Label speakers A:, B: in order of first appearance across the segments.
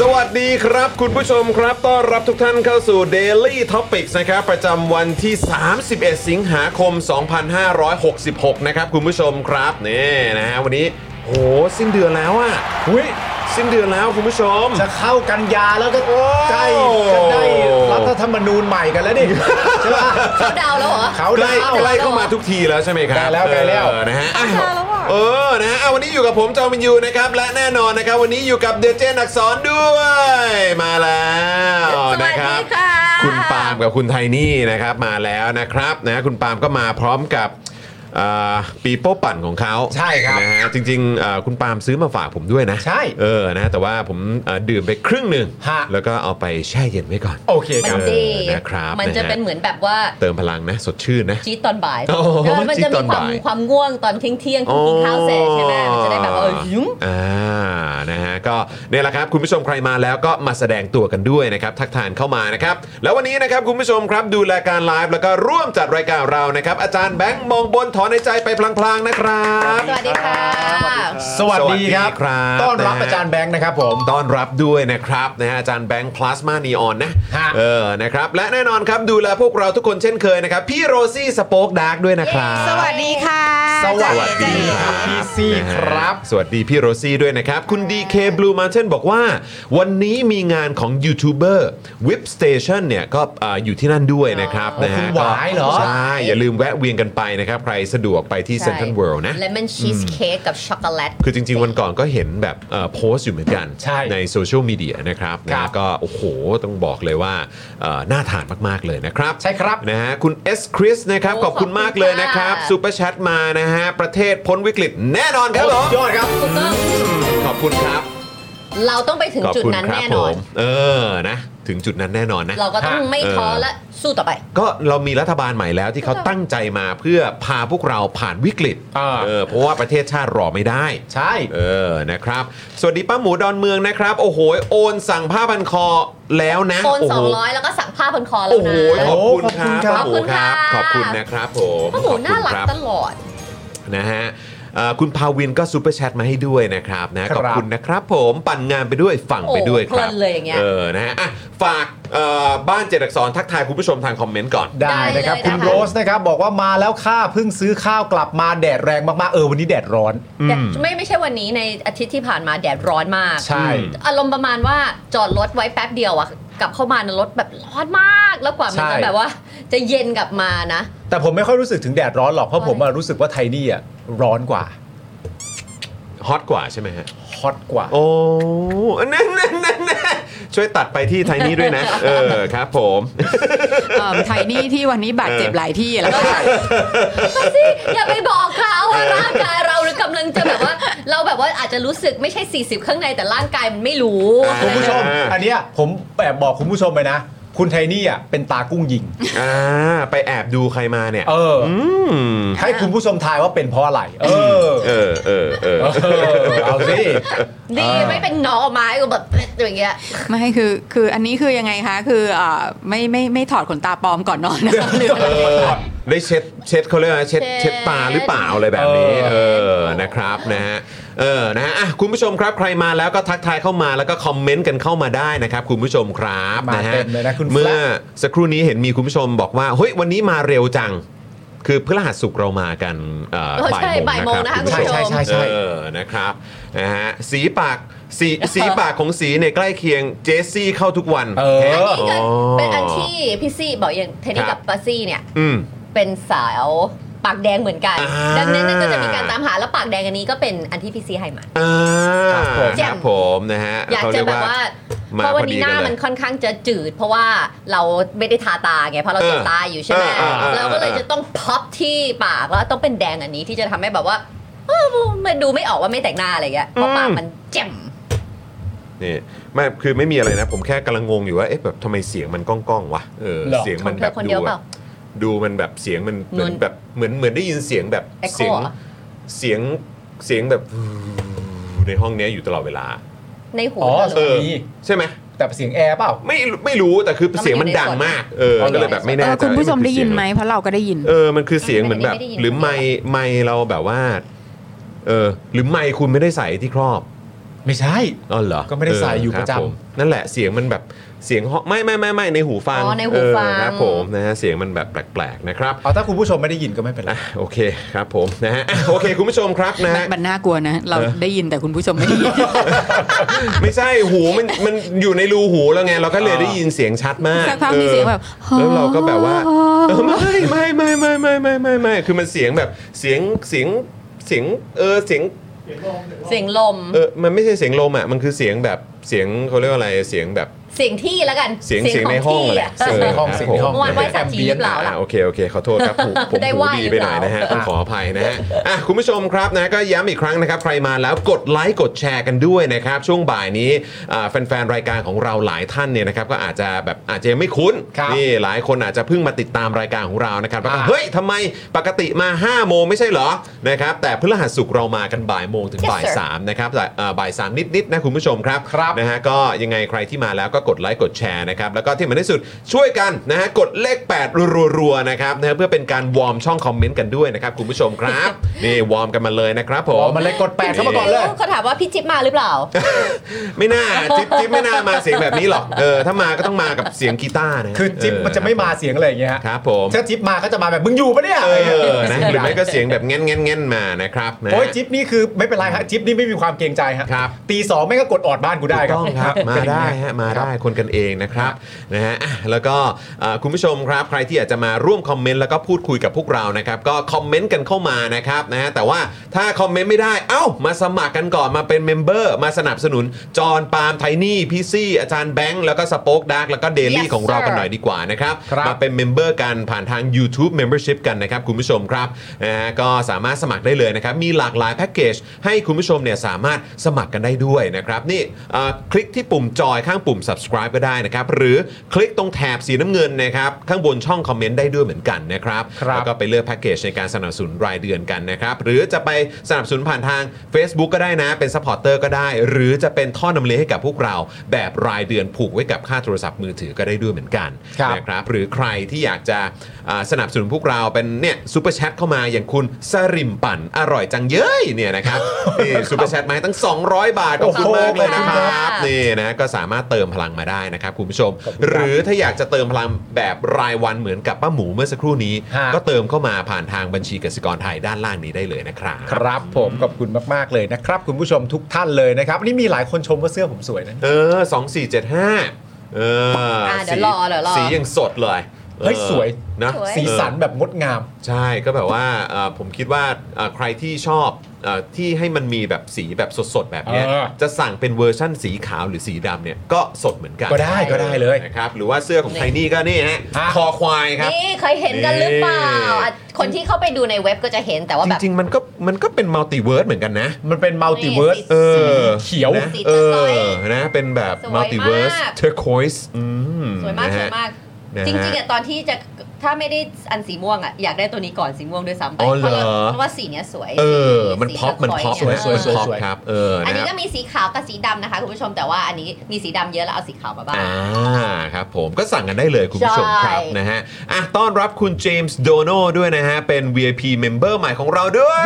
A: สวัสดีครับ คุณผู้ชมครับต้อนรับทุกท่านเข้าสู่ Daily Topics นะครับ ประจำวันที่ 31 สิงหาคม 2566 นะครับ คุณผู้ชมครับนี่นะฮะวันนี้โหสิ้นเดือนแล้วอะ
B: หุ้ย
A: สิ้นเดือนแล้วคุณผู้ชม
B: จะเข้ากันยาแล้วก็
A: โอ้
B: ใกล้จะได้รัฐธรรมนูญใหม่กันแล้วดิ ใช่ปะ
C: เขาดาวน์แล้วเหรอ
B: เขา
A: ใก
B: ได้
A: ล้ใกล้เข้ามาทุกทีแล้วใช่ไหมครับ
B: ใกล้แล้วใกล้แล้ว
A: เออนะฮะอ่ะเออนะฮะอ่ะวันนี้อยู่กับผมจอมินยูนะครับและแน่นอนนะครับ วันนี้อยู่กับเดเจนอักษรด้วยมาแล้วนะครับ
C: สวัสดีค่ะ
A: คุณปาล์มกับคุณไทนี่นะครับมาแล้วนะครับนะคุณปาล์มก็มาพร้อมกับเอ่อปีโป้ปั่นของเขา
B: ใช่ครับ
A: นะฮะจริงๆเอ่อคุณปาล์มซื้อมาฝากผมด้วยนะ
B: ใช่
A: เออนะแต่ว่าผมเอ่อดื่มไปครึ่งหนึ่ง
B: ฮะ
A: แล้วก็เอาไปแช่เย็นไว้ก่อน
B: โอเคค
C: มั
B: รับ
C: นดี
A: เออนะครับ
C: มันจะ
A: นะฮะ
C: เป็นเหมือนแบบว่า
A: เติมพลังนะสดชื่นนะ
C: จี๊ดตอนบ่าย
A: โอ้โห
C: แล้วมัน
A: จี๊
C: จะ
A: ดต
C: มี
A: อน
C: ความ
A: บ่าย
C: ความง่วงตอนเที่ยงเที่ยงๆกินข้าวเสร็จใช่ไหมมันจะได้แบบว่าเออยุ่ง
A: อ่านะฮะก็เนี่ยแหละครับคุณผู้ชมใครมาแล้วก็มาแสดงตัวกันด้วยนะครับทักทานเข้ามานะครับแล้ววันนี้นะครับคุณผู้ชมครับดูแลการไลฟ์แล้วก็ร่วมจัดรายการเรานะครับอาจารย์แบงค์มองบนถอนในใจไปพลางๆนะครับ
C: สวัสดีค่ะ
B: สวัสดีครับ
A: ครับ
B: ต้อนรับ
A: ะฮะ
B: อาจารย์แบงค์นะครับผม
A: ต้อนรับด้วยนะครับนะฮะอาจารย์แบงค์พลาสมานีออนนะ
B: ฮะ
A: เออนะครับและแน่นอนครับดูแลพวกเราทุกคนเช่นเคยนะครับพี่โรซี่สโป๊กดาร์กด้วยนะครับ
C: สวัสดีค่ะ
B: สวัสดี
A: ค
B: ค
A: รั
B: รั
A: บบ
B: พี่ซี่ครับ
A: สวัสดีพี่โรซี่ด้วยนะครับ คุณ DK Blue Mountain บอกว่า วันนี้มีงานของยูทูบเบอร์ Whip Station เนี่ยก็อ่าอยู่ที่นั่นด้วยนะครับ
B: อ๋อ
A: นะฮะ
B: คุณหวายเหรอ
A: ใช่ อย่าลืมแวะเวียนกันไปนะครับ ใครสะดวกไปที่ Central World นะ
C: เลมอนชีสเค้กกับช็อกโกแลต
A: คือจริง ๆ วันก่อนก็เห็นแบบเอ่อโพสต์อยู่เหมือนกัน
B: ใช่
A: โซเชียลมีเดียนะครับ
B: ครั
A: นะ
B: บ
A: ก็โอ้โห ต้องบอกเลยว่าเอ่อน่าทานมาก ๆ เลยนะครับ
B: ใช่ครับ
A: นะฮะคุณ S Chris นะครับ
C: โอ้
A: ขอบคุณมาก
C: ขอบคุณ
A: เลย
C: ค่ะ
A: นะครับซูเปอร์แชทมานะฮะ ประเทศพ้นวิกฤตแน่นอนครับผม
B: ยอดครับ
C: ถูกต้อง
A: ขอบคุณครับ
C: เราต้องไปถึง
A: ขอบ
C: จุด
A: คุณ
C: นั้น
A: ครับ
C: แน่
A: ผ
C: นอน
A: มเออนะถึงจุดนั้นแน่นอนนะ
C: เราก็ต้องไม่
A: เออ
C: ท้อและสู้ต่อไป
A: ก็เรามีรัฐบาลใหม่แล้วที่เขาตั้งใจมาเพื่อพาพวกเราผ่านวิกฤต
B: อ่า
A: เออเพราะว่าประเทศชาติรอไม่ได้
B: ใช่
A: เออ นะครับ สวัสดีป้าหมูดอนเมืองนะครับ โอ้โห โอนสั่งผ้าพันคอแล้วนะ
C: โอน
A: ห
C: 200 แล้วก็สั่งผ้าพันคอแล้
A: โอ้
C: ว
A: โห
C: นะ
A: ขอบคุณค
B: ขอบคุณครับ
A: รับป้าหมูครับ ข
C: ข
A: อ
C: อ
A: บบ
C: คุณค่ะ
A: คุณนะครับผม
C: พ่อหมู
A: ขอบคุณ
C: น่ารัก
A: คบ
C: ตลอด
A: นะฮะเอ่อคุณพาวินก็ซูเปอร์แชทมาให้ด้วยนะครับนะขอบคุณนะครับผมปั่นงานไปด้วยฝั่งไปด้วยค
C: โอ้เพลิ
A: รับ
C: นเลยอย่างเงี้ย
A: อนะฮะอ่ะฝากเอ่อบ้านเจดอักษรทักทายคุณผู้ชมทางคอมเมนต์ก่อน
B: ได้นะครับ
C: ได้
B: คุณ
C: เลยนะคะ
B: โรสนะครับ บอกว่ามาแล้วค่ะเพิ่งซื้อข้าวกลับมาแดดแรงมากๆ เออวันนี้แดดร้อน
C: แต่ไม่ไม่ใช่วันนี้ในอาทิตย์ที่ผ่านมาแดดร้อนมาก
B: ใช่
C: อารมณ์ประมาณว่าจอดรถไว้แป๊บเดียวอะกลับเข้ามานะรถแบบร้อนมาก แล้วกว่ามัน
B: ใช่
C: จะแบบว่า จะเย็นกลับมานะ
B: แต่ผมไม่ค่อยรู้สึกถึงแดดร้อนหรอกเพราะผมอะรู้สึกว่าไทนี่อะร้อนกว่า
A: ฮอตกว่าใช่ไหมฮะ
B: ฮอตกว่า
A: โอ้นั่นนั่นนั่นช่วยตัดไปที่ไทนี่ด้วยนะ เออครับผม
D: เอิ่มไทนี่ที่วันนี้บาดเจ็บหลายที่ แล้วก็
C: มาสิ อย่าไปบอกเขาว่าร่างกายเราหรือกำลังจะแบบว่า เราแบบว่าอาจจะรู้สึกไม่ใช่ 40 ข้างในแต่ร่างกายมันไม่รู้
A: อ่า
C: อะ
B: คุ
C: ไร
B: ณผู้ชม
A: เอออั
B: อันเนี้ยผมแบบบอกคุณผู้ชมไปนะ คุณไทนี่อ่ะเป็นตากุ้งยิง
A: อ่าไปแอบดูใครมาเนี่ย
B: เออ
A: ม
B: ให้คุณผู้ชมทายว่าเป็นเพราะอะไร เออ
A: เออเออเออ
B: เออ เอาสิ
C: ดีไม่เป็นหน้องออกมาก็แบบอย่างเงี้ย
D: ไม่คือคืออันนี้คือยังไงคะคือเอ่อไม่ไม่ไม่ถอดขนตาปลอมก่อน นอนนะคะหรืออะไร
A: เออได้เช็ดเช็ดเขาเรียกว่าเช็ด
C: เช็
A: เช็
C: ด
A: ดตาหรือเปล่าอะไรแบบนี้
B: เออ
A: เออนะครับนะฮะเออนะฮะอ่ะคุณผู้ชมครับใครมาแล้วก็ทักทายเข้ามาแล้วก็คอมเมนต์กันเข้ามาได้นะครับ คุณผู้ชมครับ
B: มา
A: นะฮะ
B: เต็มเลยนะคุณ
A: เมื่อ
B: แฟลช
A: สักครู่นี้เห็นมีคุณผู้ชมบอกว่าเฮ้ยวันนี้มาเร็วจัง คือพฤหัสสุกร์เรามากันเอ่อ
C: เออใช่
A: บ่ายโมงนะ
C: บ่ายโม
A: รับณ
C: งนะคะ
A: ผู้
B: ใช่
C: คุณผู้
B: ใช่ใช่
C: ชม
B: ใช่
A: เออนะครับนะฮะสีปากสีสีปากของสีเนี่ยใกล้เคียงเจสซี่เข้าทุกวัน
B: เออ
A: แฮะ
C: นี่ก็เป็นอัน
A: อ
C: ที่พี่ซี่บอกอย่างเทนนี่
A: ครั
C: กั
A: บบ
C: ปาซี่เนี่ย
A: ืม
C: เป็นสาวปากแดงเหมือนกัน
A: อ่า
C: ดังนั้นก็จะมีการตามหาแล้วปากแดงอันนี้ก็เป็นอันที่พี่ซี่ให้มา
A: อ่า
B: ครับผม
A: ครับผมนะฮะ
C: อยาก
A: เข
C: จะ
A: เรีย
C: แบบว่า
A: มา
C: เพราะ
A: พ
C: วัน
A: อดี
C: นี้ห
A: กั
C: น้า
A: เล
C: มัน
A: ย
C: ค่อนข้างจะจืด เพราะว่าเราไม่ได้ทาตาไงเพราะเราเจ็บ
A: เออ
C: ตาอยู่ใช่ไหม
A: เออเออเออ
C: เราก็เลยจะต้องพับที่ปากแล้วต้องเป็นแดงอันนี้ที่จะทำให้แบบว่าเอ้ามันดูไม่ออกว่าไม่แต่งหน้าอะไรเงี้ยเพราะปากมันแจ่ม
A: นี่ไม่คือไม่มีอะไรนะ ผมแค่กำลังงงอยู่ว่าเอ๊ะแบบทำไมเสียงมันก้องก้องๆวะเออ
B: หรอ
A: เสียงมันแบบ
C: ของเธอคนเดี
A: ดู
C: ย
A: แบ
C: วเปล่า
A: บดูมันแบบเสียงมันเหมือน
C: นุ่น
A: แบบเหมือนเหมือนได้ยินเสียงแบบ
C: Echo
A: เสียง
C: เหรอ
A: เสียงเสียงแบบในห้องเนี้ยอยู่ตลอดเวลา
C: ในหู
B: อ๋อ
C: เราเล
A: เอย อ
B: มี
A: ใช่ไหม
B: แต่เสียงแอร์เปล่า
A: ไม่ไม่รู้แต่คือ
C: แล้วมัน
A: เสียงมัน
C: อยู่ใน
A: ดัง
C: ส่วน
A: มากเออ
B: อ๋อเหรอ
A: ก็เลยแบบไม่แน่
D: เออ
A: ใจ
D: คุณผู้ชมได้ยิน
A: ว่า
D: ไหม
A: คือเสียงอะร
D: เพราะเราก็ได้ยิน
A: เออมันคือเสียงเหมือนแบบ
C: ไม่ได้ยิน
A: หรือไม่ไม่เราแบบว่า เออ หรือไม่คุณไม่ได้ใส่ที่ครอบ
B: ไม่ใช่
A: อ๋อเหรอ
B: ก็ไม่ได้ใส่อยู่
A: เคบ
B: ประจำ
A: ผมนั่นแหละเสียงมันแบบเสียงห้องไม่ไม่ไม่ไม่ในหูฟัง
C: อ๋อในหูฟัง
A: เออครับผมนะฮะเสียงมันแบบแปลกๆนะครับ
B: เอาถ้าคุณผู้ชมไม่ได้ยินก็ไม่เป็นไร
A: อ่ะโอเคครับผมนะฮะอ่ะโอเคคุณผู้ชมครับนะ
D: มัน
A: ฮะ
D: มันน่ากลัวนะ เราได้ยินแต่คุณผู้ชมไม่ได้ยิน
A: ไม่ใช่หูมันมันอยู่ในรูหูแล้วไงเราก็เลย
B: อ่า
A: ได้ยินเสียงชัดมาก
D: สักพัก
A: ออ
D: มีเสียงแบบ
A: แล้วเราก็แบบว่าเออไม่ไม่ไม่ไม่ไม่ไม่ไม่ไม่คือมันเสียงแบบเสียงเสียงเสียงเออเสียง
C: เสียงลม
A: เออมันไม่ใช่เสียงลมอ่ะมันคือเสียงแบบเสียงเขาเรียกว่าอะไรเสียงแบบ
C: เสียงที่แล้วกัน
A: เสียงเสียงในห้อง
C: ที่
A: แหละ
C: อะ
B: เสียงในห้อง
A: ครับ
B: เสียงในห้อง
A: ผม
C: เมื่อวานไหว้ศาสตร์จีนหรือเปล่า
A: อ่ะโอเคโอเคขอโทษครับผมผม
C: ได้
A: หู
C: ไหว้
A: ดี
C: หรือ
A: ไป
C: เป
A: หน่
C: ล่า
A: อยนะฮะต้องขออภัยนะฮะอ่ะคุณผู้ชมครับนะก็ย้ำอีกครั้งนะครับ ใครมาแล้วกดไลค์กดแชร์กันด้วยนะครับ ช่วงบ่ายนี้อ่าแฟนๆ รายการของเราหลายท่านเนี่ยนะครับก็อาจจะแบบอาจจะยังไม่คุ้น
B: ครับ
A: นี่หลายคนอาจจะเพิ่งมาติดตามรายการของเรานะครับแล้วก็
B: อ่า
A: เฮ้ยทำไมปกติมา5โมงไม่ใช่เหรอนะครับแต่พฤหัสสุกร์เรามากันบ่ายโมงถึง
C: Yes,
A: บ่าย
C: sir.
A: สามนะครับแต่เอ่อบ่ายสามนิดๆนะคุณผู้ชมครับ
B: ครับ
A: นะฮะก็ยังไงใครที่มาแล้วก็กดไลค์กดแชร์นะครับแล้วก็ที่มันที่สุดช่วยกันนะฮะกดเลข 8 รัวๆนะครับนะฮะเพื่อเป็นการวอร์มช่องคอมเมนต์กันด้วยนะครับคุณผู้ชมครับ นี่วอร์มกันมาเลยนะครับผ
B: อ๋อ
A: ม
B: มันเลยกดแปดเข้ามาก่อนเลย
C: เขาถามว่าพี่จิ๊บมาหรือเปล่า
A: ไม่น่าจิ๊บจิ๊บไม่น่ามาเสียงแบบนี้หรอกเออถ้ามาก็ต้องมากับเสียงกีตาร์นะฮะ
B: คือจิ๊บมันจะไม่มาเสียงอะไรอย่างเงี้ยฮะ
A: ครับผม
B: ถ้าจิ๊บมาก็จะมาแบบมึงอยู่ปะเนี่ย
A: เออนะหรือไม่ก็เสียงแบบเงี้ยนเงี้ยนเงี้ยนมานะครับนะฮะ
B: โอ้ยจิ๊บนี่คือไม่เป็นไรฮะจิ๊บนี่ไม่มีความเกรงใจฮะ
A: ครับ
B: ตีสองแม่งก็กดออดบ้านกูได้ค
A: ถูก
B: รับ
A: ต้องครับ มาได้ฮะมาได้คนกันเองนะครับนะฮะอ่ะแล้วก็อ่าคุณผู้ชมครับ ใครที่อยากจะมาร่วมคอมเมนต์แล้วก็พูดคุยกับพวกเรานะครับ ก็คอมเมนต์กันเข้ามานะครับนะฮะแต่ว่าถ้าคอมเมนต์ไม่ได้ เอ้า มาสมัครกันก่อนมาเป็นเมมเบอร์ มาสนับสนุน จอห์นปาล์มไทนี่พี่ซี่ อาจารย์แบงค์ แล้วก็สป็อคดาร์กแล้วก็เดลี่
C: Yes,
A: ของเรากัน
C: sir
A: หน่อยดีกว่านะครับ
B: ครับ
A: มาเป็นเมมเบอร์กันผ่านทาง YouTube Membership กันนะครับคุณผู้ชมครับนะฮะก็สามารถสมัครได้เลยนะครับ มีหลากหลายแพ็กเกจให้คุณผู้ชมเนี่ยสามารถสมัครกันได้ด้วยนะครับ นี่เอ่อคลิกที่ปุ่มจอยข้างปุ่ม subscribe ก็ได้นะครับ หรือคลิกตรงแถบสีน้ำเงินนะครับ ข้างบนช่องคอมเมนต์ได้ด้วยเหมือนกันนะครับ
B: ครับ
A: แล้วก็ไปเลือกแพ็กเกจในการสนับสนุนรายเดือนกันนะครับ หรือจะไปสนับสนุนผ่านทาง Facebook ก็ได้นะ เป็นซัพพอร์ตเตอร์ก็ได้ หรือจะเป็นท่อนำเลี้ยงให้กับพวกเรา แบบรายเดือนผูกไว้กับค่าโทรศัพท์มือถือก็ได้ด้วยเหมือนกัน
B: ครับ
A: นะครับ หรือใครที่อยากจะอ่าสนับสนุนพวกเราเป็นเนี่ยซูเปอร์แชทเข้ามาอย่างคุณสริมปั่นอร่อยจังเย้ยเนี่ย นะครับ นี่ซูเปอร์แชทมาให้ตั้ง 200 บาทขอบคุณมากเลยนะครับ
C: โอ้โห
A: นี่นะก็สามารถเติมพลังมาได้นะครับคุณผู้ชม หรือถ้าอยากจะเติมพลังแบบรายวันเหมือนกับป้าหมูเมื่อสักครู่นี้
B: ฮะ
A: ก็เติมเข้ามาผ่านทางบัญชีกสิกรไทยด้านล่างนี้ได้เลยนะครับ
B: ครับผมขอบคุณมากๆเลยนะครับ คุณผู้ชมทุกท่านเลยนะครับนี่มีหลายคนชมว่าเสื้อผมสวยนะ
A: เออสองสี่เจ็ดห้าเออ
C: อ่ะเดี๋ยว
A: สี
C: รอเดี๋ยวรอ
A: สียังสดเลย
B: เฮ้ย
A: ออ
B: สวย
A: นะ
C: สวย
B: สีสันแบบงดงาม
A: ใช่ก็แบบว่าเอ่อผมคิดว่าเอ่อใครที่ชอบเอ่อที่ให้มันมีแบบสีแบบสดๆ แบบเนี้ย
B: เออ
A: จะสั่งเป็นเวอร์ชั่นสีขาวหรือสีดำเนี่ยก็สดเหมือนกัน
B: ก็ได้ก็ได้เลย
A: นะครับหรือว่าเสื้อของไทนี่ก็นี่ฮะ
B: ฮะ
A: คอควายครับ
C: นี่เคยเห็นกันหรือเปล่าอ่ะคนที่เข้าไปดูในเว็บก็จะเห็นแต่ว่า
A: จ
C: แบบ
A: ริงๆมันก็มันก็เป็นมัลติเวิร์สเหมือนกันนะ
B: มันเป็นมัลติเวิร์ส
A: เอ
B: ส
A: อ
B: ีเขียว
A: นะ
C: สี
A: เอ
C: เทอร์ไกซ์
A: อนะเป็นแบบ
C: สวย
A: มัลติเวิร์ส
C: มาก
A: เทอร์โคสอืม
C: สวยมาก
A: นะ
C: ส
A: ฮะ
C: วยมาก
A: นะฮะ
C: จริงๆอะตอนที่จะถ้าไม่ได้อันสีม่วงอะอยากได้ตัวนี้ก่อนสีม่วงด้วยซ้ำไป
A: อ๋อเหรอ
C: ราะว่าเพราะว่าสีเนี้ยสวย
A: เออ
C: สี
A: มัน
C: สี
A: พ็อปมัน
C: สวย
A: พ็อป
C: เนี่
A: นะ
B: สวยสวย
A: มันพ็อป
B: สวย
A: ครับเออ
C: อัน
A: นะ
C: นี้
A: ฮะ
C: ก็มีสีขาวกับสีดำนะคะคุณผู้ชมแต่ว่าอันนี้มีสีดำเยอะแล้วเอาสีขาวมาบ้าง
A: อ่าครับผมก็สั่งกันได้เลยคุณผู้ชมครับ
C: ใช่
A: นะฮะอ่ะต้อนรับคุณเจมส์โดโนด้วยนะฮะ เป็น VIP Member ใหม่ของเราด้วย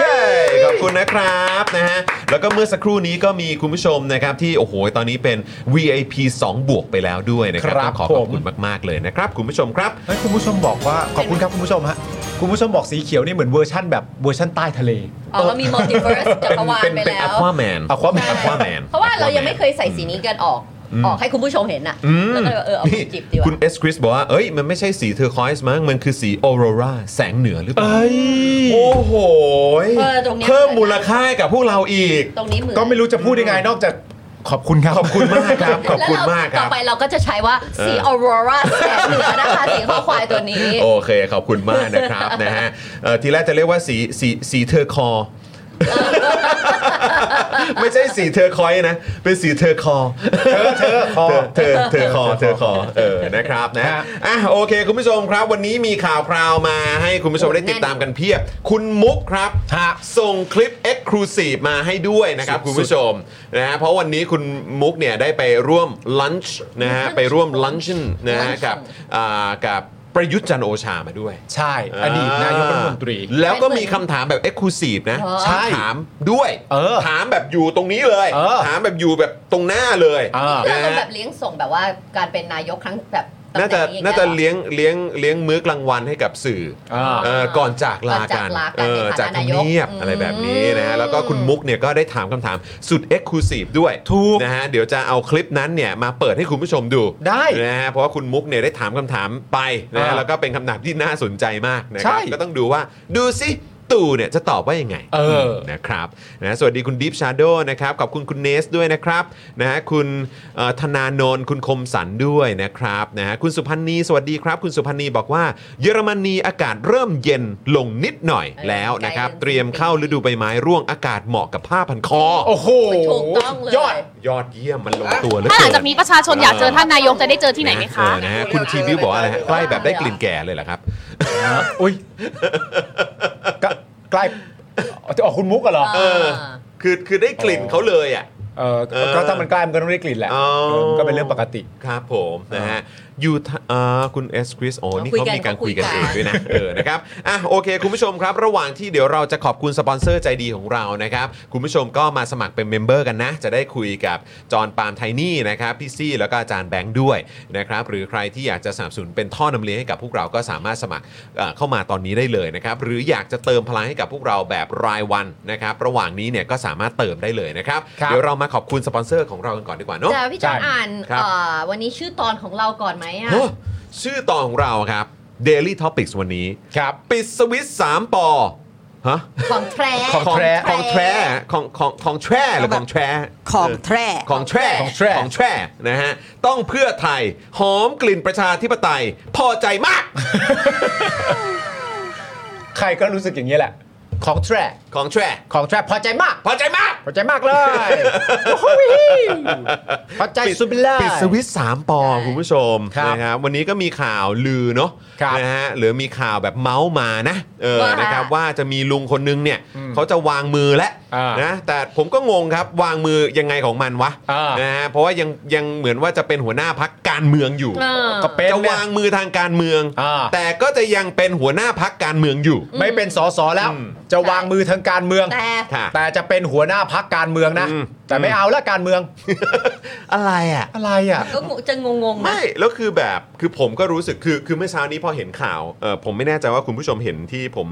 A: ขอบคุณนะครับนะฮะ แล้วก็เมื่อสักครู่นี้ก็มีคุณผู้ชมนะครับ ที่โอ้โหตอนนี้เป็น VIP 2 บวกไปแล้วด้วยนะครับ
B: ครับ
A: ต้องขอขอบ
B: ผม
A: คุณมากๆเลยนะครับ คุณผู้ชมครับ
B: เฮ้ยคุณผู้ชมบอกว่าขอบคุณครับคุณผู้ชมฮะคุณผู้ชมบอกสีเขียวนี่เหมือนเวอร์ชั่นแบบเวอร์ชั่นใต้ทะเล
C: อ๋อเรามี multiverse จักรวาล
A: เป็น
C: ไป
A: เป็น
C: แล้
A: อ
C: ว
A: ควาแมน
B: Aquaman
A: อควาแม น
C: เพราะว่าเรายังไม่เคยใส่สีนี้กันออก ออกให้คุณผู้ชมเห็นอะ
A: อืม
C: แล้วก็เลยเออเอามาจิบดีก
A: คุณ
C: ว่า
A: เอสคริสบอกว่า เอ้ย มันไม่ใช่สีเทอร์คอยส์มั้ง มันคือสีออโรราแสงเหนือหรือเปล่า โอ้โหย
C: เออตรงเนี้ย
A: เพิ่มมูลค่าให้กับพวกเราอีก
C: ตรงนี้เหมือน
B: ก็ไม่รู้จะพูดยังไงนอกจากขอบคุณครับ
A: ขอบคุณมากครับ ขอบคุณ
C: แล้วเ
A: มากค
C: ต่
A: รั
C: อบ ไปเราก็จะใช้ว่าสี
A: เอ
C: อ
A: อ
C: อโรราแสงเหนือนะคะสีข้อควายตัวนี้
A: โอเค ขอบคุณมากนะครับ นะฮะเอ่อทีแรกจะเรียกว่าสีสีสีเทอร์ค อ ไม่ใช่สีเทอร์คอยส์นะ เป็นสีเทอร์คอ
B: เธอคอ
A: เธอเธอคอเธอคอเออนะครับนะ
B: ฮะ
A: อ่ะโอเค คุณผู้ชมครับ วันนี้มีข่าวคราวมาให้คุณผู้ชมได้ติดตามกันเพียบ คุณมุกครับ
B: ฮะ
A: ส่งคลิป Exclusive มาให้ด้วยนะครับ
B: สุดๆ
A: คุณผู้ชมนะฮะเพราะวันนี้คุณมุกเนี่ยได้ไปร่วมลันช์นะฮะไปร่วมลันช์นะฮะ
C: luncheon
A: กับอ่ากับประยุทธ์จันทร์โอชามาด้วย
B: ใช่ อดีตนายกรัฐมนตรี
A: แล้วก็มีคำถามแบบ Exclusive นะ
C: อ๋อ
B: ใช่
A: ถามด้วย
B: เออ
A: ถามแบบอยู่ตรงนี้เลย
B: เออ
A: ถามแบบอยู่แบบตรงหน้าเลย
B: อ่า
C: คืออารมณ์
A: ฮ
C: แบบเลี้ยงส่งแบบว่าการเป็นนายกครั้งแบบตำแห
A: น่าจะ
C: งอย่งงี้ย
A: น่าจะ
C: หรอ
A: เลี้ยงเลี้ยงเลี้ยงมื้อกลางวันให้กับสื่อ
B: อ่า
A: เอ่อก่อนจากลากัน
C: ก่อนจากลากัน
A: เออ
C: ในฐานะ
A: จากทำเนียบ
C: นายก
A: อะไรแบบนี้นะฮะ
C: อืม
A: แล้วก็คุณมุกเนี่ยก็ได้ถามคำถามสุดเอ็กซ์คลูซีฟด้วย
B: ถูก
A: นะฮะเดี๋ยวจะเอาคลิปนั้นเนี่ยมาเปิดให้คุณผู้ชมดู
B: ได้
A: นะฮะเพราะว่าคุณมุกเนี่ยได้ถามคำถามไปนะฮะ
B: อ่า
A: แล้วก็เป็นคำถามที่น่าสนใจมากนะค
B: ใช่
A: รับก็ต้องดูว่าดูสิตู่เนี่ยจะตอบว่ายังไง
B: เออ
A: นะครับนะสวัสดีคุณดิฟชาโดนะครับขอบคุณคุณเนสด้วยนะครับนะฮะคุณเอ่อธนานนท์คุณคมสันด้วยนะครับนะฮะคุณสุพันนีสวัสดีครับ คุณสุพันนีบอกว่า เยอรมนีอากาศเริ่มเย็นลงนิดหน่อย
C: เออ
A: แล้วนะครับ
C: ใกล้เย็น
A: เตรียมเข้าฤดูใบไม้ร่วงอากาศเหมาะกับผ้าพันคอ
B: โอ้โห
C: ถูกต้องเลย
B: ยอด
A: ยอดเยี่ยมมันลงตัวเหลย
E: ถ้าหลังจากนี้ประชาชนอยากเจอท่านนายกจะได้เจอที่ไหนไหมคะ
A: นะฮะคุณทีวิวบอกว่าอะไรฮะใกล้แบบได้กลิ่นแก่เลยเหรอครับ
B: อุ้ยก็ใกล้จะออกคุณมุกกันเหรอ
C: เออ
A: คือคือได้กลิ่นเขาเลยอ่ะ
B: เออก็ถ้ามันใกล้มันก็ต้องได้กลิ่นแหละ
A: อ๋อ
B: เออมันก็เป็นเรื่องปกติ
A: ครับผมนะฮะอยู่ทะอ่าคุณเอสคริสโอ้นี่
C: คุย
A: เขา
C: กัน
A: มีการ
C: เขาคุ
A: คุย
C: ย
A: กัน
C: กัน
A: เอง ด้วยนะเออนะครับอ่ะโอเค คุณผู้ชมครับ ระหว่างที่เดี๋ยวเราจะขอบคุณสปอนเซอร์ใจดีของเรานะครับ คุณผู้ชมก็มาสมัครเป็นเมมเบอร์กันนะ จะได้คุยกับจอห์นปาล์มไทนี่นะครับพี่ซี่แล้วก็อาจารย์แบงค์ด้วยนะครับหรือใครที่อยากจะสนับสนุนเป็นท่อนำเลี้ยงให้กับพวกเราก็สามารถสมัครเอ่อเข้ามาตอนนี้ได้เลยนะครับหรืออยากจะเติมพลังให้กับพวกเราแบบรายวันนะครับระหว่างนี้เนี่ยก็สามารถเติมได้เลยนะครับ
B: ครับ
A: เดี๋ยวเรามาขอบคุณสปอนเซอร์ของเรากันก่อนดีกว่าเนาะ
C: จะพี่จอน
B: ใช่
C: อ่าน
A: ครับ
C: เอ่อวันนี้ชื่อตอนของเราก่อนไหมอะ
A: เฮ้ยชื่อตอนของเราครับ Daily Topics วันนี้
B: ครับ
A: ปิดสวิตสามปอฮะ
C: ของแทร
B: ของแท้
A: ของแทรของของของแทรหรือของแทร
D: ของแท้
A: ของแทร
B: ของแทร่
A: ของแทรนะฮะ ต้องเพื่อไทย หอมกลิ่นประชาธิปไตย พอใจมาก
B: ใครก็รู้สึกอย่างนี้แหละ ของแทร
A: ของแทร
B: ของแทรพอใจมาก
A: พอใจมาก
B: พอใจมากเลย โอ้โหพอใจสุดไปเลย
A: ปิดสวิตช์3ปอคุณผู้ชม
B: ครับ
A: นะครับวันนี้ก็มีข่าวลือเนาะ
B: ครับ
A: นะฮะหรือมีข่าวแบบเมาส์มานะเออ
C: ว่า
A: นะครับว่าจะมีลุงคนนึงเนี่ยเขาจะวางมือแล้ว
B: อ่าน
A: นะแต่ผมก็งงครับวางมือยังไงของมันวะ
B: อ่าน
A: นะฮะเพราะว่ายังยังเหมือนว่าจะเป็นหัวหน้าพักการเมืองอยู่
C: เออ
B: ก็เป็น
A: จะ
B: เนี่ยว
A: างมือทางการเมือง
B: อ่า
A: แต่ก็จะยังเป็นหัวหน้าพักการเมืองอยู่
B: ไม่เป็นสสแล้ว
A: อืม
B: จะ
C: ใช่
B: วางมือทางการเมือง
C: แต่
A: ค่ะ
B: แต่จะเป็นหัวหน้าพักการเมืองนะ
A: อืม
B: แต่ไม่เอาละการเมือง
A: อะไรอ่ะ
B: อะไรอ่ะ
C: ก็งงจะงงๆนะ
A: ไม่ แล้วคือแบบคือผมก็รู้สึกคือคือเมื่อเช้านี้พอเห็นข่าวเออผมไม่แน่ใจว่าคุณผู้ชมเห็นที่ผม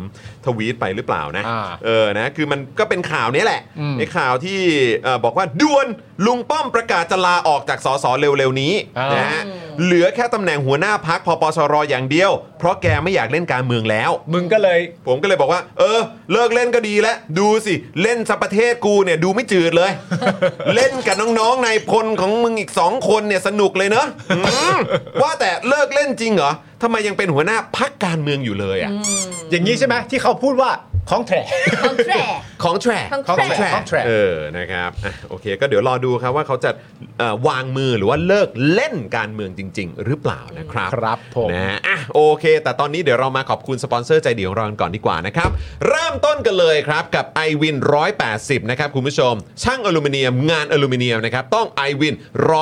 A: ทวีตไปหรือเปล่านะ
B: อ่า
A: เออนะคือมันก็เป็นข่าวเนี้ยแหละ
B: อืม
A: ในข่าวที่เอ่อบอกว่าด่วนลุงป้อมประกาศจะลาออกจากสสเร็วๆนี้นะฮะ
C: อืม
A: เหลือแค่ตำแหน่งหัวหน้าพักพปชรอย่างเดียว เพราะแกไม่อยากเล่นการเมืองแล้ว
B: มึงก็เลย
A: ผมก็เลยบอกว่า เออ เลิกเล่นก็ดีแล้วดูสิ เล่นสัประเทศกูเนี่ยดูไม่จืดเลย เล่นกับน้องๆในพลของมึงอีกสองคนเนี่ยสนุกเลยเนอะอืมว่าแต่เลิกเล่นจริงเหรอทำไมยังเป็นหัวหน้าพักการเมืองอยู่เลยอ่ะ
B: อย่างนี้ใช่ไหมที่เขาพูดว่า ของแท้
C: ของแทร่
A: ของแทร
C: ของ
A: ข
C: แทร
A: องแทร
B: ของแทร
A: เออนะครับอ่ะโอเค ก็เดี๋ยวรอดูครับว่าเขาจะเอ่อวางมือหรือว่าเลิกเล่นการเมืองจริง ๆ หรือเปล่านะครับ
B: ครับผม
A: นะฮะอ่ะโอเค แต่ตอนนี้เดี๋ยวเรามาขอบคุณสปอนเซอร์ใจเดียวเรากันก่อนดีกว่านะครับ เริ่มต้นกันเลยครับกับ i w วิน180 นะครับคุณผู้ชม ช่างอลูมิเนียมงานอลูมิเนียมนะครับต้อง i w วิน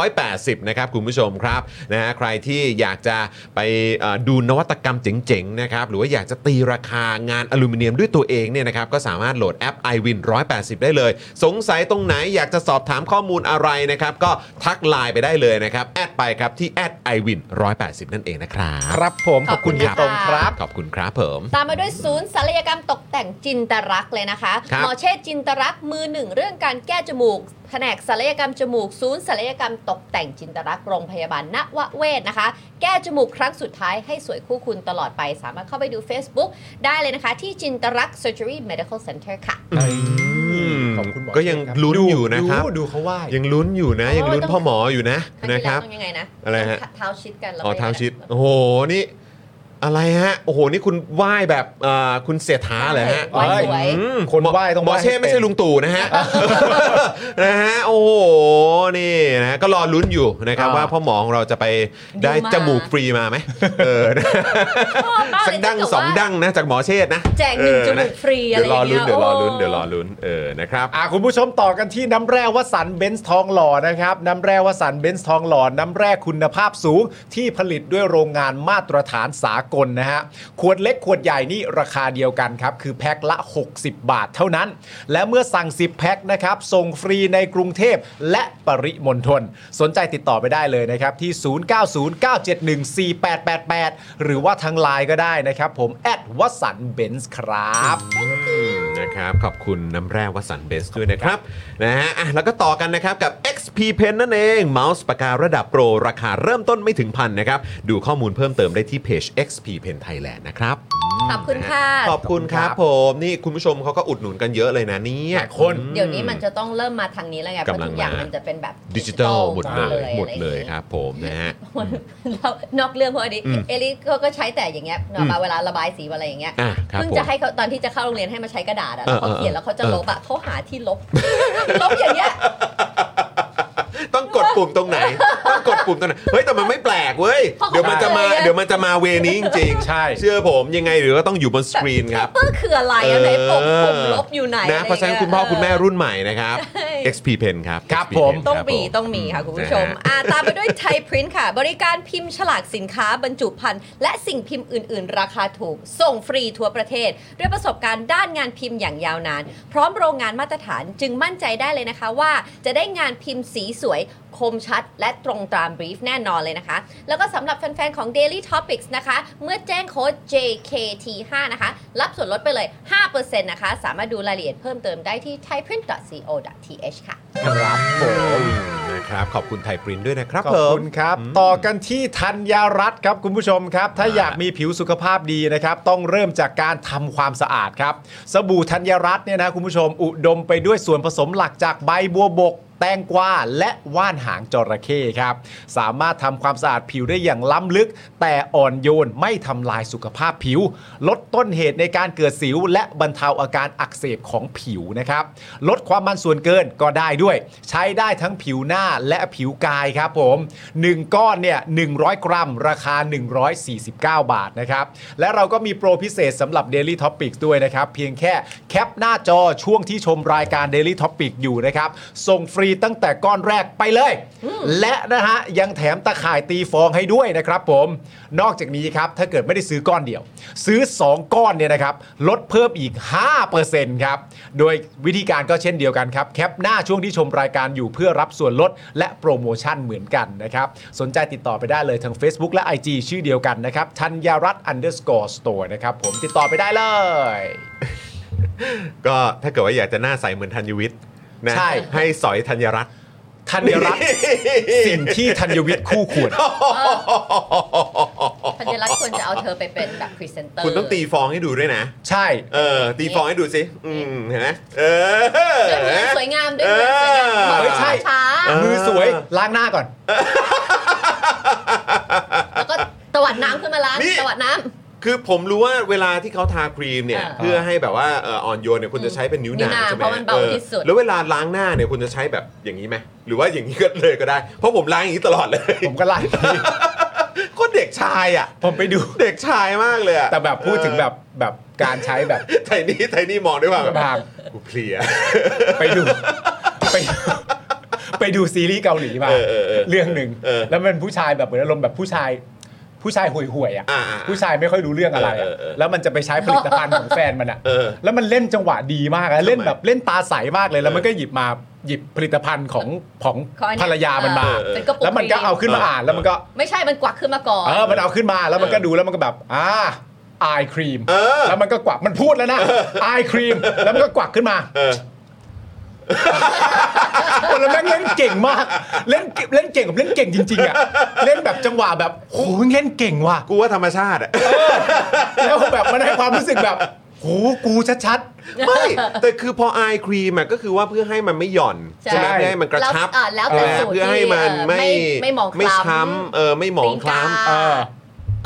A: 180 นะครับคุณผู้ชมครับนะฮะใครที่อยากจะไปเอ่อดูนวัตกรรมเจ๋งๆนะครับหรือว่าอยากจะตีราคางานอลูมิเนียมด้วยตัวเองเนี่ยนะครับก็สามารถโหลดแอป i w วิน180 ได้เลย สงสัยตรงไหนอยากจะสอบถามข้อมูลอะไรนะครับก็ทักไลน์ไปได้เลยนะครับแอดไปครับที่แอด i w วิน180 นั่นเองนะครับ
B: ครับผมขอบคุณเฮียตรงครับ
A: ขอบคุณครับผม
C: ตามมาด้วยศูนย์ศัลยกรรมตกแต่งจินตรักษณ์เลยนะคะ
A: ครับ
C: หมอเชษจินตรักษณ์มือหนึ่งเรื่องการแก้จมูก แผนกศัลยกรรมจมูก ศูนย์ศัลยกรรมตกแต่งจินตรักษณ์โรงพยาบาลนวเวศนะคะ แก้จมูกครั้งสุดท้ายให้สวยคู่คุณตลอดไป สามารถเข้าไปดู Facebook ได้เลยนะคะ ที่จินตรักษณ์ Surgery Medical Center ค่ะ
B: ขอบคุณหมอ
A: ก็ยังลุ้น
B: ดู
A: อยู่นะครับ
B: ดูดูเขาไหว้
A: ยังลุ้นอยู่นะ ยังลุ้น
C: โอ้ยต้อง
A: พ่อหมออยู่นะ
C: ครั้งที่
A: นะค
C: แล้ว
A: รับ
C: ต้องยังไงนะ
A: อะไรฮะ
C: เท้าชิดกันแล้ว
A: อ๋อ
C: ไป
A: เท้าชิด โอ้โห นี่ อะไรฮะ โอ้โห นี่คุณไหว้แบบเอ่อคุณเสียท้าเหรอฮะ
C: ไหว้สวย
A: อืม
B: คนไหว้ต้อง
A: หมอ
B: ไหว้
A: เช่
B: ให้
A: ไม่ใช่
B: เป็น
A: ลุงตู่นะฮะ นะฮะ โอ้โห นี่นะก็รอลุ้นอยู่นะครับ
B: อ่า
A: ว่าพ่อหมอของเราจะไปได้
C: ดูมา
A: จมูกฟรีมาไหมเออนะ
C: ชอบมาก
A: สั
C: เล
A: ก
C: ย
A: ดั้ง
C: ถ้าเกิ
A: สอง
C: ว่า
A: ดั้งนะจากหมอเชษนะ
C: แจกหนึ่ง
A: เออ
C: จมู
A: นะ
C: กฟรีอะ
A: เดี๋ย
C: ไร
A: ว
C: อ
A: รอย่าง ลุ้น
C: เงี้ย
A: เดี๋ยวรอลุ้น
C: โ
A: เดี๋ยวรอลุ้นเออนะครับ
B: อ่ะคุณผู้ชมต่อกันที่น้ำแร่วสันเบนซ์ทองหล่อนะครับ น้ำแร่วสันเบนซ์ทองหล่อ น้ำแร่คุณภาพสูง ที่ผลิตด้วยโรงงานมาตรฐานสากลนะฮะ ขวดเล็กขวดใหญ่นี่ราคาเดียวกันครับ คือแพ็คละ 60 บาทเท่านั้น และเมื่อสั่ง 10 แพ็คนะครับ ส่งฟรีในกรุงเทพและปริมณฑลสนใจติดต่อไปได้เลยนะครับ ที่ 0909714888 หรือว่าทางไลน์ก็ได้นะครับผมแอดวสันเบนซ์ครับ
A: อืมนะครับขอบคุณน้ำแร่วัสันเบสด้วยนะครับนะฮะอ่ะแล้วก็ต่อกันนะครับกับ XP Pen นั่นเองเมาส์ปากการะดับโปร ราคาเริ่มต้นไม่ถึงพันนะครับ ดูข้อมูลเพิ่มเติมได้ที่เพจ XP Pen Thailand นะครับ
C: ขอบคุณค่ะ
A: ขอบคุณครับผมนี่คุณผู้ชมเขาก็อุดหนุนกันเยอะเลยนะเนี่ย
B: หลายคน
C: เดี๋ยวนี้มันจะต้องเริ่มมาทางนี้แล้วไงเพราะ
A: กำลัง
C: ทุกอย่าง
A: มามั
C: มันจะเป็นแบบ
A: ดิจิทัลหมดเลยหมด
C: อะไรอางงี้
A: เลยครับผมนะฮะ
C: เรานอกเรื่องเพราะอันนี้
A: อืม
C: เอลิเขาก็ใช้แต่อย่างเงี้ยเนอะเวลาระบายสีอะไรอย่างเงี้ย
A: อ่ะครับ
C: เพิ่งจะให้เขาตอนที่จะเข้าโรงเรียนให้มาใช้กระดาษอะ
A: เอ
C: แล้
A: อ
C: วเขาเขีย
A: เอ
C: น
A: อ
C: แล้วเขาจะลบอะเขาหาที่ลบ ลบอย่างเงี้ย
A: ต้องกดปุ่มตรงไหน ต้องกดปุ่มตรงไหนเฮ้ยแต่มันไม่แปลกเว้ยเดี๋ยวมันจะมาเดี๋ยวมันจะมาเวนี้จริงๆ
B: ใช่
A: เชื่อผมยังไงหรือก็ต้องอยู่บนสกรีนครับ
C: เปื้อคืออะไรอะไหนปกปุ่มลบอยู่ไหน
A: นะ
C: อไงี้ย
A: เพราะฉะนั้นคุณพ่อคุณแม่รุ่นใหม่นะครับ
C: ใช่
A: XP Pen ครับ
B: ครับ
A: XP
B: ผม
A: Pen
C: ต้องมี
A: ครับ
C: ต้องมีค่ะคุณผู้ชม
A: นะฮะ
C: อ่าตามไปด้วยไทยพรินท์ค่ะ บริการพิมพ์ฉลากสินค้าบรรจุภัณฑ์และสิ่งพิมพ์อื่น ๆ ราคาถูก ส่งฟรีทั่วประเทศ ด้วยประสบการณ์ด้านงานพิมพ์อย่างยาวนาน พร้อมโรงงานมาตรฐานจึงมั่นใจได้เลยนะคะว่า จะได้งานพิมพ์สีสวย คมชัด และตรงตามบรีฟแน่นอนเลยนะคะ แล้วก็สำหรับแฟน ๆ ของ Daily Topics นะคะ เมื่อแจ้งโค้ด JKT5 นะคะ รับส่วนลดไปเลย 5%นะคะ สามารถดูรายละเอียดเพิ่มเติมได้ที่ thaiprint.co.th ค่ะ
B: ครับผม
A: นะครับขอบคุณไทยปรินท์ด้วยนะครับ
B: ขอบคุณ
A: ผม
B: ครับ ต่อกันที่ธัญญารัตน์ครับคุณผู้ชมครับ ถ้า
A: อ่า
B: อยากมีผิวสุขภาพดีนะครับ ต้องเริ่มจากการทำความสะอาดครับ สบู่ธัญญารัตน์เนี่ยนะคุณผู้ชมอุดมไปด้วยส่วนผสมหลักจากใบบัวบก แตงกวาและว่านหางจระเข้ครับ สามารถทำความสะอาดผิวได้อย่างล้ำลึก แต่อ่อนโยนไม่ทำลายสุขภาพผิว ลดต้นเหตุในการเกิดสิว และบรรเทาอาการอักเสบของผิวนะครับ ลดความมันส่วนเกินก็ได้ด้วย ใช้ได้ทั้งผิวหน้าและผิวกายครับผม 1 ก้อนเนี่ย 100 กรัม ราคา 149 บาทนะครับ และเราก็มีโปรพิเศษสำหรับ Daily Topics ด้วยนะครับ เพียงแค่แคปหน้าจอช่วงที่ชมรายการ Daily Topic อยู่นะครับ ส่งฟรีตั้งแต่ก้อนแรกไปเลย และนะฮะ ยังแถมตะข่ายตีฟองให้ด้วยนะครับผม นอกจากนี้ครับ ถ้าเกิดไม่ได้ซื้อก้อนเดียว ซื้อ 2 ก้อนเนี่ยนะครับ ลดเพิ่มอีก 5%ครับ โดยวิธีการก็เช่นเดียวกันครับ แคปหน้าช่วงที่ชมรายการอยู่เพื่อรับส่วนลดและโปรโมชั่นเหมือนกันนะครับ สนใจติดต่อไปได้เลยทาง Facebook และ IG ชื่อเดียวกันนะครับธัญญารัตน์ underscore store นะครับผมติดต่อไปได้เลย
A: ก็ถ้าเกิดว่าอยากจะหน้าใสเหมือนธัญวิทย์นะ
B: ใช่
A: ให้สอยธัญรัตน์
B: ธัญญารัตน์ สิ่งที่ธัญวิทย์คู่ควร
C: ธัญรัตน์ควรจะเอาเธอไปเป็นแบบพรีเซนเตอร์
A: คุณต้องตีฟองให้ดูด้วยนะ
B: ใช่
A: เออ ตีฟองให้ดูสิ อืมเห็นไหมเออ
C: ด้วยมือสวยงามด้วยมือสวยงาม
A: เออ
C: บอก
B: เฮ้ยใช่
C: ช้า
A: เออ
B: มือสวยล้างหน้าก่อน
C: ๆแล้วก็ตวัดน้ำขึ้นมาล้าง
A: นี่
C: ตวัดน้
A: คือผมรู้ว่าเวลาที่เขาทาครีมเนี่ย
C: อ่า
A: เพื่อให้แบบว่าเอ่ออ่อนโยนเนี่ยคุณจะใช้เป็นนิ้ว
C: นิ้
A: นาว
C: นา
A: ใช่ไหม
C: เพราะมันเบา
A: ออ
C: ที่สุด
A: แล้วเวลาล้างหน้าเนี่ยคุณจะใช้แบบอย่างนี้ไหมหรือว่าอย่างนี้ก็เลยก็ได้ เพราะผมล้างอย่างนี้ตลอดเลย
B: ผมก็ไล่
A: ก็เด็กชายอ่ะ
B: ผมไปดู
A: เด็กชายมากเลยอะ
B: แต่แบบพูดถึงแบบแบบการใช้แบบ
A: ไทนี่ไทนี่มองด้วยว่าแบบ
B: บาง
A: กูเพลีย
B: ไปดู ไปดูไปดูซีรีส์เกาหลีมา
A: เออเออเออ
B: เรื่องหนึ่ง
A: เออ
B: แล้วมันเป็นผู้ชายแบบเหมือนอารมณ์แบบผู้ชาย ผู้ชายห่วยห่วยๆอ่ะ
A: อ่าอ่า
B: ผู้ชายไม่ค่อยรู้เรื่องอะไรอะ
A: เออเออเออ
B: แล้วมันจะไปใช้ผลิตภัณฑ์ของแฟนมันอ่ะ
A: เออ
B: แล้วมันเล่นจังหวะดีมากอะเล่น
A: ทำไม
B: แบบเล่นตาใสมากเลยแล้วมัน
A: เออ
B: ก็หยิบมาหยิบผลิตภัณฑ์ของของ
C: ของอัน
B: ภร
C: เนี้ย
B: รยามันมา
C: เออเออเป็นกระปุก
B: แล้วมันก็เอาขึ้นมาอ่านแล้วมันก็
C: ไม่ใช่มันกวักขึ้นมาก่อน
B: เออมันเอาขึ้นมาแล้วมันก็ดูแล้วมันก็แบบอ่าไอครีม
A: เออ
B: แล้วมันก็กวักมันพูดแล้วนะไอครีมแล้วมันก็กวักขึ้นมา
A: เออ
B: คนละแม่งเล่นเก่งมาก เล่นเก่งเล่นเก่งกับเล่นเก่งจริงๆอ่ะเล่นแบบจังหวะแบบโหเล่นเก่งว่ะ
A: กูว่าธรรมชาติอะ
B: แล้วแบบมันให้ความรู้สึกแบบโหกูชัด
A: ไม่ แต่คือพอไอายครีมอะก็คือว่าเพื่อให้มันไม่หย่อน
C: ใช่
A: ใช่ไหมเพื่อให้มันกระชับ
C: แล้วอ่ะแล้วแต่
A: เออ
C: สูตร
A: เพื่อให้มัน
C: ที่
A: ไม่
C: ไม่หมองคล้ำ
A: ไม่ช้ำเออไม่หมองคล้
C: ตีนกา
A: ำเออ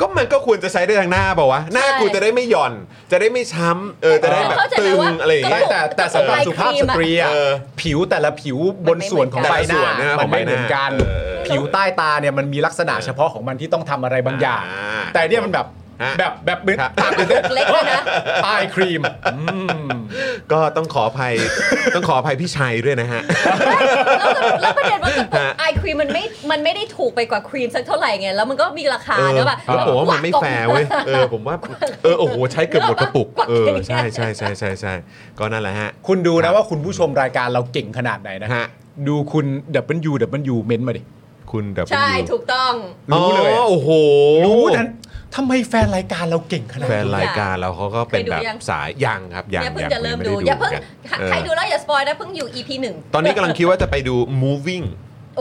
A: ก็มันก็ควรจะใช้ได้ทางหน้าเปล่าวะหน้า
C: ใช่
A: กูจะได้ไม่หย่อน จะได้ไม่ช้ำเออจะได้แบบ
C: เข้าใจ
A: ตึง
C: ไหมว่า
A: อะไรอย่างเงี้ย
B: แต่แต่สำหรับสุภาพสตรี
C: กระปุกไลน์คมอะ
B: อะ
A: เออ
B: ผิวแต่ละผิวบนส่วนของ
C: มัน
B: ใบ
C: ไม่
B: ห
C: เหมื
B: น้ามั
C: อนกัน
B: นไม่เหมือนกัน
A: เออเออ
B: ผิวใต้ตาเนี่ยมันมีลักษณะเฉพาะของมันที่ต้องทำอะไรบางอย่าง
A: อ่า
B: แต่เนี่ยมันแบบ
A: ฮะ
B: แบบแบบมึน
A: ครับ
B: ตาตื่นเต้น
C: เล็กด้วยนะ
B: ไอครีมอืม
A: ก็ต้องขออภัย ต้องขออภัยพี่ชัยด้วยนะฮะ
C: แล้วแล้วประเด็นว่ากระปุก
A: ฮะ
C: ไอครีมมันไม่ มันไม่ได้ถูกไปกว่าครีมสักเท่าไหร่ไง แล้วมันก็มีราคา
A: เออ
C: เนอะป่ะ
A: แล้วผมว่ามันไม่แฟร์ เว้ยเออผมว่าเออโอ้โหใช้เกือบหมดกระปุก เออใช่ใช่ใช่ใช่ใช่ก็นั่นแหละฮะ
B: คุณดูนะว่าคุณผู้ชมรายการเราเก่งขนาดไหนนะ
A: ฮะ
B: ดูคุณ W W เม้นต์มาดิ
A: คุณแบบ
C: ใช่ถูกต้อง
B: รู้เลยอะ
A: โอ้โห
B: รู้ทันทำไมแฟนรายการเราเก่งขนาด
A: แฟ
B: นั้น น
A: รายการเราเขาก็เป็นแบบ
C: เคยดูยัง
A: สายยังครับยัง
C: เนี่ยเพิ่ง
A: ยัง
C: จะเริ่ม
A: ไม่
C: ดู
A: ไ
C: อย่าเพิ่ง
A: กันเออ
C: ใครดูแล้วอย่าสปอยนะเพิ่งอยู่ EP หนึ่ง
A: ตอนนี้กำลังคิดว่าจะไปดู moving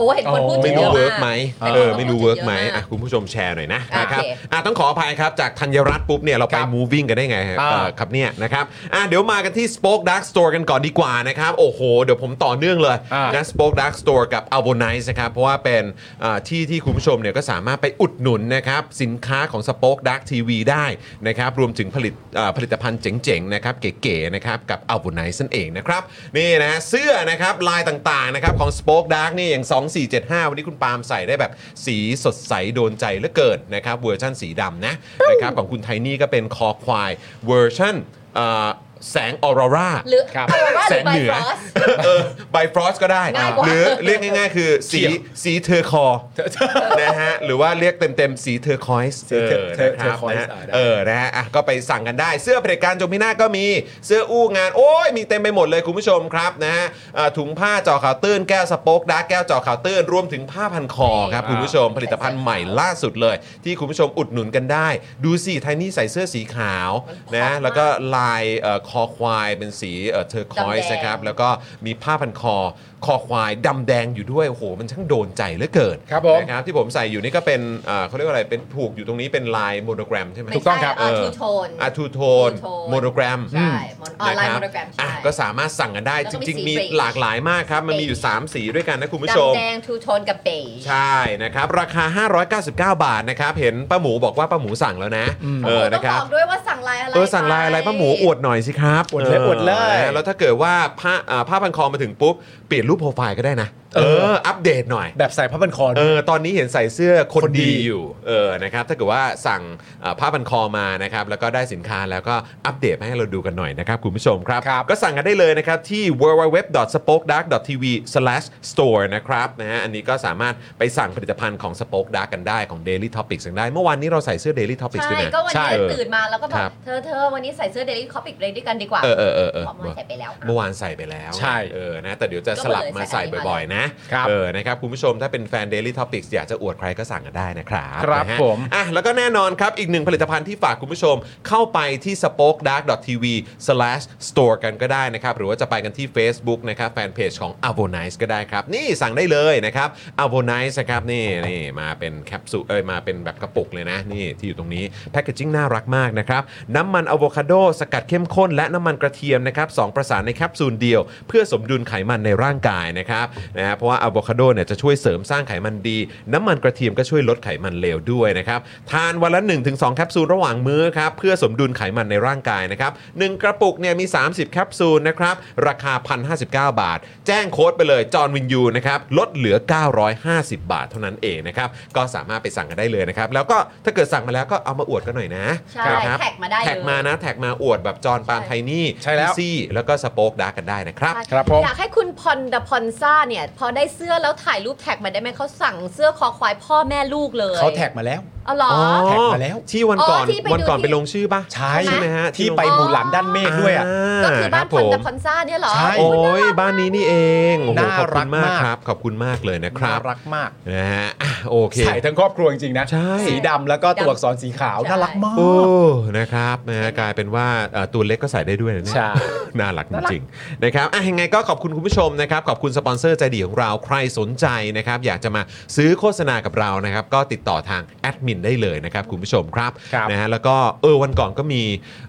C: โอ้เห็นคนพูดถึ
A: ไม่
C: งเย
A: รู้
C: อะ
A: เวิ
C: มา
A: ร์ก
C: ก
A: ไหมเออไม่รู้เวิร์กไหมอ่ะคุณผู้ชมแชร์หน่อยนะ
C: อ่ะ
A: นะครับ
C: โอเค
A: อ่ะต้องขออภัยครับ จากธัญรัตน์ปุ๊บเนี่ยเรา
B: ค
A: ไป
B: รับ
A: moving กันได้ไงฮะ
B: อ่า
A: เออครับเนี่ยนะครับอ่ะเดี๋ยวมากันที่ Spoke Dark Store กันก่อนดีกว่านะครับ โอ้โห เดี๋ยวผมต่อเนื่องเลยนะ Spoke Dark Store กับ a l b o n i c e นะครับ เพราะว่าเป็นอ่าที่ที่คุณผู้ชมเนี่ยก็สามารถไปอุดหนุนนะครับ สินค้าของ Spoke Dark TV ได้นะครับ รวมถึงผลิตอ่าผลิตภัณฑ์เจ๋งๆนะครับเก๋ๆนะครับกับ a l b o n i c e นั่นเองนะครับ นี่นะฮะเสื้อนะครับลายต่างๆนะครับของ Spoke Dark นี่อย่าง 2475 วันนี้คุณปาล์มใส่ได้แบบสีสดใสโดนใจเหลือเกินนะครับเวอร์ชั่นสีดำนะนะครับของคุณไทนี่ก็เป็นคอควายเวอร์ชั่นอ่าแสงออโรรา
C: หรือ
B: ครับ
C: เอาว่าหรือไบฟรอส
A: เออไบฟรอสก็ได้
C: ง่ายกว่า
A: หรือเรียกง่ายๆ คือสี
B: เขียว
A: สีเทอร์คอร์นะฮะหรือว่าเรียกเต็มๆ สีเทอร์คอยส์
B: สีเทอร์
A: เออนะครับ
B: turquoise
A: นะฮะ
B: อ่าได้
A: เออนะฮะอ่ะก็ไปสั่งกันได้ เสื้อเผด็จการจงพินาศก็มีเสื้ออู้งาน โอ้ยมีเต็มไปหมดเลยคุณผู้ชมครับนะฮะอ่าถุงผ้าจ่อข่าวตื้นแก้วสป็อกดาร์กแก้วจ่อข่าวตื้นรวมถึงผ้าพันคอครับคุณผู้ชมผลิตภัณฑ์ใหม่ล่าสุดเลย ที่คุณผู้ชมอุดหนุนกันได้ ดูสิไทนี่ใส่เสื้อสีขาวนะแล้วก็ลายเอ่อคอควายเป็นสีเทอร์คอยส์นะครับ แล้วก็มีผ้าพันคอคอควายดำแดงอยู่ด้วยโอ้โหมันช่างโดนใจเหลือเกิน
B: ครับผม
A: นะครับที่ผมใส่อยู่นี่ก็เป็นเอ่อเขาเรียกว่าอะไรเป็นผูกอยู่ตรงนี้เป็นลายโมโนแกรมใช่ไหม
C: ไม่
B: ถูกต้องครับ
A: เอ
C: ใช่
A: อ
C: ทูโทน
A: อะทูโทน
C: Two tone
A: โมโนแกรม
C: ใช่ mon- ออนไลน์
A: ะคบ
C: monogram ใช่
A: อ่ะก็สามารถสั่งกันได้
C: แล้
A: จ
C: วก็มี
A: ริง
C: สี
A: ๆ มี
C: เบจ
A: หลากหลายมากครับ มันมีอยู่ 3 สีด้วยกันนะคุณผู้ชม
C: ดำแดงทูโทนกับเบจ
A: ใช่นะครับ ราคา 599 บาทนะครับ เห็นป้าหมูบอกว่าป้าหมูสั่งแล้วนะ เออนะ
C: ต้อง
A: ครับ บอก
C: ด้วยว่าสั่งลายอะไร
A: เออสั่งลายอะไรป้าหมูอวดหน่อยสิครับ
B: อวดเลยอวดเลย
A: นะแล้วถ้าเกิดว่าผ้าอ่าผ้าพันคอมาถึงปุ๊บ เปลี่ยนรูปโปรไฟล์ก็ได้นะ เออ อัปเดตหน่อย
B: แบบใส่ผ้าพันคอ
A: เอ
B: ด้วย
A: อตอนนี้เห็นใส่เสื้อคน
B: คนดี
A: ดีอยู่เออนะครับถ้าเกิดว่าสั่งเอ่อผ้าพันคอมานะครับแล้วก็ได้สินค้าแล้วก็อัปเดตมาให้เราดูกันหน่อยนะครับคุณผู้ชมครับ ก็สั่งกันได้เลยนะครับที่ www.spokedark.tv/store นะครับนะฮะอันนี้ก็สามารถไปสั่งผลิตภัณฑ์ของ Spoke Dark กันได้ของ Daily Topics กันได้ เมื่อวานนี้เราใส่เสื้อ Daily Topics
C: ใช่
A: ด้วยนะ
C: ก็วันนี้
A: เออ
C: ตื่นมาแล้วก็บอ
A: ค
C: ก
A: รับ
C: เธอเธอวันนี้ใส่เสื้อเดลิคอปิกเลยด้วยกันดีกว่า
A: เออเออเออเออ
C: บอกมาใส่ไปแล้ว
A: เมื่อวานใส่ไปแล้ว
B: ใช่
A: เออนะแต่เดี๋ยวจะสลับมาใส่บ่อยๆนะครับเออนะครับคุณผู้ชมถ้าเป็นแฟน Daily Topics อยากจะอวดใครก็สั่งกันได้นะครับ
B: ครับ
A: นะฮะ
B: ผม
A: อ่ะแล้วก็แน่นอนครับ อีกหนึ่งผลิตภัณฑ์ที่ฝากคุณผู้ชมเข้าไปที่ spokedark.tv/store กันก็ได้นะครับ หรือว่าจะไปกันที่ Facebook นะครับแฟนเพจของ a v o n i c e ก็ได้ครับ นี่สั่งได้เลยนะครับ a v o n i c e นะครับนี่นี่มาเป็นแคปซูลเอ้ยมาเป็นแบบกระปุกเลยนะนี่ที่อยู่ตรงนี้แพคเกจิ้งน่ารักมากนะครับน้ำมันอะโวคาโดสกัดเข้มข้นและ และน้ำมันกระเทียมนะครับสองประสานในแคปซูลเดียว เพื่อสมดุลไขมันในร่างกายนะครับนะฮะเพราะว่าอะโวคาโดเนี่ยจะช่วยเสริมสร้างไขมันดี น้ำมันกระเทียมก็ช่วยลดไขมันเลวด้วยนะครับทานวันละ 1-2 แคปซูลระหว่างมื้อครับเพื่อสมดุลไขมันในร่างกายนะครับหนึ่งกระปุกเนี่ยมี 30 แคปซูลนะครับราคา 1,059 บาท แจ้งโค้ดไปเลยจอห์นวินยูนะครับลดเหลือ 950 บาทเท่านั้นเองนะครับก็สามารถไปสั่งกันได้เลยนะครับแล้วก็ถ้าเกิดสั่งมาแล้วก็เอามาอวดกันหน่อยนะ
C: ใช่
A: นะครับ
C: แท็กมาได้เลย
A: แท็กมานะแท็กมาอวดแบบจอห์นปาล์มไทนี่
B: ใช่แล้ว
A: พี่ซี่แล้วก็สโป๊กดาร์กกันได้นะครับ
B: ครับผม
C: อยากให้คุณพอนดาพอนซ่าเนี่ย พอได้เสื้อแล้วถ่ายรูปแท็กมาได้ไหมเขาสั่งเสื้อคอควายพ่อแม่ลูกเลย
B: เขาแท็กมาแล้ว
C: เอาเหรอ
B: แท็กมาแล้ว
A: ที่วันก่อน
C: อ๋อที่ไปดู
A: วันก่อน
C: ที่
A: ไปลงชื่อปะ
B: ใช่
A: ใช่ไหมฮะ
B: ที่ไป
A: ลง
B: บูหลานด้านเมฆด้วยอ่ะ
A: า
C: ก็คือบ้าน
A: รับ
C: พอน
A: ผ
C: ดาม พอนซ่าเนี่ยเหรอ
B: ใช่
A: โอ้ยบ้านนี้นี่เองโอ้โห
B: น่า
A: ขอบ
B: รัก
A: คุณมาก
B: มาก
A: ครับ ขอบคุณมากเลยนะค
B: น่า
A: รับ
B: รักมาก
A: นะฮะอ่ะโอเค
B: ใส่ทั้งครอบครัวจริงๆนะ
A: ใช่
B: สีดำแล้วก็ตัวอักษรสีขาว
C: ใช่
B: น่ารักมาก
A: โอ้นะครับนะฮะกลายเป็นว่าเอ่อตัวเล็กก็ใส่ได้ด้วยนะเนี่ย
B: ใช่
A: น่ารักจริงๆนะครับอ่ะยังไงก็ขอบคุณคุณผู้ชมนะครับ ขอบคุณสปอนเซอร์ใจดีของเราใครสนใจนะครับ อยากจะมาซื้อโฆษณากับเรานะครับ ก็ติดต่อทางแอดมินได้เลยนะครับ คุณผู้ชมครับ
B: ครับ
A: นะฮะแล้วก็เออวันก่อนก็มี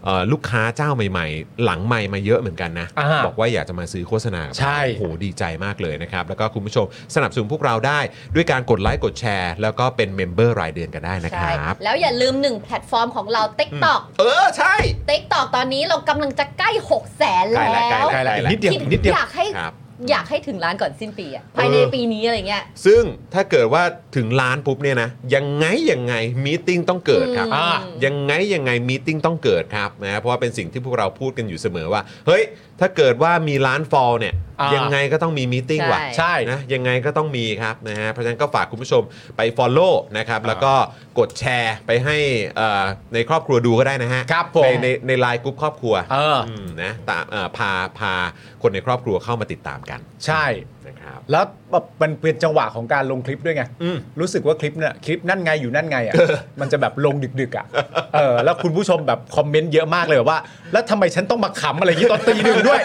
A: เอ่อลูกค้าเจ้าใหม่ ๆ หลังใหม่มาเยอะเหมือนกันนะ
B: อ่า
A: บอกว่าอยากจะมาซื้อโฆษณากับเรา
B: ใช่
A: โอ้โหดีใจมากเลยนะครับ แล้วก็คุณผู้ชมสนับสนุนพวกเราได้ ด้วยการกดไลค์กดแชร์ แล้วก็เป็นเมมเบอร์รายเดือนกันได้นะค
C: ใช่
A: รับ
C: แล้วอย่าลืมหนึ่งแพลตฟอร์มของเรา TikTok
A: เออใช่
C: TikTok ตอนนี้เรากำลังจะใกล้6แสน
A: ใกล้
C: แล้
A: แล้วใกล้ว แล้วใกล้แล้ว
B: นิดเดียว
C: คิ
B: นิดเดียว
C: อยากให้
A: ครับ
C: อยากให้ถึงล้านก่อนสิ้นปีอะภายในปีนี้อะไรเงี้ย
A: ซึ่งถ้าเกิดว่าถึงล้านปุ๊บเนี่ยนะยังไงยังไงมีติ้งต้องเกิดครับ
C: อืม
A: อ่ายังไงยังไงมีติ้งต้องเกิดครับนะเพราะว่าเป็นสิ่งที่พวกเราพูดกันอยู่เสมอว่า เฮ้ย ถ้าเกิดว่ามีล้านฟอลเนี่ย
B: อ่ายั
A: ยังไงก็ต้องมีมีติ้งว่ะ
B: ใช่
A: นะยังไงก็ต้องมีครับนะฮะเพราะฉะนั้นก็ฝากคุณผู้ชมไป Follow นะครับแล้วก็กดแชร์ไปให้เอ่อในครอบครัวดูก็ได้นะฮะ
B: ครับผม
A: ในในในไลน์กลุ่มครอบครัว
B: เอออื
A: มนะตามเอ่อพาพาคนในครอบครัวเข้ามาติดตามกัน
B: ใช่
A: นะครับ
B: แล้วแบบมันเป็นจังหวะของการลงคลิปด้วยไง
A: อืม
B: รู้สึกว่าคลิปเนี่ยคลิปนั่นไงอยู่นั่นไงอ่ะ มันจะแบบลงดึกๆอ่ะ เออ แล้วคุณผู้ชมแบบคอมเมนต์เยอะมากเลยแบบว่า แล้วทำไมฉันต้องมาขำอะไรอย่างนี้ตอนตีหนึ่งด้วย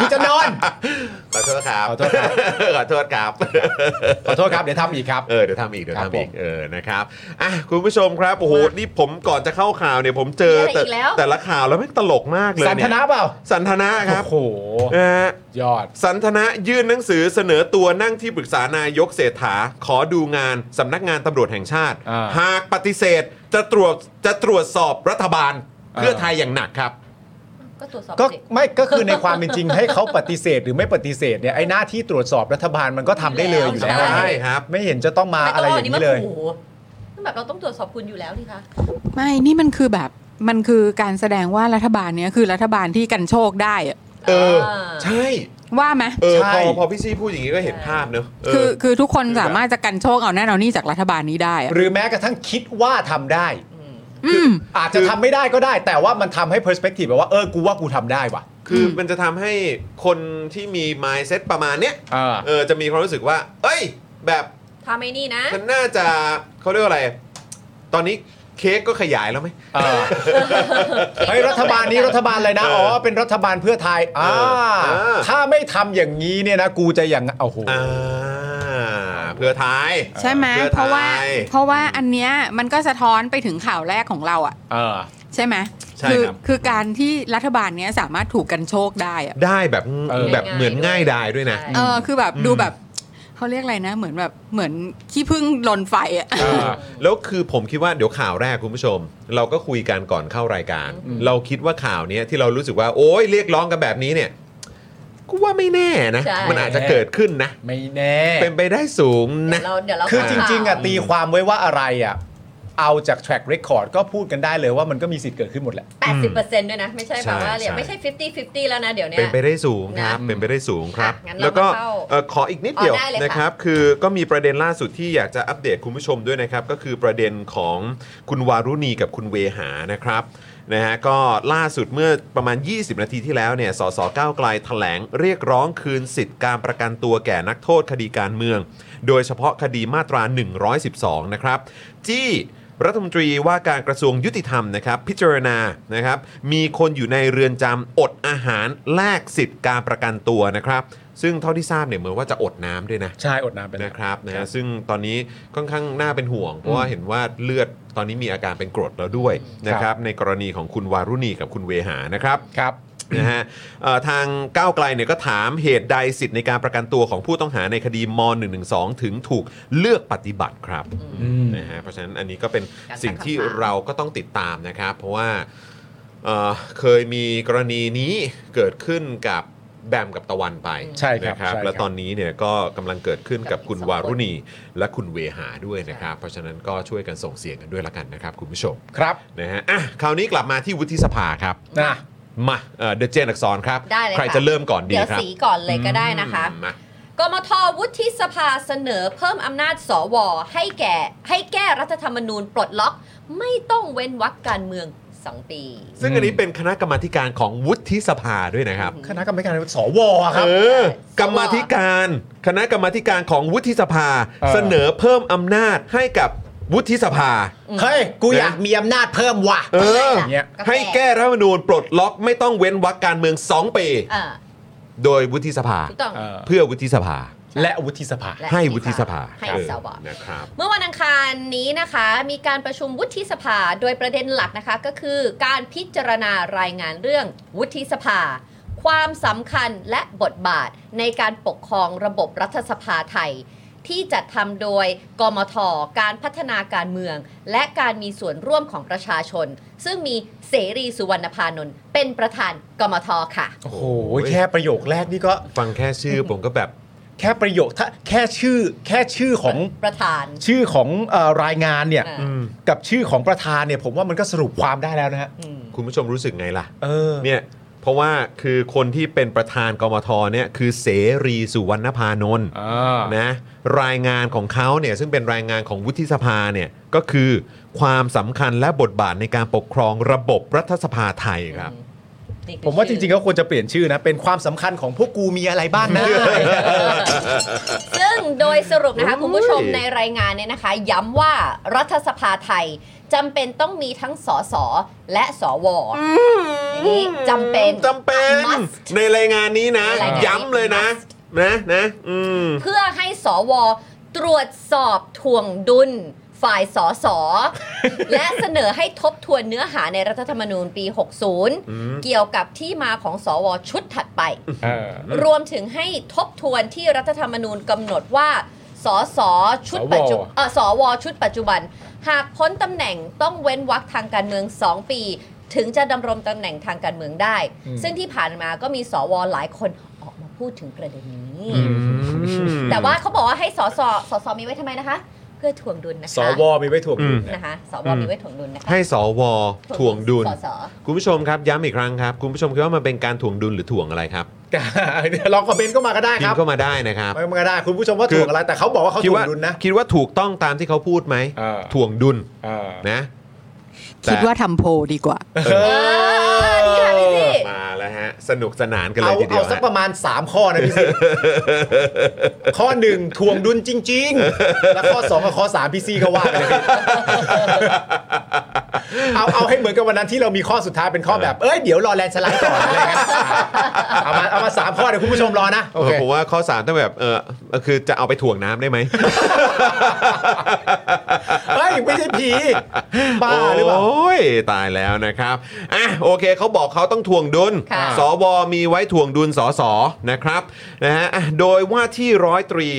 B: กูจะนอน
A: ขอโทษครับ
B: ขอโทษครับ
A: ขอโทษครับ
B: ขอโทษครับ เดี๋ยวทำอีกครับ
A: เออเดี๋ยวทำอีกเดี๋ยว
B: ครับ
A: ทำอีก
B: ผม
A: เออนะครับอ่ะคุณผู้ชมครับโอ้โหนี่ผมก่อนจะเข้าข่าวเนี่ยผมเจอ
C: มีอะไร
A: แต่
C: อีกแล้ว
A: แต่ละข่าวแล้วแม่งตลกมากเลย
B: สัน
A: เย
B: ทนาเปล่า
A: สันทนาครับ
B: โอ้โห
A: นะฮะ
B: ยอด
A: สันทนะยื่นหนังสือเสนอตัวนั่งที่ปรึกษานายกเศรษฐา ขอดูงานสำนักงานตำรวจแห่งชาติ
B: อ่า
A: หากปฏิเสธจะตรวจจะตรวจสอบรัฐบาล
B: อ่า
A: เพื่อไทยอย่างหนักครับ
C: ก็ตรวจสอบ
B: ก็
C: สิ
B: ไม่ก็คือในความเป็นจริง ให้เขาปฏิเสธหรือไม่ปฏิเสธเนี่ยไอ้หน้าที่ตรวจสอบรัฐบาลมันก็ทำได้เลยอยู่แล้ว
C: ใช่
A: ครับ
B: ไม่เห็นจะต้องมาอะไรอย่างนี้เลย
C: ไม่ต้องเอาอันนี้มาขู่แบบเราต้องตรวจสอบคุณอยู่แล้วนี่คะ
D: ไม่ นี่มันคือแบบมันคือการแสดงว่ารัฐบาลเนี้ยคือรัฐบาลที่กันโชคได้อะ
A: เออ
C: อ่า
A: ใช่
D: ว่าไหม
A: เออ
B: ใช่
A: พอพอพี่ซี่พูดอย่างนี้ก็เห็นภาพเนอะเ
D: คือคือทุกคนสามารถจะกันโชคเอาแน่นเอานี่จากรัฐบาลนี้ได้อะ
B: หรือแม้กระทั่งคิดว่าทำได้
D: อืม
B: อาจจะทำไม่ได้ก็ได้ แต่ว่ามันทำให้ perspective แบบว่าเออกูว่ากูทำได้ว่ะ
A: คืออ
D: ม
A: มันจะทำให้คนที่มี mindset ประมาณเนี้ย
B: อ่า
A: เออจะมีความรู้สึกว่า เอ้ย แบบ
C: ทำไอ้นี่นะ
A: มันน่าจะเขาเรียกว่าอะไร ตอนนี้เค้กก็ขยายแล้วไหม
B: เออเฮ้ยรัฐบาล นี้รัฐบาลอะไรนะ
A: เอออ๋
B: อ๋อ เป็นรัฐบาลเพื่อไทยอ่า
A: เออเออ
B: ถ้าไม่ทำอย่างนี้เนี่ยนะกูจะอย่างโอ้โห
A: อ่าเพื่อไทย
D: ใช่ไหม
A: เพื่อไทย
D: เพราะว่าเพราะว่าอันเนี้ยมันก็สะท้อนไปถึงข่าวแรกของเราอะ
B: เออ
D: ใช่ไหม
A: ใช่
D: คือ
A: ครับ
D: คือการที่รัฐบาลเนี้ยสามารถถูกกันโชคได้อะ
A: ได้แบบ
B: เออ
A: แบบเหมือนง่ายดายด้วยนะ
C: ใช่
D: เออคือแบบดู
A: อืม
D: แบบเขาเรียกอะไรนะ เหมือนแบบเหมือนขี้พึ่งหลนไฟอะ
A: เออแล้วคือผมคิดว่าเดี๋ยวข่าวแรกคุณผู้ชม เราก็คุยกันก่อนเข้ารายการ เราคิดว่าข่าวเนี้ยที่เรารู้สึกว่าโอ้ยเรียกร้องกันแบบนี้เนี่ยกูว่าไม่แน่นะ
C: ใช่
A: มันอาจจะเกิดขึ้นนะ
B: ไม่แน่
A: เป็นไปได้สูงนะ
C: เราเดี๋ยวเรา
B: คือจริง ๆอ่ะ
C: ข่าว
B: ตีความไว้ว่าอะไรอ่ะ เอาจาก track record ก็พูดกันได้เลยว่ามันก็มีสิทธิ์เกิดขึ้นหมดแหละ
C: 80%ด้วยนะ ไม่ใช่
A: ใช่
C: แบบว่าเรียน
A: ใช่
C: ไม่ใช่ 50-50 แล้วนะเดี๋ยวเนี้
A: เป็น
C: ย
A: ไปได้สูงครับ
C: นะ
A: เป็นไปได้สูงครับ
C: อ่ะงั้น
A: แล้วก็
C: เรามาเข้า
A: เอ่อขออีกนิดเดียว
C: อ๋อได้เลยค่ะ
A: นะครับ คือก็มีประเด็นล่าสุดที่อยากจะอัปเดตคุณผู้ชมด้วยนะครับ ก็คือประเด็นของคุณวารุณีกับคุณเวหานะครับ นะฮะ ก็ล่าสุดเมื่อประมาณ 20 นาทีที่แล้วเนี่ย สสก้าวไกลแถลงเรียกร้องคืนสิทธิ์การประกันตัวแก่นักโทษคดีการเมือง โดยเฉพาะคดีมาตรา 112 นะครับ ที่ รัฐมนตรีว่าการกระทรวงยุติธรรมนะครับพิจารณานะครับมีคนอยู่ในเรือนจำอดอาหารแลกสิทธิ์การประกันตัวนะครับ ซึ่งเท่าที่ทราบเนี่ยเหมือนว่าจะอดน้ำด้วยนะ
B: ใช่อดน้ำไปแล้ว
A: นะครับนะ
B: ครั
A: ฮะ
B: บ
A: ซึ่งตอนนี้ค่อนข้างน่าเป็นห่วง เพราะว่าเห็นว่าเลือดตอนนี้มีอาการเป็นกรดแล้วด้วยนะครับในกรณีของคุณวารุณีกับคุณเวหานะครับ
B: ครับ
A: นะฮะเอ่อทางก้าวไกลเนี่ยก็ถามเหตุใดสิทธิ์ในการประกันตัวของผู้ต้องหาในคดีม .112 ถึงถูกเลือกปฏิบัติครับนะฮะเพราะฉะนั้นอันนี้ก็เป็นสิ่งที่เราก็ต้องติดตามนะครับ เพราะว่าเอ่อเคยมีกรณีนี้เกิดขึ้นกับแบมกับตะวันไป
B: ใช่ครับ
A: นะ
B: ใช่ครับ
A: แล้วตอนนี้เนี่ยก็กำลังเกิดขึ้นกับคุณ
C: กับอีกสอง
A: วา
C: คน
A: รุณีและคุณเวหาด้วยนะครับ เพราะฉะนั้นก็ช่วยกันส่งเสียงกันด้วยละกันนะครับคุณผู้ชม
B: ครับ
A: นะฮะอ่ะคราวนี้กลับมาที่วุฒิสภาครับ
B: นะ
A: มาเดอะเจนอักษรครับ
C: ได้เลย
A: ใคร
C: ค่ะ
A: จะเริ่มก่อนดี
C: เดี๋ยว
A: ครับ
C: สีก่อนเลยก็ได้นะคะ
A: อืมมาก
C: มทวุฒิสภาเสนอเพิ่มอำนาจสว ให้แก่ให้แก้รัฐธรรมนูญปลดล็อก ไม่ต้องเว้นวรรคการเมือง 2 ปี
A: ซึ่งอันนี้เป็นคณะกรรมาธิการของวุฒิสภาด้วยนะครับ
B: คณะกรรมการสวอะครับ
A: เออกรรมาธิการคณะกรรมาธิการของวุฒิสภา
B: เออ
A: เสนอเพิ่มอำนาจให้กับวุฒิสภา
B: เฮ้ย กูอยากมีอำนาจเพิ่มว่ะ
A: เออ
B: ย่างเงี้ย
C: กาแฟ
A: ให้แก้รัฐธรรมนูญปลดล็อกไม่ต้องเว้นวรรคการเมือง 2 ปี
C: อ่า
A: โดยวุฒิสภา
C: ถูกต้อง
B: เออ
A: เพื่อวุฒิสภา
B: และวุฒิสภา
C: และ
A: ให้วุฒิสภา
C: ให้
A: เออ
C: สว
A: นะครับ
C: เมื่อวันอังคารนี้นะคะ มีการประชุมวุฒิสภาโดยประเด็นหลักนะคะ ก็คือการพิจารณารายงานเรื่องวุฒิสภา ความสำคัญและบทบาทในการปกครองระบบรัฐสภาไทย ที่จัดทำโดยกมท การพัฒนาการเมือง และการมีส่วนร่วมของประชาชน ซึ่งมีเสรีสุวรรณพานนท์เป็นประธานกมทค่ะ
B: โอ้โห แค่ประโยคแรกนี่ก็
A: ฟังแค่ ชื่อผมก็แบบ
B: แค่ประโยคถ้าแค่ชื่อแค่ชื่อของ
C: ประธาน
B: ชื่อของเอ่อรายงานเนี่ย
C: อ่า
B: กับชื่อของประธานเนี่ย ผมว่ามันก็สรุปความได้แล้วนะฮะ
C: อืม
A: คุณผู้ชมรู้สึกไงล่ะ
B: เออ
A: เนี่ยเพราะว่าคือคนที่เป็นประธานกมทเนี่ยคือเสรีสุวรรณพานนท์นะรายงานของเขาเนี่ยซึ่งเป็นรายงานของวุฒิสภาเนี่ยก็คือความสำคัญและบทบาทในการปกครองระบบรัฐสภาไทยครับ
C: นี่คือ
B: ผมว่าจริงๆก็ควรจะเปลี่ยนชื่อนะ เป็นความสำคัญของพวกกูมีอะไรบ้างนะ
C: ซึ่งโดยสรุปนะคะ
A: โอ้ย
C: คุณผู้ชมในรายงานเนี่ยนะคะ ย้ำว่ารัฐสภาไทยจำเป็นต้องมีทั้งสสและสวอย่างนี้จำเป็น
A: จำเป็น
C: must
A: ในรายงานนี้นะ
C: ในรายงานนี้
A: ย้ำเลยนะ
C: must
A: นะนะอืม
C: เพื่อให้สว ตรวจสอบทวงดุล ฝ่ายส ส และเสนอให้ทบทวนเนื้อหาในรัฐธรรมนูญปี
A: อืม
C: 60 เกี่ยวกับที่มาของสว ชุดถัดไป รวมถึงให้ทบทวนที่รัฐธรรมนูญกำหนดว่า สสชุด
B: สว
C: ปัจจุบันเอ่อสวชุดปัจจุบัน หากพ้นตำแหน่งต้องเว้นวรรคทางการเมือง 2 ปี ถึงจะดำรงตำแหน่งทางการเมืองได้ ซึ่งที่ผ่านมาก็มีสวหลายคนออกมาพูดถึงประเด็นนี้ แต่ว่าเขาบอกว่าให้สสสสมีไว้ทำไมนะคะ เพื่อทวงดุลนะคะ
B: สวมีไว้ถ่วงดุลนะ
C: นะคะสวมีไว้ทวงดุลนะคะ
A: ให้สวทวงดุล
C: สส
A: คุณผู้ชมครับย้ำอีกครั้งครับ คุณผู้ชมคิดว่ามันเป็นการทวงดุลหรือทวงอะไรครับ
B: ลองคอมเมนต์เข้ามาก็ได้ค
A: พิม
B: รับ
A: พ์เข้ามาได้นะครับ
B: ไม่ก็ได้คุณผู้ชมว่าถ่วงอะไรแต่เขาบอกว่าเขา
A: คิด
B: ถ่ว
A: ว่าง
B: ดุลนะ
A: คิดว่าถูกต้องตามที่เขาพูดไหม
B: เออ
A: ถ่วงดุล
B: เออ
A: นะ
D: คิดว่าทำโพลดีกว่า
B: เอ
C: อดีค่ะพี่สิ
A: มาแล้วฮะ สนุกสนานกันเล
B: เอา
A: ยทีเดี
B: เอา
A: ยว
B: สัก
A: ฮะ
B: ประมาณ 3 ข้อนะพี่ ซีข้อหนึ่งถ่วงดุลจริง ๆ แล้วข้อ 2 กับข้อ 3 พี่ซีก็ว่าไปเลยพี่เอาเอาให้เหมือนกับวันนั้นที่เรามีข้อสุดท้ายเป็นข้อแบบ เอ้ย เดี๋ยวรอแลนด์สไลด์ก่อนอะไรเงี้ยเอามาเอามาสามข้อเดี๋ยวคุณผู้ชมรอนะ
A: เออผมว่าข้อสามต้องแบบเออคือจะเอาไปถ่วงน้ำได้ไหม
B: เฮ้ยไม่ใช่ผีบ้าหรือเปล่า
A: โอ้ยตายแล้วนะครับอ่ะโอเคเขาบอกเขาต้องทวงดุล
C: ค่ะ
A: สวมีไว้ทวงดุลสสนะครับนะฮะอ่ะโดยว่าที่ร้อยตรี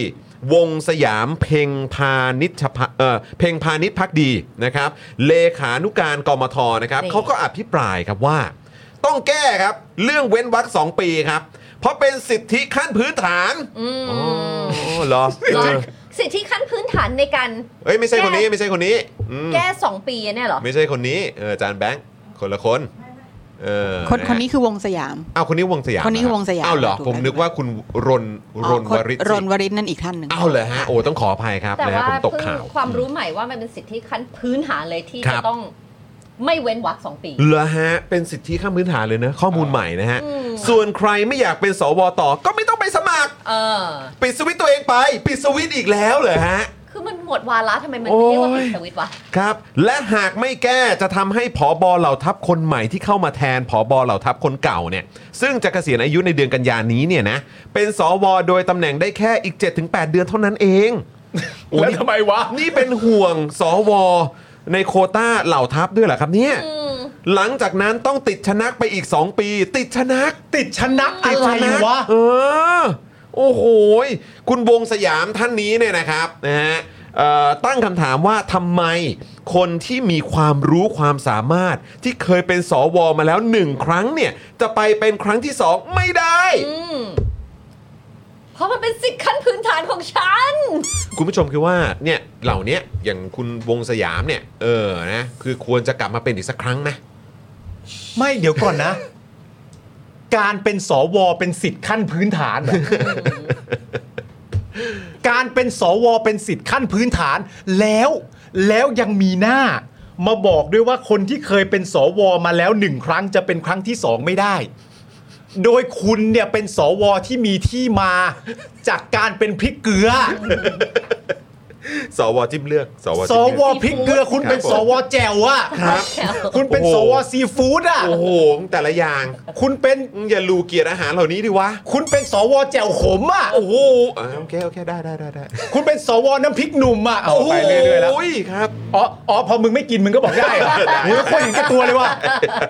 A: วงสยามเพ่งพาณิชพะเออเพ่งพาณิชพักดีนะครับ เลขานุการกมทนะครับ
C: นี่
A: เขาก็อภิปรายครับว่า ต้องแก้ครับ เรื่องเว้นวรรคสองปีครับ เพราะเป็นสิทธิขั้นพื้นฐาน
C: อืม
A: อ๋อเหรอเออ
C: สิทธิขั้นพื้นฐานในการ
A: เอ้ยไม่ใช่คนนี้ไม่ใช่คนนี้อืม
C: แก้สองปีเนี่ยเหรอ
A: ไม่ใช่คนนี้เอออาจานแบงค์คนละคนเออ
D: คนคน
A: ฮ
D: นี้คือวงสยาม
A: อ้าวคนนี้วงสยาม
D: คนนี้
A: ะรับ
D: วงสยาม
A: อ้าวเหรอ
D: ถูกไหม
A: ผมนึกว่าคุณรนรน
D: อ๋อคน
A: วริศ
D: รนวริศนั่นอีกท่านหนึ่ง
A: อ้าวเหรอฮะโอ้ต้องขออภัยครับ
C: แต่
A: นะฮะ
C: ว่า
A: ผมตก
C: เพิ่ง
A: ข่าว
C: ความรู้ใหม่ว่ามันเป็นสิทธิขั้นพื้นฐานเลยที่
A: ครับ
C: จะต้องไม่เว้นวรรคสองปี
A: เหรอฮะเป็นสิทธิขั้นพื้นฐานเลยนะข้อมูลใหม่นะฮะ
C: อืม
A: ส่วนใครไม่อยากเป็นสวต่อก็ไม่ต้องไปสมัคร
C: เออ
A: ปิดสวิตช์ตัวเองไป ปิดสวิตช์อีกแล้วเหรอฮะ
C: คือมันหมดวาระทำไมมันไม่เรียกว่า
A: โอ้ย
C: ปิดสวิตช์วะ
A: ครับ และหากไม่แก้จะทำให้ผอบอเหล่าทัพคนใหม่ที่เข้ามาแทนผอบอเหล่าทัพคนเก่าเนี่ย ซึ่งจะเกษียณอายุในเดือนกันยายนนี้เนี่ยนะ เป็นสวโดยตำแหน่งได้แค่อีก 7-8 เดือนเท่านั้นเองโอ้
B: แล้ว
A: นี่
B: ทำไมวะ
A: นี่เป็นห่วงสวในโควต้าเหล่าทัพด้วยเหรอครับเนี่ย
C: อืม
A: หลังจากนั้นต้องติดชะนักไปอีก 2 ปี ติดชะนัก
B: ติดชะนัก
A: ติ
B: อะ
A: ด
B: ไร
A: ชนะ
B: วะ
A: เออ โอ้โหยคุณวงสยามท่านนี้เนี่ยนะครับนะฮะเอ่อตั้งคำถามว่าทำไมคนที่มีความรู้ความสามารถ ที่เคยเป็นสวมาแล้วหนึ่งครั้งเนี่ย จะไปเป็นครั้งที่สองไม่ได้
C: อืมเพราะมันเป็นสิทธิ์ขั้นพื้นฐานของฉัน
A: คุณผู้ชมคือว่าเนี่ยเหล่าเนี้ยอย่างคุณวงสยามเนี่ยเออนะคือควรจะกลับมาเป็นอีกสักครั้งไหม
B: ไม่เดี๋ยวก่อนนะ การเป็นสวเป็นสิทธิ์ขั้นพื้นฐานเหรอการเป็นสวเป็นสิทธิ์ขั้นพื้นฐาน แล้วแล้วยังมีหน้า มาบอกด้วยว่าคนที่เคยเป็นสวมาแล้วหนึ่งครั้งจะเป็นครั้งที่สองไม่ได้ โดยคุณเนี่ยเป็นสวที่มีที่มา จากการเป็นพริกเกลือ
A: สวจิ้มเลือกสว
B: ส
A: จิ้ม
B: ว
A: เลือก
B: พริกเกลือ คุณเป็นสวแจวอะ
A: ครับ
B: คุณเป็นสวซีฟู้ดอะ
A: โอ้โหแต่ละอย่าง
B: คุณเป็น
A: มึงอย่าลูเกียรติอาหารเหล่านี้ดิวะ
B: คุณเป็นสวแจ่วขมอ่ะ
A: โอ้โหอ่าโอเคโอเคได้ได้ได้ได้
B: คุณเป็นสวน้ำพริกหนุ่มอ่ะ เอาไปเรื่อยๆแล้ว
A: โอ้ยครับ
B: อ๋ออ๋อพอมึงไม่กินมึงก็บอกได้เหรอโอ้ยคนเห็นแก่ตัวเลยว่ะ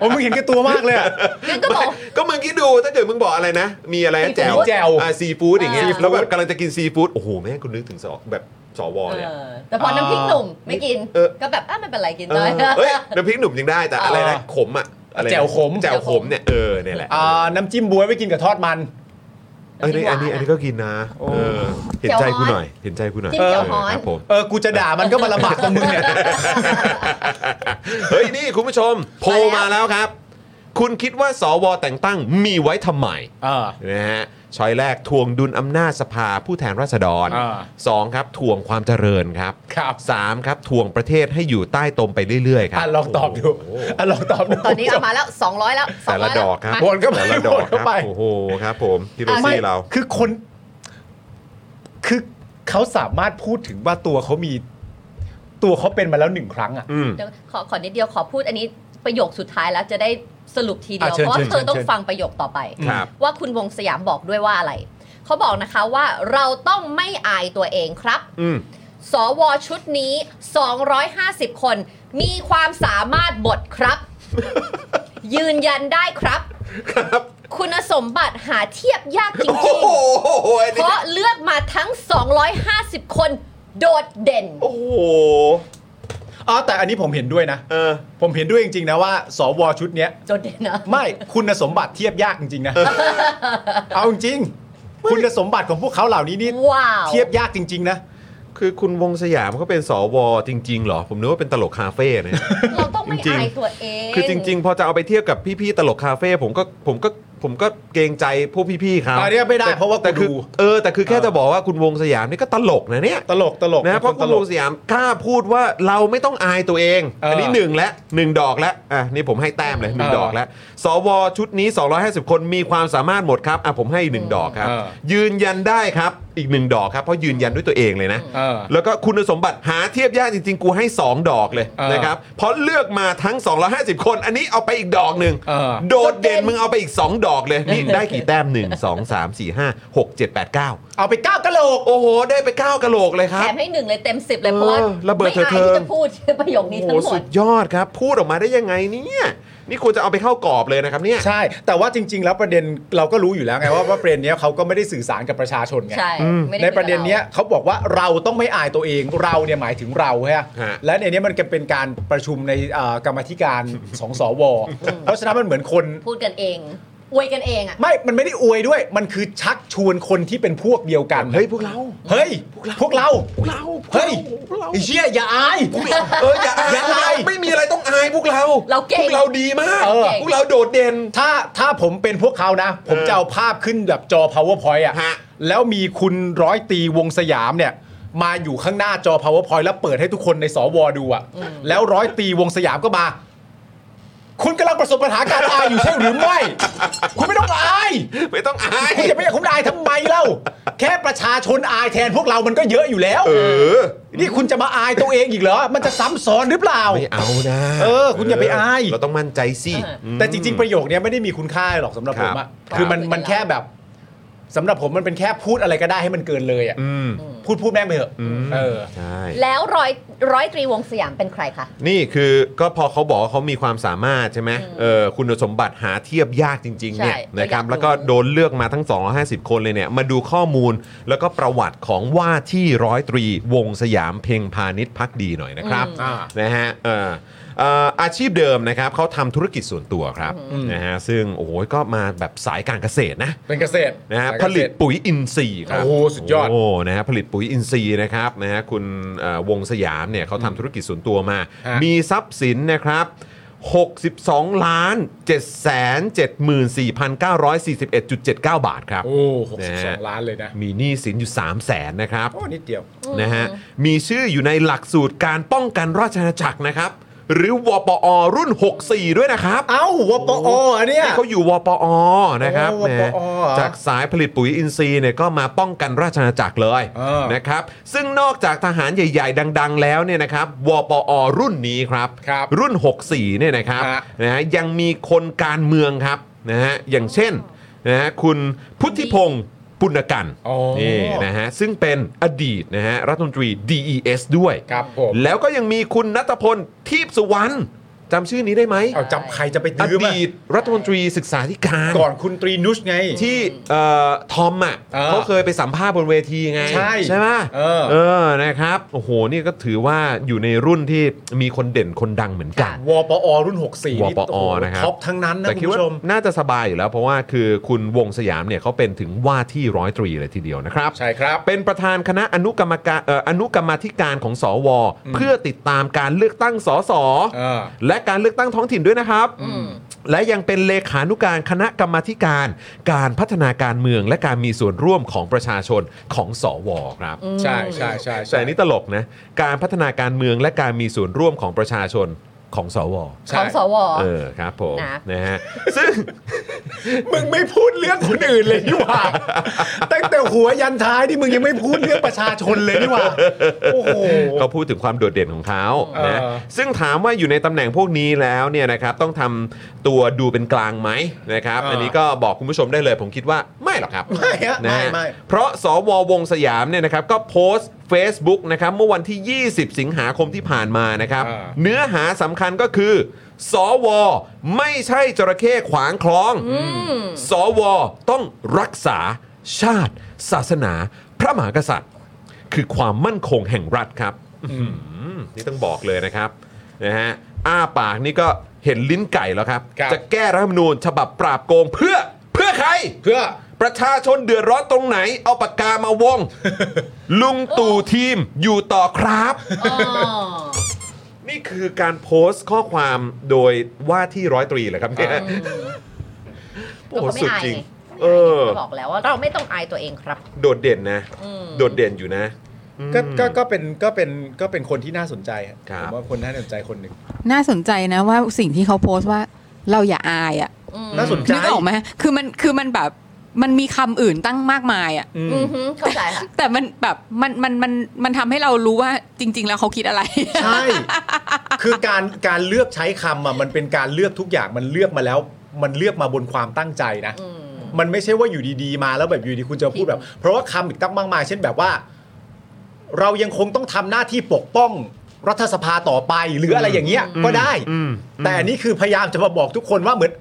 B: โอ้มึงเห็นแก่ตัวมากเลยอ่ะ
C: งั้นก็บอก
A: ก็มึงคิดดูถ้าเกิดมึงบอกอะไรนะ มีอะไรนะแจ่ว
B: มีแจ่ว
A: อ่าซีฟู้ดอย่างเงี้ย
C: อ่า
A: แล้วแบบกำลังจะกินซีฟู้ดโอ้โหแม่งคุณนึกถึงสอแบบสวเลย
C: เอ
A: อะ
C: อแต่พอน้ำพริกหนุ่มไม่กิน
A: เออ
C: ก็แบบอ้าไม่เป็นไรกิน
A: เอ
C: ได้
A: อเฮ้ยน้ำพริกหนุ่มยังได้แต่อะไรนะขมอ่ะอะไรนะ
B: แจ่วขม
A: แจ่วขมเนี่ยเออเนี่ยแหละ
B: อ่าน้ำจิ้มบวยไว้กินกับทอดมัน
A: เออนี่อันนี้อันนี้ก็กินนะเออเห็นใจกูหน่อย เห็นใจกูหน่อย
C: จิ้มแจ่วฮ้อน
A: ครับผม
B: เออ กูจะด่ามันก็มาลำบากตรงมึงเนี่ย
A: เฮ้ยนี่คุณผู้ชมโพลมาแล้วครับ คุณคิดว่าสวแต่งตั้งมีไว้ทำไม
B: เออ
A: นะฮะช้อยแรกทวงดุลอำนาจสภาผู้แทนราษฎร
B: อ่า
A: สองครับทวงความเจริญครับ
B: ครับ
A: สามครับทวงประเทศให้อยู่ใต้ตมไปเรื่อยๆครั
B: อ่ะลองตอบดู
A: โโห
B: อ่ะลองตอบดู
C: ตอนนี้เอามาแล้ว 200 แล้ว
A: แต่ละด
C: 200แล้ว
A: อกครับ
B: วนเข้าไป
A: แต่ละดอก
B: วน
A: ครั
B: เข้าไป
A: โอ้โหครับผมพี่โร
B: ไม่
A: ซี่เรา
B: คือคน คือเขาสามารถพูดถึงว่าตัวเขามี ตัวเขาเป็นมาแล้วหนึ่งครั้งอ่ะ
A: อืม
C: เดี๋ยวขอขอนิดเดียวขอพูดอันนี้ประโยคสุดท้ายแล้วจะได้สรุปทีเดียว
B: อ่ะเชิญ
C: เพราะว่า
B: เชิญ
C: เธอต้อง
B: เชิญ
C: ฟังประโยคต่อไป
A: ครับ
C: ว่าคุณวงสยามบอกด้วยว่าอะไร เขาบอกนะคะว่าเราต้องไม่อายตัวเองครับ
A: อืม
C: สวชุดนี้ 250 คน มีความสามารถบท ครับ ยืนยันได้ครับ
A: ครับ
C: คุณสมบัติหาเทียบยากจริง
A: โอ้โหอัน
C: ๆ เพ
A: นี้
C: ราะเลือกมาทั้ง 250 คนโดดเด่น
A: โอ้โห
B: อ๋อแต่อันนี้ผมเห็นด้วยนะ
A: เออ
B: ผมเห็นด้วยจริงๆนะว่า สวชุดเนี้ย
C: โดดเด่นนะ
B: ไม่คุณสมบัติเทียบยากจริงๆนะ เอาจริงๆคุณสมบัติของพวกเขาเหล่านี้นี่
C: ว้าว
B: เทียบยากจริง ๆ นะ
A: คือคุณวงสยามเขาเป็นสวจริง ๆ เหรอ ผมนึกว่าเป็นตลกคาเฟ่เนี่ย
C: เราต้องไม่
A: จริงๆ
C: อายตัวเอง
A: คือจริง ๆ พอจะเอาไปเทียบกับพี่ๆตลกคาเฟ่ผมก็ผมก็ผมก็เกรงใจพวกพี่ๆเขา
B: อันเนี้ยไม่ได้
A: แต่
B: เพราะว่ากู
A: แต่คือ
B: ดู
A: เออแต่คือแค่จะบอกว่าคุณวงสยามนี่ก็ตลกนะเนี่ย
B: ตลกตลก
A: นะเพ
B: ต
A: ราะคุณ
B: ล
A: ว
B: ก
A: งสยามกล้าพูดว่าเราไม่ต้องอายตัวเอง
B: เอออั
A: นนี้หนึ่งและหนึ่งดอกและอ่ะนี่ผมให้แต้มเลยหนึ่ง
B: เออ
A: ดอกแล้วสวชุดนี้ 250 คนมีความสามารถหมดครับอ่ะผมให้หนึ่งดอกครับ
B: เออ
A: ยืนยันได้ครับอีกหนึ่งดอกครับเพราะยืนยันด้วยตัวเองเลยนะ
B: เออ
A: แล้วก็คุณสมบัติหาเทียบยากจริง ๆ กูให้ 2 ดอกเลย
B: เออ
A: นะครับ เพราะเลือกมาทั้ง 250 คน อันนี้เอาไปอีกดอกหนึ่ง
B: เออ
A: โดดเด่นมึงเอาไปอีก 2 ดอกเลย นี่ได้กี่แต้ม 1 2 3 4 5 6 7 8 9
B: เอาไปก้าวกะโหลก
A: โอ้โห ได้ไป 9กะโหลกเลยค
C: แถ
A: รับ
C: มให้หนึ่งเลยเต็มสิบเลย
A: เออ
C: เพราะว่า
A: ระเบิด
C: ไม่อาย
A: เถิด
C: ที่จะพูด ประโยคนี้
A: โอ้โห
C: ทั้งหม
A: สุ
C: ด
A: ดยอดครับ พูดออกมาได้ยังไงเนี่ยนี่ควรจะเอาไปเข้ากรอบเลยนะครับเนี่ย
B: ใช่ แต่ว่าจริง ๆ แล้วประเด็นเราก็รู้อยู่ แล้วไงว่าว่าประเด็นเนี้ยเขาก็ไม่ได้สื่อสารกับประชาชนไง
C: ใช่ ไม่ได้
B: ในประเด็นเนี้ย
C: คุยกับ
B: เขาบอกว่าเราต้องไม่อายตัวเองเราเนี่ยหมายถึงเราใช่ไหม
A: ฮะ
B: และในเนี้ยมันก็เป็นการประชุมในเอ่อกรรมาธิ การ สองสว เพราะฉะนั้นมันเหมือนคน
C: เราพูดกันเอง อวยกันเองอ่ะ
B: ไม่ มันไม่ได้อวยด้วย มันคือชักชวนคนที่เป็นพวกเดียวกัน
A: เฮ้ยพวกเรา
B: เฮ้ย พวกเรา
A: พวกเรา
B: เฮ้ย
A: พวกเรา
B: ไอ้เชี่ยอย่าอาย
A: เอออย่าอาย
B: อย่าอาย
A: ไม่มีอะไรต้องอายพวกเรา
C: เราเก่ง
A: พวกเราดีมาก
B: เออ
A: พวกเราโดดเด่น
B: ถ้าถ้าผมเป็นพวกเขานะ ผมจะเอาภาพขึ้นแบบจอ powerpoint อ่ะ
A: ฮะ
B: แล้วมีคุณร้อยตีวงสยามเนี่ย มาอยู่ข้างหน้าจอ powerpoint แล้วเปิดให้ทุกคนในสวดูอ่ะ แล้วร้อยตีวงสยามก็มา คุณกำลังประสบปัญหาการอายอยู่ใช่หรือไม่ คุณไม่ต้องอาย
A: ไม่ต้องอาย
B: คุณจะไม่อยากคุณอายทำไมเล่า แค่ประชาชนอายแทนพวกเรามันก็เยอะอยู่แล้ว
A: เออ
B: นี่คุณจะมาอายตัวเองอีกเหรอ มันจะซ้ำซ้อนหรือเปล่า
A: ไม่เอานะ
B: เออคุณอย่าไปอาย
A: เราต้องมั่นใจสิ
C: เออ
B: แต่จริง ๆ ประโยคเนี้ยไม่ได้มีคุณค่าหรอกสำหรับ
A: ค
B: ผ
A: รับ
B: มอะคือมัน
C: ครับ
B: มันแค่แบบ สำหรับผมมันเป็นแค่พูดอะไรก็ได้ให้มันเกินเลยอ่ะ
A: อืม
B: พูดพูดแม่งไปเถอะ
A: อืม
B: เออ
A: ใช่
C: แล้วร้อยร้อยตรีวงศ์สยามเป็นใครคะ
A: นี่คือก็พอเขาบอกว่าเขามีความสามารถใช่ไหมเออคุณสมบัติหาเทียบยากจริง ๆ เนี่ย
C: ใช่
A: นะครับ
C: ก็อยากรู้
A: แล้วก็โดนเลือกมาทั้ง 250 คนเลยเนี่ย มาดูข้อมูลแล้วก็ประวัติของว่าที่ร้อยตรีวงสยามเพ็งพาณิชย์พักดีหน่อยนะครับ
B: อืม
A: นะฮะเออเอ่ออาชีพเดิมนะครับเขาทำธุรกิจส่วนตัวครับนะฮะซึ่งโอ้โหก็มาแบบสายการเกษตรนะ
B: เป็นเกษตร
A: นะฮะ
B: สาย
A: ผ
B: เกษ
A: ลิต
B: ตร
A: ปุ๋ยอินทรีย์ครับ
B: โอ้โหสุดยอด
A: โอ้นะฮะผลิตปุ๋ยอินทรีย์นะครับนะฮะคุณเอ่อวงสยามเนี่ยเขาทำธุรกิจส่วนตัวมา
B: ฮะ
A: มีทรัพย์สินนะครับ 62ล้าน774,941.79 บาทครับ
B: โอ้หก
A: นะ
B: สิบส
A: ฮะ
B: องล้านเลยนะ
A: มีหนี้สินอยู่ 3 0 0แสนนะครับ
B: โอ้นิดเดียว
A: นะฮะมีชื่ออยู่ในหลักสูตรการป้องกันราชอาณาจักรนะครับ หรือวปอ รุ่น 64 ด้วยนะครับ
B: เอ้าวปออันเนี้ย
A: ที่เขาอยู่วปอ นะครับ
B: โอ้ว
A: แหม
B: ปอเหรอ
A: จากสายผลิตปุ๋ยอินทรีย์เนี่ยก็มาป้องกันราชอาณาจักรเลย
B: เออ
A: นะครับ ซึ่งนอกจากทหารใหญ่ ๆ ดัง ๆ แล้วเนี่ยนะครับวปอ รุ่นนี้ครับ
B: ครับ
A: รุ่น 64 เนี่ยนะครับ
B: ฮะ
A: นะฮะยังมีคนการเมืองครับนะฮะอย่างเช่นนะฮะคุณพุทธิพงศ์ปุณกัน
B: โอ้
A: นี่นะฮะซึ่งเป็นอดีตนะฮะรัฐมนตรี DES ด้วย
B: ครับผม
A: แล้วก็ยังมีคุณนัทพลทีพสุวรรณจำชื่อนี้ได้ไหม
B: เอาจำใครจะไป
A: อ
B: ดื้อมา
A: ดีตรัฐมนตรีศึกษาธิการ
B: ก่อนคุณตรีนุชไง
A: ที่เอ่อทอมอ่ะ
B: เออ
A: เขาเคยไปสัมภาษณ์บนเวทีไง
B: ใช่
A: ใช่ไหม
B: เออ
A: เออนะครับโอ้โหนี่ก็ถือว่าอยู่ในรุ่นที่มีคนเด่นคนดังเหมือนกัน
B: วปอรุ่น 64
A: ว
B: นี่
A: ปอ
B: โโห
A: นะครับ
B: ท็อปทั้งนั้นนะ
A: แต่
B: คุณ
A: คิด
B: ผู้
A: ว่า
B: ชม
A: น่าจะสบายอยู่แล้ว เพราะว่าคือคุณวงสยามเนี่ยเขาเป็นถึงว่าที่ร้อยตรีเลยทีเดียวนะครับ
B: ใช่ครับ
A: เป็นประธานคณะอนุกรรมการเอ่ออนุกรรมาธิการของสว เพื่อติดตามการเลือกตั้งสส
B: เออ
A: และการเลือกตั้งท้องถิ่นด้วยนะครับ และยังเป็นเลขานุการคณะกรรมาธิการ การพัฒนาการเมืองและการมีส่วนร่วมของประชาชนของสวครับ
B: ใช่ใช่ใช่ใช่
A: แต่อันนี้ตลกนะ การพัฒนาการเมืองและการมีส่วนร่วมของประชาชนของสว
C: ข
B: ใช่
C: องสว
A: เออครับผม
C: นะ
A: นะฮะซึ่ง
B: มึงไม่พูดเรื่องคนอื่นเลยนี่หว่า ตั้งแต่หัวยันท้ายที่มึงยังไม่พูดเรื่องประชาชนเลยนี่หว่า โอ้โห
A: เขาพูดถึงความโดดเด่นของเขา
B: เออ
A: นะซึ่งถามว่าอยู่ในตำแหน่งพวกนี้แล้วเนี่ยนะครับต้องทำตัวดูเป็นกลางไหมนะครับ
B: เอออั
A: อันนี้ก็บอกคุณผู้ชมได้เลย ผมคิดว่าไม่หรอกครับ
B: ไม่ฮะ
A: น
B: ไม่ไม่
A: เพราะสววงสยามเนี่ยนะครับก็โพสต์ Facebook นะครับเมื่อวันที่ 20 สิงหาคมที่ผ่านมานะครับ เนื้อหาสำคัญก็คือ สว ไม่ใช่จระเข้ขวางคลอง สว ต้องรักษาชาติ ศาสนา พระมหากษัตริย์ คือความมั่นคงแห่งรัฐครับ อืมนี่ต้องบอกเลยนะครับนะฮะอ้าปากนี่ก็เห็นลิ้นไก่แล้วครับ
B: ครับ
A: จะแก้รัฐธรรมนูญฉบับปราบโกงเพื่อเพื่อใคร
B: เพื่อ
A: ประชาชนเดือดร้อนตรงไหน เอาปากกามาวง ลุงตู่ทีมอยู่ต่อครับ
C: อ๋อ
A: นี่คือการโพสต์ข้อความโดยว่าที่ร้อยตรีเหรอครับเนี่ยโอ้โห
C: ก็เขาไม่
A: สุด
C: อาย
A: จริง
C: ไง
A: เออ
C: ก็บอกแล้วว่าเราไม่ต้องอายตัวเองครับ
A: โดดเด่นนะ
C: อืม
A: โดดเด่นอยู่นะ
B: ก็ก็ก็เป็นก็เป็นก็เป็นคนที่น่าสนใจอะ
A: ครับ
B: ผมว่าคนน่าสนใจคนหนึ่ง
D: น่าสนใจนะว่าสิ่งที่เขาโพสต์ว่าเราอย่าอายอ่ะ
C: อืม
B: น่าสนใจ
D: นึกออกไหมคือมันคือมันแบบมันมีคำอื่นตั้งมากมายอ่ะ
B: อืม
C: อือฮึเข้าใจค่ะ
D: แต่มันแบบมันมันมันมันทำให้เรารู้ว่าจริง ๆ แล้วเขาคิดอะไร
B: ใช่ คือการการเลือกใช้คำอ่ะมันเป็นการเลือกทุกอย่างมันเลือกมาแล้ว มันเลือกมาบนความตั้งใจนะ
C: อืม
B: มันไม่ใช่ว่าอยู่ดีๆ มาแล้วแบบอยู่ดีคุณจะพูดแบบ เพราะว่าคำอีกตั้งมากมาย เช่นแบบว่า เรายังคงต้องทำหน้าที่ปกป้องรัฐสภาต่อไปหรืออะไรอย่างเงี้ยก็ได้
A: อืม
B: แต่อันนี่คือพยายามจะมาบอกทุกคนว่าเหมือน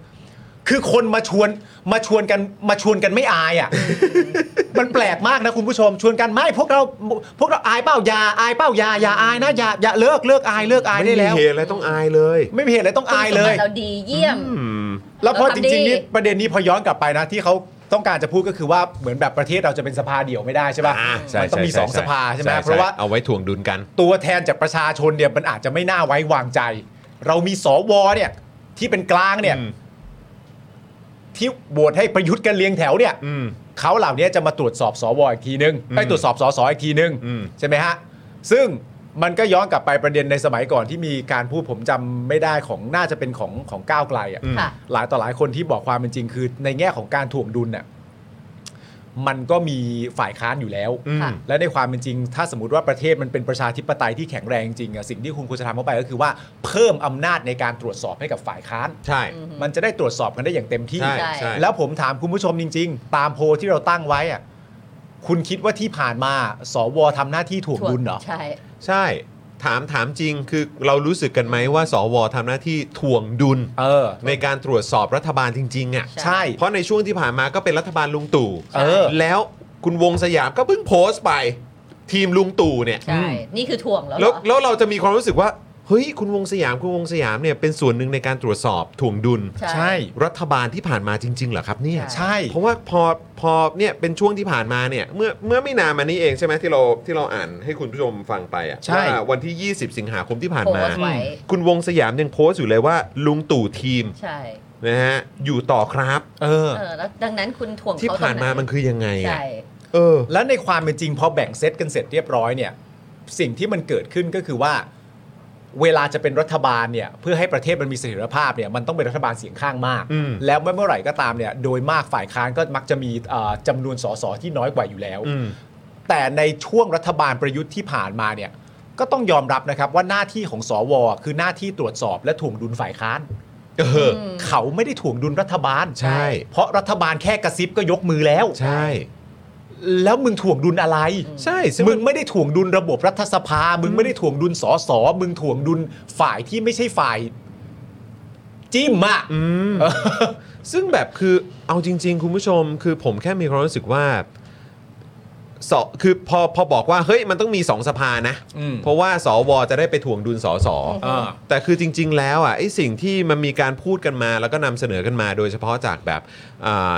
B: คือคนมาชวนมาชวนกันมาชวนกันไม่อาย อ่ะ มันแปลกมากนะคุณผู้ชมชวนกันไม่พวกเราพวกเราอายเป้ายาอายเป้ายาอย่าอายนะอย่าอย่าเลิกเลิกอายเลิกอาย
A: ไม่
B: ได้
A: มี
B: แล้ว
A: เหตุอะไรต้องอายเลย
B: ไม่มีเหตุอะไรต้องอายเลย
C: คุณสมบัติเราดีเยี่ยม
A: อืม
B: แล้วพอ
C: เรา
B: จ
C: ทำดี
B: ริงๆนี่ประเด็นนี้พอย้อนกลับไปนะ ที่เขาต้องการจะพูดก็คือว่าเหมือนแบบประเทศเราจะเป็นสภาเดี่ยวไม่ได้ใช่ป่ะ
A: อ่าใช่
B: มันต้องมี
A: ใช่
B: สอง
A: ใช่
B: สภาใช่ไหม
A: ใช่
B: เพราะว่า
A: เอาไว้ถ่วงดุลกัน
B: ตัวแทนจากประชาชนเนี่ยมันอาจจะไม่น่าไว้วางใจ เรามีสวเนี่ยที่เป็นกลางเนี่ย
A: อืม
B: ที่โหวตให้ประยุทธ์กันเรียงแถวเนี่ย
A: อืม
B: เขาเหล่านี้จะมาตรวจสอบสวอีกทีนึง
A: อืม
B: ไปตรวจสอบสสอีกทีนึง
A: อืม
B: ใช่ไหมฮะซึ่งมันก็ย้อนกลับไปประเด็นในสมัยก่อนที่มีการพูดผมจำไม่ได้ของน่าจะเป็นของของก้าวไกลอ่ะ
C: ค่ะ
B: หลายต่อหลายคนที่บอกความเป็นจริงคือ ในแง่ของการถ่วงดุลเนี่ย มันก็มีฝ่ายค้านอยู่แล้ว
A: อืม
C: ค่ะ
B: และในความเป็นจริง ถ้าสมมติว่าประเทศมันเป็นประชาธิปไตยที่แข็งแรงจริงอะสิ่งที่คุณควรจะทำเข้าไปก็คือว่าเพิ่มอำนาจในการตรวจสอบให้กับฝ่ายค้าน
A: ใช่
B: มันจะได้ตรวจสอบกันได้อย่างเต็มที่
A: ใช่
C: ใช่
A: ใช่
B: แล้วผมถามคุณผู้ชมจริง ๆ ตามโพลที่เราตั้งไว้อะคุณคิดว่าที่ผ่านมา สวทำหน้าที่ถ่วงดุลเหรอ
C: ใช่
A: ใช่ ถามถามจริงคือเรารู้สึกกันไหมว่า สวทำหน้าที่ถ่วงดุล
B: เออ
A: ในการตรวจสอบรัฐบาลจริงๆอ่ะ
B: ใช่
A: เพราะในช่วงที่ผ่านมาก็เป็นรัฐบาลลุงตู่
B: เออ
A: แล้วคุณวงสยามก็เพิ่งโพสต์ไป ทีมลุงตู่เนี่ย
C: ใช่ นี่คือถ่วงแล้วเหร
A: แล้ว
C: อ
A: แล้วเราจะมีความรู้สึกว่า เฮ้ย คุณวงสยามคุณวงสยามเนี่ยเป็นส่วนหนึ่งในการตรวจสอบถ่วงดุล
C: ใช่
B: ใช่
A: รัฐบาลที่ผ่านมาจริงๆเหรอครับเนี่ย
B: ใช่
A: เพราะว่าพอพอเนี่ยเป็นช่วงที่ผ่านมาเนี่ยเมื่อเมื่อไม่นานมานี้เองใช่ไหมที่เราที่เราอ่านให้คุณผู้ชมฟังไปอ่ะ
B: ใช่
A: ว่าวันที่ 20 สิงหาคมที่ผ่าน
C: โพ
A: มา
C: สต์ไว้
A: คุณวงสยามยังโพสต์อยู่เลยว่า ลุงตู่ทีม
C: ใช่
A: นะฮะอยู่ต่อครับ
B: เออ
C: เออ แล้วดังนั้นคุณถ่วง
A: ที่
C: เขาตรงไห
A: ผ่านมามันคือยังไงอ่ะ
C: ใช่
A: เออ
B: แล้วในความเป็นจริงพอแบ่งเซตกันเสร็จเรียบร้อยเนี่ยสิ่งที่มันเกิดขึ้นก็คือว่า เวลาจะเป็นรัฐบาลเนี่ยเพื่อให้ประเทศมันมีเสถียรภาพเนี่ยมันต้องเป็นรัฐบาลเสียงข้างมาก
A: อืม
B: แล้วเมื่อไหร่ก็ตามเนี่ยโดยมากฝ่ายค้านก็มักจะมีเอ่อจำนวนสสที่น้อยกว่าอยู่แล้ว
A: อืม
B: แต่ในช่วงรัฐบาลประยุทธ์ที่ผ่านมาเนี่ยก็ต้องยอมรับนะครับว่าหน้าที่ของสว คือหน้าที่ตรวจสอบและถ่วงดุลฝ่ายค้าน
A: เออ
B: เขาไม่ได้ถ่วงดุลรัฐบาล
A: ใช่
B: เพราะรัฐบาลแค่กระซิบก็ยกมือแล้ว
A: ใช่
B: แล้วมึงถ่วงดุลอะไร
A: ใช่ซึ่ง
B: มึงไม่ได้ถ่วงดุลระบบรัฐสภา มึงไม่ได้ถ่วงดุลสอสอมึงถ่วงดุลฝ่ายที่ไม่ใช่ฝ่าย จิ้มอะ
A: อื ม ซึ่งแบบคือเอาจริง ๆ คุณผู้ชม คือผมแค่มีความรู้สึกว่าสอคือพอพอบอกว่า เฮ้ยมันต้องมีสองสภานะ
B: อืม
A: เพราะว่าสวจะได้ไปถ่วงดุลสส
C: อื
B: อ่า
A: แต่คือจริง ๆ แล้วอ่ะไอ้สิ่งที่มันมีการพูดกันมาแล้วก็นำเสนอกันมา โดยเฉพาะจากแบบอ่า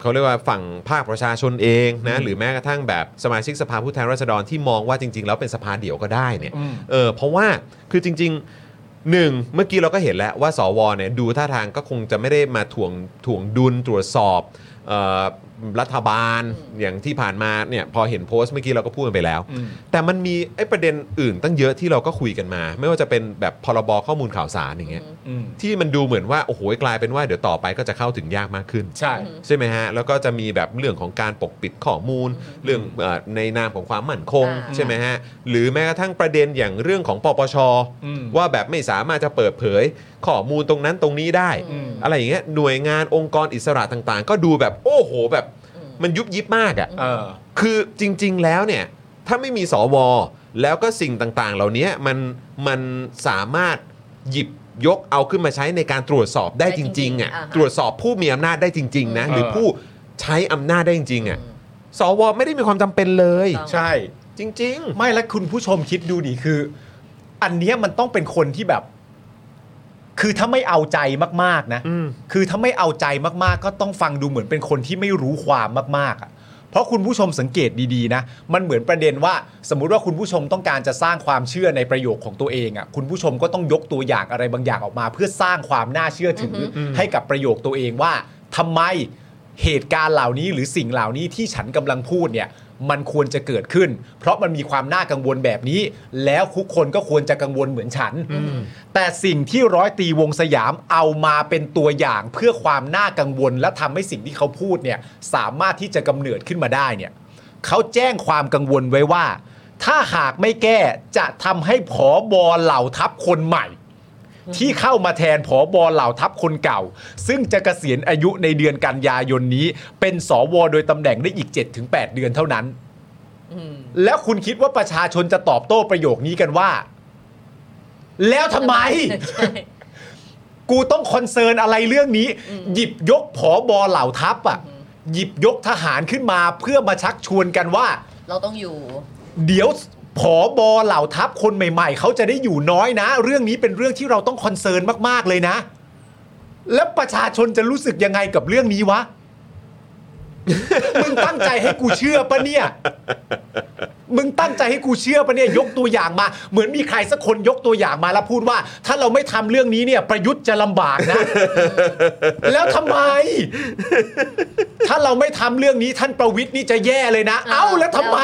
A: เขาเรียกว่าฝั่งภาคประชาชนเองนะ
B: อืม
A: หรือแม้กระทั่งแบบสมาชิกสภาผู้แทนราษฎรที่มองว่าจริง ๆ แล้วเป็นสภาเดี่ยวก็ได้เนี่ย
B: อืม
A: เออเพราะว่าคือจริงๆหนึ่งเมื่อกี้เราก็เห็นแล้วว่าสวเนี่ยดูท่าทางก็คงจะไม่ได้มาถ่วงถ่วงดุลตรวจสอบเออรัฐบาลอย่างที่ผ่านมาเนี่ยพอเห็นโพสต์เมื่อกี้เราก็พูดกันไปแล้ว
B: อืม
A: แต่มันมีไอ้ประเด็นอื่นตั้งเยอะที่เราก็คุยกันมา ไม่ว่าจะเป็นแบบพรบข้อมูลข่าวสารอย่างเงี้ย
B: อืม
A: ที่มันดูเหมือนว่าโอ้โหกลายเป็นว่าเดี๋ยวต่อไปก็จะเข้าถึงยากมากขึ้น
B: ใช่
A: ใช่ไหมฮะ แล้วก็จะมีแบบเรื่องของการปกปิดข้อมูล เรื่องเอ่อในนามของความมั่นคง
C: อ่า
A: ใช่ไหมฮะ หรือแม้กระทั่งประเด็นอย่างเรื่องของปปช
B: อืม
A: ว่าแบบไม่สามารถจะเปิดเผยข้อมูลตรงนั้นตรงนี้ได้
B: อืม
A: อะไรอย่างเงี้ยหน่วยงานองค์กรอิสระต่างๆ ก็ดูแบบโอ้โหแบบ
C: อืม
A: มันยุบยิบมากอ่ะ
B: เออ
A: คือจริง ๆ แล้วเนี่ย ถ้าไม่มีสว แล้วก็สิ่งต่างๆ เหล่านี้มันมันสามารถหยิบยกเอาขึ้นมาใช้ในการตรวจสอบได้
C: ได้
A: จ
C: จริงๆ
A: ริงๆอ่ะ
C: อ่าฮะ
A: ตรวจสอบผู้มีอำนาจได้จริง ๆ นะ หรือผู้ใช้อำนาจได้จริงๆอ่ะสว ไม่ได้มีความจำเป็นเลย
B: ใช่
A: จริง
B: ไม่และคุณผู้ชมคิดดูดิคือ อันเนี้ยมันต้องเป็นคนที่แบบ คือถ้าไม่เอาใจมากๆนะ
A: อืม
B: คือถ้าไม่เอาใจมากๆ ก็ต้องฟังดูเหมือนเป็นคนที่ไม่รู้ความมากๆอะเพราะคุณผู้ชมสังเกตดีๆนะ มันเหมือนประเด็นว่า สมมุติว่าคุณผู้ชมต้องการจะสร้างความเชื่อในประโยคของตัวเองอะ่ะคุณผู้ชมก็ต้องยกตัวอย่างอะไรบางอย่างออกมา เพื่อสร้างความน่าเชื่อถืออให้กับประโยคตัวเองว่าทำไมเหตุการณ์เหล่านี้หรือสิ่งเหล่านี้ที่ฉันกำลังพูดเนี่ย มันควรจะเกิดขึ้น เพราะมันมีความน่ากังวลแบบนี้ แล้วทุกคนก็ควรจะกังวลเหมือนฉัน แต่สิ่งที่ร้อยตรีวงสยามเอามาเป็นตัวอย่างเพื่อความน่ากังวล และทำให้สิ่งที่เขาพูดเนี่ยสามารถที่จะกำเนิดขึ้นมาได้เนี่ยเขาแจ้งความกังวลไว้ว่า ถ้าหากไม่แก้จะทำให้ผอบอเหล่าทัพคนใหม่ ที่เข้ามาแทนผอบอเหล่าทัพคนเก่า ซึ่งจะเกษียณอายุในเดือนกันยายนนี้ เป็นสวโดยตำแหน่งได้อีก 7-8 เดือนเท่านั้น
C: อืม
B: แล้วคุณคิดว่าประชาชนจะตอบโต้ประโยคนี้กันว่า แล้วทำไม
C: ใช่
B: กูต้องคอนเซิร์นอะไรเรื่องนี้ หยิบยกผอบอเหล่าทัพอ่ะ หยิบยกทหารขึ้นมาเพื่อมาชักชวนกันว่า
C: เราต้องอยู่
B: เดี๋ยวผอบอเหล่าทัพคนใหม่ๆ เขาจะได้อยู่น้อยนะ เรื่องนี้เป็นเรื่องที่เราต้องคอนเซิร์นมากๆเลยนะ แล้วประชาชนจะรู้สึกยังไงกับเรื่องนี้วะ มึงตั้งใจให้กูเชื่อปะเนี่ย มึงตั้งใจให้กูเชื่อปะเนี่ยยกตัวอย่างมา เหมือนมีใครสักคนยกตัวอย่างมาแล้วพูดว่า ถ้าเราไม่ทำเรื่องนี้เนี่ยประยุทธ์จะลำบากนะ แล้วทำไม ถ้าเราไม่ทำเรื่องนี้ท่านประวิทย์นี่จะแย่เลยนะ เอ้าแล้วทำไม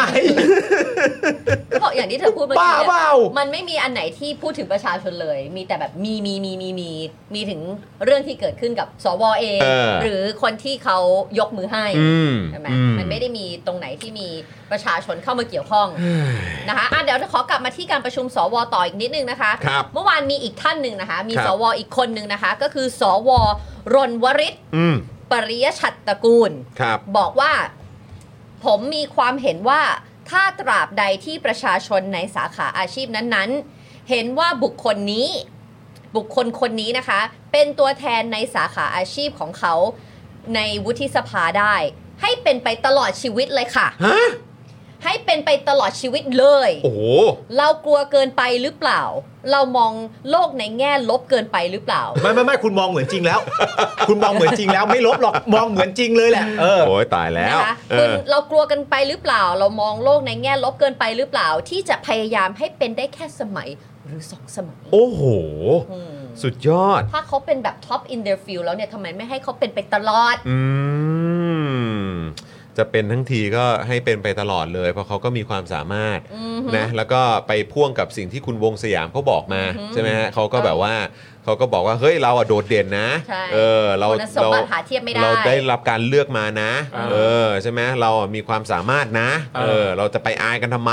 C: เขาบอกอย่างที่เธอพูดเมื่อกี้
B: บ้าเป
C: เนี่
B: ล่า
C: ยมันไม่มีอันไหนที่พูดถึงประชาชนเลย มีแต่แบบมีมีมีมีมีมีถึงเรื่องที่เกิดขึ้นกับสวเอง
A: เออ
C: หรือคนที่เขายกมือให้
A: อืม
C: ใช่ไหม
A: อืม
C: มันไม่ได้มีตรงไหนที่มีประชาชนเข้ามาเกี่ยวข้องนะคะอ่ะเดี๋ยวขอกลับมาที่การประชุมสวต่ออีกนิดนึงนะคะ
A: ครับ
C: เมื่อวานมีอีกท่านหนึ่งนะคะ มี
A: ครับ
C: สวอีกคนหนึ่งนะคะ ก็คือสวรนวริศ
A: อืม
C: ปริยชัตตกูล
A: ครับ
C: บอกว่าผมมีความเห็นว่าถ้าตราบใดที่ประชาชนในสาขาอาชีพนั้นๆ เห็นว่าบุคคลนี้ บุคคลคนนี้นะคะ เป็นตัวแทนในสาขาอาชีพของเขาในวุฒิสภาได้ ให้เป็นไปตลอดชีวิตเลยค่ะ
A: ฮะ
C: ให้เป็นไปตลอดชีวิตเลย
A: โอ้โห
C: เรากลัวเกินไปหรือเปล่า เรามองโลกในแง่ลบเกินไปหรือเปล่า
B: ไม่ไม่ไม่คุณมองเหมือนจริงแล้ว คุณมองเหมือนจริงแล้วไม่ลบหรอกมองเหมือนจริงเลยแหละเออ
A: โอ้ยตายแล้ว
C: นะคะ
A: เอ
C: คุณ
A: อ
C: เรากลัวกันไปหรือเปล่า เรามองโลกในแง่ลบเกินไปหรือเปล่า ที่จะพยายามให้เป็นได้แค่สมัยหรือสองสมัย
A: โอ้โห
C: อืม
A: สุดยอด
C: ถ้าเขาเป็นแบบ top in their field แล้วเนี่ยทำไมไม่ให้เขาเป็นไปตลอด
A: อืม จะเป็นทั้งทีก็ให้เป็นไปตลอดเลย เพราะเขาก็มีความสามารถ
C: อือฮึ
A: นะ แล้วก็ไปพ่วงกับสิ่งที่คุณวงสยามเขาบอกมา
C: อือฮึ
A: ใช่ไหมฮะเขาก็แบบว่าเขาก็บอกว่า เฮ้ย เราอะโดดเด่นนะ
C: ใช่
A: เออ เรา
C: คุณสม
A: เรา
C: บัติหาเทียบไม่ได้
A: เราได้รับการเลือกมานะ
B: อ่า
A: เออ ใช่ไหมเราอะมีความสามารถนะ
B: เออ
A: เออ เราจะไปอายกันทำไม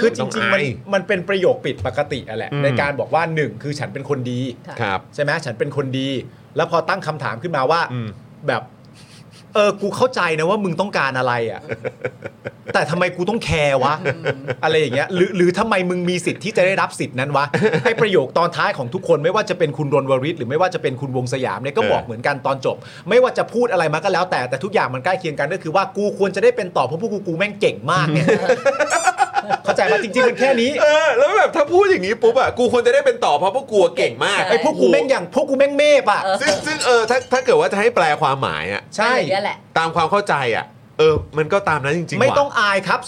B: คือจริงๆมัน
A: ต้องอาย
B: มันเป็นประโยคปิดปกติอะแหละ
A: อืม
B: ในการบอกว่าหนึ่งคือฉันเป็นคนดี
C: ค่ะ
A: ครับ
B: ใช่ไหมฉันเป็นคนดี แล้วพอตั้งคำถามขึ้นมาว่า
A: อืม
B: แบบ เออกูเข้าใจนะว่ามึงต้องการอะไร อะ่ะ แต่ทำไมกูต้องแคร์วะ อะไรอย่างเงี้ยหรือหรือทำไมมึงมีสิทธิ์ที่จะได้รับสิทธิ์นั้น วะ ไอ้ประโยคตอนท้ายของทุกคนไม่ว่าจะเป็นคุณรณวริศหรือไม่ว่าจะเป็นคุณวงสยาม เนี่ยก็
A: เออ
B: บอกเหมือนกันตอนจบ ไม่ว่าจะพูดอะไรมาก็แล้ว แต่แต่ทุกอย่างมันใกล้เคียงกันก็คือว่ากูควรจะได้เป็นต่อเพราะพวกกู กูแม่งเก่งมาก เนี่ย เข้าใจปะจริงๆมันแค่นี้
A: เออ แล้วแบบถ้าพูดอย่างนี้ปุ๊บอะกูควรจะได้เป็นต่อเพราะพวกกูอะเก่งมาก
C: ใช่
B: ไอ้พวกกูแม่งอย่างพวกกูแม่งเมฟอ่ะ
A: ซึ่งซึ่งเออถ้าถ้าเกิดว่าจะให้แปลความหมายอะ
B: ใช่
C: มันอย่างเงี้ยแหละ
A: ตามความเข้าใจอะเออ มันก็ตามนั้นจริงๆ
B: ไม่
A: ว่ะ
B: ต้องอายครับ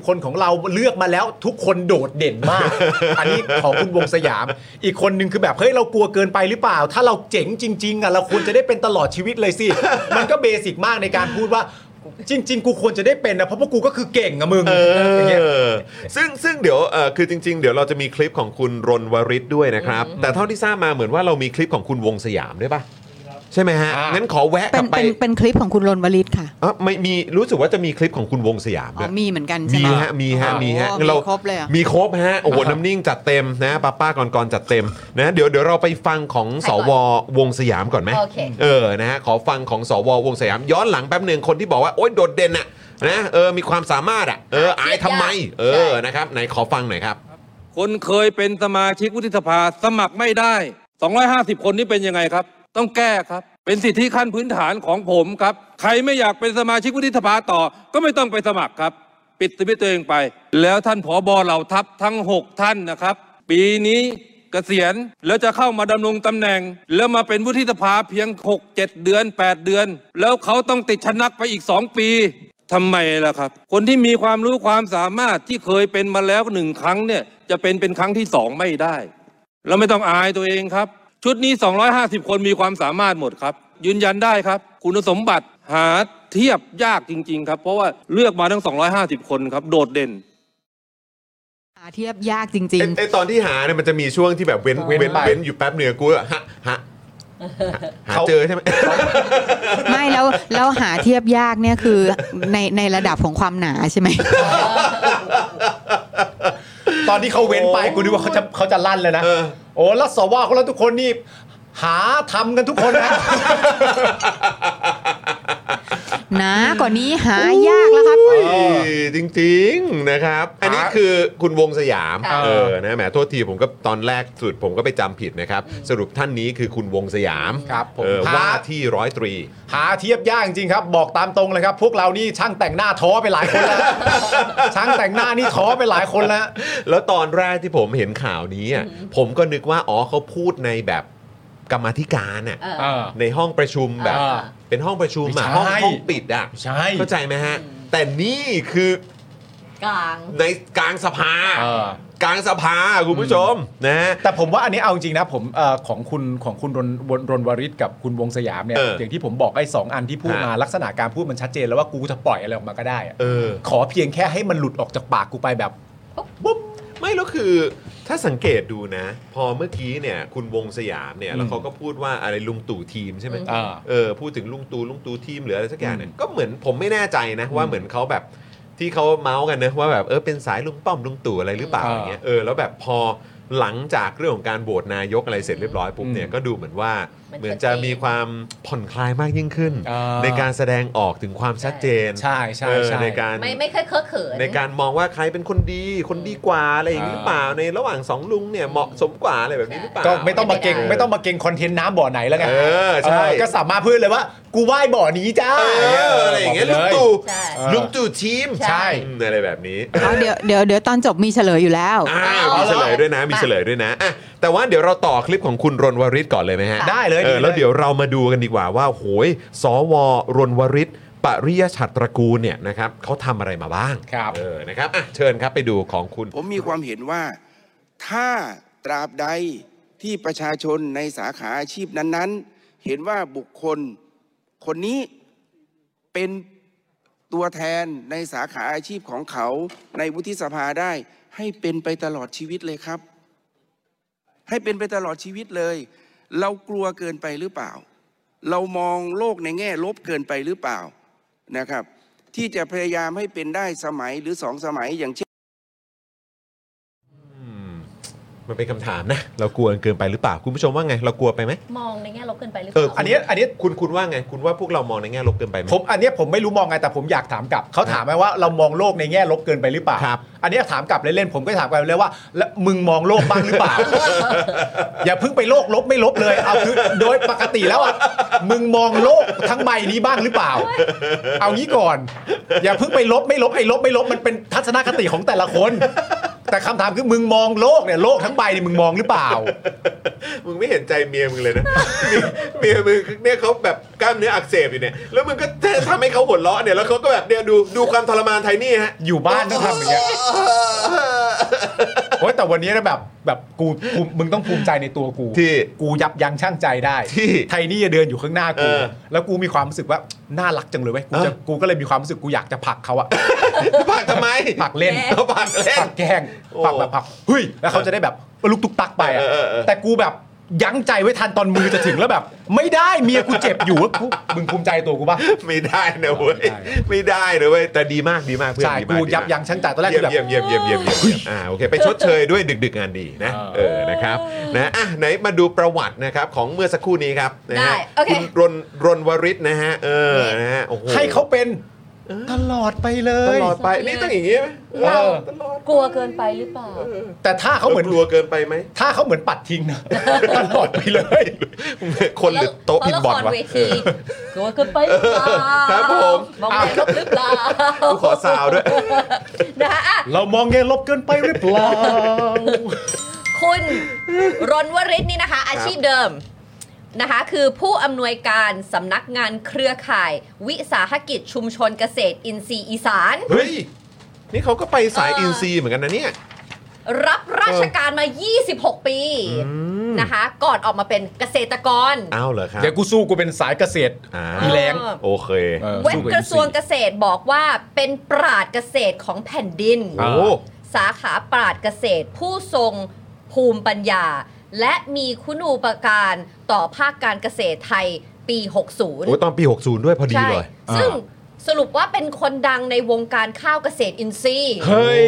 B: 250 คนของเราเลือกมาแล้วทุกคนโดดเด่นมาก อันนี้ของคุณวงสยาม อีกคนนึงคือแบบ เฮ้ย เรากลัวเกินไปหรือเปล่า ถ้าเราเจ๋งจริง ๆอ่ะเราควรจะได้เป็นตลอดชีวิตเลยสิ มันก็เบสิกมากในการพูดว่า จริง ๆ กูควรจะได้เป็นนะ เพราะพวกกูก็คือเก่งอะมึง
A: เอ
B: อย่างเงี้ย
A: อ ซึ่งซึ่งเดี๋ยวเออคือจริง ๆ เดี๋ยวเราจะมีคลิปของคุณรณวริศด้วยนะครับ แต่เท่าที่ทราบมาเหมือนว่าเรามีคลิปของคุณวงสยามด้วยป่ะ ใช่ไหมฮะ
B: อ่างั้
A: งั้นขอแวะก
D: เป็
A: ลั
D: น
A: บไป
D: เป็นเป็นคลิปของคุณรนวลิตค่ะ
A: เอ่ะไม่มีรู้สึกว่าจะมีคลิปของคุณวงสยาม
D: อ๋
A: ด้
D: อ
A: วย
D: มีเหมือนกันใช่
A: มี
D: ไหม
A: ฮะมีฮะ
D: อ๋อ
A: มีฮะ
D: มี
A: เรา
D: ครบเลยเหรอ
A: มีครบฮะโอ้โหน้ำนิ่งจัดเต็มนะป้าป้าก่อนก่อนจัดเต็มนะเดี๋ยวเดี๋ยวเราไปฟังของ
C: ใคร
A: ส
C: ก่อน
A: ววงสยามก่อนไหม
C: โอเค
A: เออ นะฮะ ขอฟังของสววงสยาม ย้อนหลังแป๊บหนึ่งคนที่บอกว่า โอ๊ย โดดเด่นอะนะ เออ มีความสามารถอะเออ อายทำไม เออ นะครับ ไหน ขอฟังหน่อยครับ
F: คนเคยเป็นสมาชิกวุฒิสภาสมัครไม่ได้ 250 คนนี่เป็นยังไงครับ ต้องแก้ครับ เป็นสิทธิขั้นพื้นฐานของผมครับ ใครไม่อยากเป็นสมาชิกวุฒิสภาต่อ ก็ไม่ต้องไปสมัครครับ ปิดตัวเองไป แล้วท่านผอบอเหล่าทัพทั้ง 6 ท่านนะครับ ปีนี้เกษียณแล้วจะเข้ามาดำรงตำแหน่ง แล้วมาเป็นวุฒิสภาเพียง 6 7 เดือน 8 เดือน แล้วเขาต้องติดชะนักไปอีก 2 ปี ทำไมล่ะครับ คนที่มีความรู้ความสามารถที่เคยเป็นมาแล้วหนึ่งครั้งเนี่ย จะเป็นเป็นครั้งที่สองไม่ได้ แล้วไม่ต้องอายตัวเองครับ ชุดนี้ 250 คนมีความสามารถหมดครับ ยืนยันได้ครับ คุณสมบัติหาเทียบยากจริง ๆ ครับ เพราะว่าเลือกมาทั้ง 250 คนครับ โดดเด่น
D: หาเทียบยากจริง
A: ไอ้ไอตอนที่หาเนี่ย มันจะมีช่วงที่แบบเว้น เว้น
B: เว้นไป
A: เว้นอยู่แป๊บหนึ่งกูอะฮะฮะหาเจอใช่ไหม
D: ๆ ไม่แล้วแล้วหาเทียบยากเนี่ยคือในในระดับของความหนาใช่ไหม
B: ตอนที่เขาเว้นไปกูดูว่าเขาจะเขาจะลั่นเลยนะ
A: เออ
B: โอ้แล้วสวของเราทุกคนนี่หาทำกันทุกคนนะ
D: หนากว่านี้หายากแล้วครับ
A: เอ้ยจริง ๆ นะครับ อันนี้คือคุณวงสยาม
C: ค่ะ
A: เออ นะ แหม โทษที ผมก็ตอนแรกสุดผมก็ไปจำผิดนะครับ สรุปท่านนี้คือคุณวงสยาม
B: ครับผม
A: เออว่าที่ร้อยตรี
B: หาเทียบยากจริงๆครับ บอกตามตรงเลยครับ พวกเรานี่ช่างแต่งหน้าท้อไปหลายคนแล้ว ช่างแต่งหน้านี่ท้อไปหลายคนแล้ว
A: แล้วตอนแรกที่ผมเห็นข่าวนี้อ่ะผมก็นึกว่า อ๋อเขาพูดในแบบกรรมาธิการอ่ะ
C: เออ
A: ในห้องประชุมแบบ
B: อ่า
A: เป็นห้องประชุมอ่ะ
B: ไม่
A: ห้อง
B: ใช่
A: ห้องปิดอ่ะ
B: ใช่
A: เข้าใจไหมฮะ แต่นี่คือ
C: กลาง
A: ในกลางสภา
B: เออ
A: กลางสภาคุณผู้ชมนะฮะ
B: แต่ผมว่าอันนี้เอาจริงนะผมเออของคุณของคุณรนรนรนวริศกับคุณวงสยามเนี่ย
A: เอออ
B: อย่างที่ผมบอกไอ้สองอันที่พูดมาลักษณะการพูดมันชัดเจนแล้วว่ากูจะปล่อยอะไรออกมาก็ได้ะ
A: เออ
B: ขอเพียงแค่ให้มันหลุดออกจากปากกูไปแบบ
A: ปุ๊บไม่แล้วคือ ถ้าสังเกตดูนะ พอเมื่อกี้เนี่ย คุณวงสยามเนี่ยแล้วเขาก็พูดว่าอะไรลุงตู่ทีมใช่ไหม
B: เออ
A: เออพูดถึงลุงตู่ลุงตู่ทีมหรืออะไรสักอย่างเนี่ยก็เหมือนผมไม่แน่ใจนะ ว่าเหมือนเขาแบบที่เขาเมาส์กันนะว่าแบบเออเป็นสายลุงป้อมลุงตู่อะไรหรือเปล่า
B: เออ
A: อ
B: อย่าง
A: เงี้ยเออแล้วแบบพอหลังจากเรื่องของการโหวตนายกอะไรเสร็จเรียบร้อยปุ๊บเนี่ย
B: อืม
A: ก็ดูเหมือนว่า
C: มัน
A: เหมือนจะมีความผ่อนคลายมากยิ่งขึ้น
B: เออ
A: ในการแสดงออกถึงความชัดเจน
B: ใช่ใช่
A: เออ
B: ใช่
A: ในการ
C: ไม่ไม่เคยเคอะเขิน
A: ในการมองว่าใครเป็นคนดีคนดีกว่าอะไรอย่างนี้หรือเปล่าในระหว่างสองลุงเนี่ยเหมาะสมกว่าอะไรแบบนี้หรือเปล่า
B: ก็ไม่ต้องมาเก่ง
C: ไม่ได้
B: ไม่ต้องมาเก่งคอนเทนต์น้ำบ่อไหนแล้วไง
A: เออใช่
B: เออก็สามารถพูดเลยว่า กูว่ายบ่อนี้จ้า
A: เอออะไรอย่างเงี้ย
B: บ
A: ลุ
B: ก
A: ง
B: ไป
A: ตู่
C: ใช่
B: เออ
A: ลุงตู่ทีม
C: ใช่
A: อืมอะไรแบบนี้
D: เอาเดี๋ยวเดี๋ยวเดี๋ยวตอนจบมีเฉลยอยู่แล้ว
A: อ่ามีเฉลยด้วยนะมีเฉลยด้วยนะอ่ะแต่ว่าเดี๋ยวเราต่อคลิปของคุณรณวริศก่อนเลยไหมฮะ
B: ได้เลย
A: เออ
B: ดี
A: แล้วเดี๋ยวเรามาดูกันดีกว่าว่าโหยสวรณวริศปริยชัตรตระกูลเนี่ยนะครับเขาทำอะไรมาบ้าง
B: ครับ
A: เออนะครับอ่ะเชิญครับไปดูของคุณ
G: ผมมีความเห็นว่าถ้าตราบใดที่ประชาชนในสาขาอาชีพนั้นๆ เห็นว่าบุคคลคนนี้เป็นตัวแทนในสาขาอาชีพของเขาในวุฒิสภาได้ ให้เป็นไปตลอดชีวิตเลยครับ ให้เป็นไปตลอดชีวิตเลย เรากลัวเกินไปหรือเปล่า เรามองโลกในแง่ลบเกินไปหรือเปล่านะครับ ที่จะพยายามให้เป็นได้สมัยหรือสองสมัยอย่างเช่น
A: มันเป็นคำถามนะ เรากลัวเกินไปหรือเปล่าคุณผู้ชมว่าไง เรากลัวไปไหม
C: มองในแง่ลบเกินไปหรือเป
A: เออ
C: ล่า
A: อันเนี้ยอันเนี้ยคุณคุณว่าไง คุณว่าพวกเรามองในแง่ลบเกินไปไหม
B: ผมอันเนี้ยผมไม่รู้มองไงแต่ผมอยากถามกลับเขาถามไหมว่าเรามองโลกในแง่ลบเกินไปหรือเปล่า
A: ครับ
B: อันเนี้ยถามกลับเล่นๆผมก็ถามกลับเลยว่าแล้วมึงมองโลกบ้างหรือเปล่า อย่าเพิ่งไปโลกลบไม่ลบเลยเอาคือโดยปกติแล้วอ่ะมึงมองโลกทั้งใบนี้บ้างหรือเปล่า เอางี้ก่อน อย่าเพิ่งไปลบไม่ลบไอ้ลบไม่ลบมันเป็นทัศนคติของแต่ละคน แต่คำถามคือมึงมองโลกเนี่ยโลกทั้งใบเนี่ยมึงมองหรือเปล่า
A: มึงไม่เห็นใจเมียมึงเลยนะ เมียเมียมึงเนี่ยเขาแบบกล้ามเนื้ออักเสบอยู่เนี่ย แล้วมึงก็ทำให้เขาหัวเราะเนี่ย แล้วเขาก็แบบเนี่ยดูดูความทรมานไทนี่ฮะ
B: อยู่บ้านต้องทำอย่างเงี้ย โอ้ยแต่วันนี้นะแบบแบบกูกูมึงต้องภูมิใจในตัวกู
A: ที่
B: กูยับยั้งชั่งใจได้
A: ที่
B: ไทนี่จะเดินอยู่ข้างหน้ากู
A: เออ
B: แล้วกูมีความรู้สึกว่าน่ารักจังเลยเว้ยกูจะ
A: เออ
B: กูก็เลยมีความรู้สึกกูอยากจะผลัก เขาอะ
A: ปากทำไม
B: ผลักเล่น
A: เอาปาก
B: ผ
A: เล่น
B: ลักแกล้ง
A: โอ้
B: ผลักแบบผลักเฮ้ยแล้วเขาจะได้แบบลุกตุกตักไปอะ
A: เออเออเออ
B: แต่กูแบบยั้งใจไว้ทันตอนมือจะถึงแล้วแบบ ไม่ได้เมียกูเจ็บอยู่กูมึงภูมิใจตัวกูปะ
A: ไม่ได้นะเว้ย ไม่ได้นะเว้ย แต่ดีมากดีมากเพื่อน
B: ใช่
A: ดีมาก
B: กู
A: ดีมาก
B: ยับยั้งชั่งใจตอนแรกกูแบบ
A: เยี่ยมเยี่ยมเยี่ยมเยี่ยมเยี่ยมเยี่ยมอ่าโอเคไปชดเชยด้วยดึกดึกงานดีนะเออนะครับนะอ่ะไหนมาดูประวัตินะครับของเมื่อสักครู่นี้ครับนะฮะ
C: ได้โอเค
A: ณรนรนวริศนะฮะเออนะฮะโอ้โห
B: ให้เขาเป็นตลอดไปเล
A: ต
B: ย
A: ลอดไปนี่ต้องอย่างงี้ไหม
B: เออ
A: ตลอด
C: กลัวเกินไปหรือเปล่า
B: แต่ถ้าเขา
A: เขา
B: เห
A: เห
B: มื
A: มื
B: อ
A: อน นกลัวเกินไปไหม
B: ถ้าเขาเหมือนปัดทิ้งนะ ตลอดไปเลย
A: คนหรือโต๊ะพิมพ์บอล
C: เพราะละ
A: วะ
C: ครเวทีกลัวเกินไปหรือเปล่า
A: ครับผม
C: มองแง่ลบหรือเปล่า
A: กูขอซาวด้วย
C: นะฮะอ่ะ
B: เรามองแง่ลบเกินไปหรือเปล่า
C: คุณรนวริศนี่นะคะ อาชีพเดิมนะคะ คือผู้อำนวยการสำนักงานเครือข่าย วิสาหกิจชุมชนเกษตรอินทรีย์อีสาน
A: เฮ้ย นี่เขาก็ไปสายอินซีย์เหมือนกันนะเนี่ย
C: รับราชการมา 26 ปี
A: ม
C: นะคะ ก่อนออกมาเป็นเกษตรกร
A: อ้าวเหรอครับ
B: เดี๋ยวกูสู้กูเป็นสายเกษตร
A: อ่า
B: อีแรง
A: โอเค
B: เออ
C: เว็บ
B: สู้
C: กระทรวง
B: กับ
C: เกษตรบอกว่าเป็นปราดเกษตรของแผ่นดิน
A: โอ้
C: สาขาปราดเกษตร ผู้ทรงภูมิปัญญา และมีคุณูปการต่อภาคการเกษตรไทยปี 60
A: โอ้ยตอนปี 60 ด้วยพอดี
C: ใช่
A: เลย
B: อ่า
C: ซึ่งสรุปว่าเป็นคนดังในวงการข้าวเกษตรอินทรีย์
B: เฮ้ย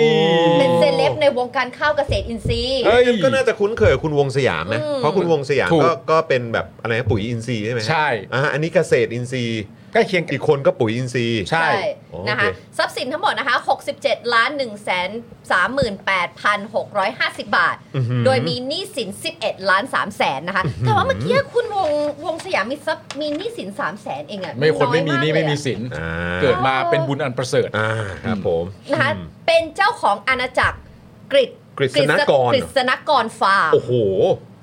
C: เป็นเซเลบในวงการข้าวเกษตรอินทรีย์
A: เอ้ยก็น่าจะคุ้นเคยกับคุณวงสยามนะ
C: อืม
A: เพราะคุณวงสยาม
B: ถูก
A: ก็ก็เป็นแบบอะไรนะปุ๋ยอินทรีย์ใช่ไหมฮะ
B: ใช่
A: อ่าอันนี้เกษตรอินทรีย์
B: ใกล้เคียงกัน
A: อีกคนก็ปุ๋ยอินทรีย์
B: ใช่
A: โอเค
C: นะคะทรัพย์สินทั้งหมดนะคะ 67 ล้าน 1 3 8 6 5 0 บาท โดยมีหนี้สิน 11 ล้าน3แสนนะคะ แต่ว่าเมื่อกี้คุณวงวงสยามมีทรัพย์มีหนี้สิน3แสนเองอะ
B: ไม่คนไม่มีหนี่
C: อยากเล
B: ไม่
C: ยอะ
B: มีสิน
A: อ่า
B: เกิดมาเป็นบุญอันประเสริฐ
A: อ่าครับผม
C: นะคะ
A: อืม
C: เป็นเจ้าของอาณาจักรกริด
A: กฤษณกร
C: กฤษณกรฟาร์ม
A: โอ้โห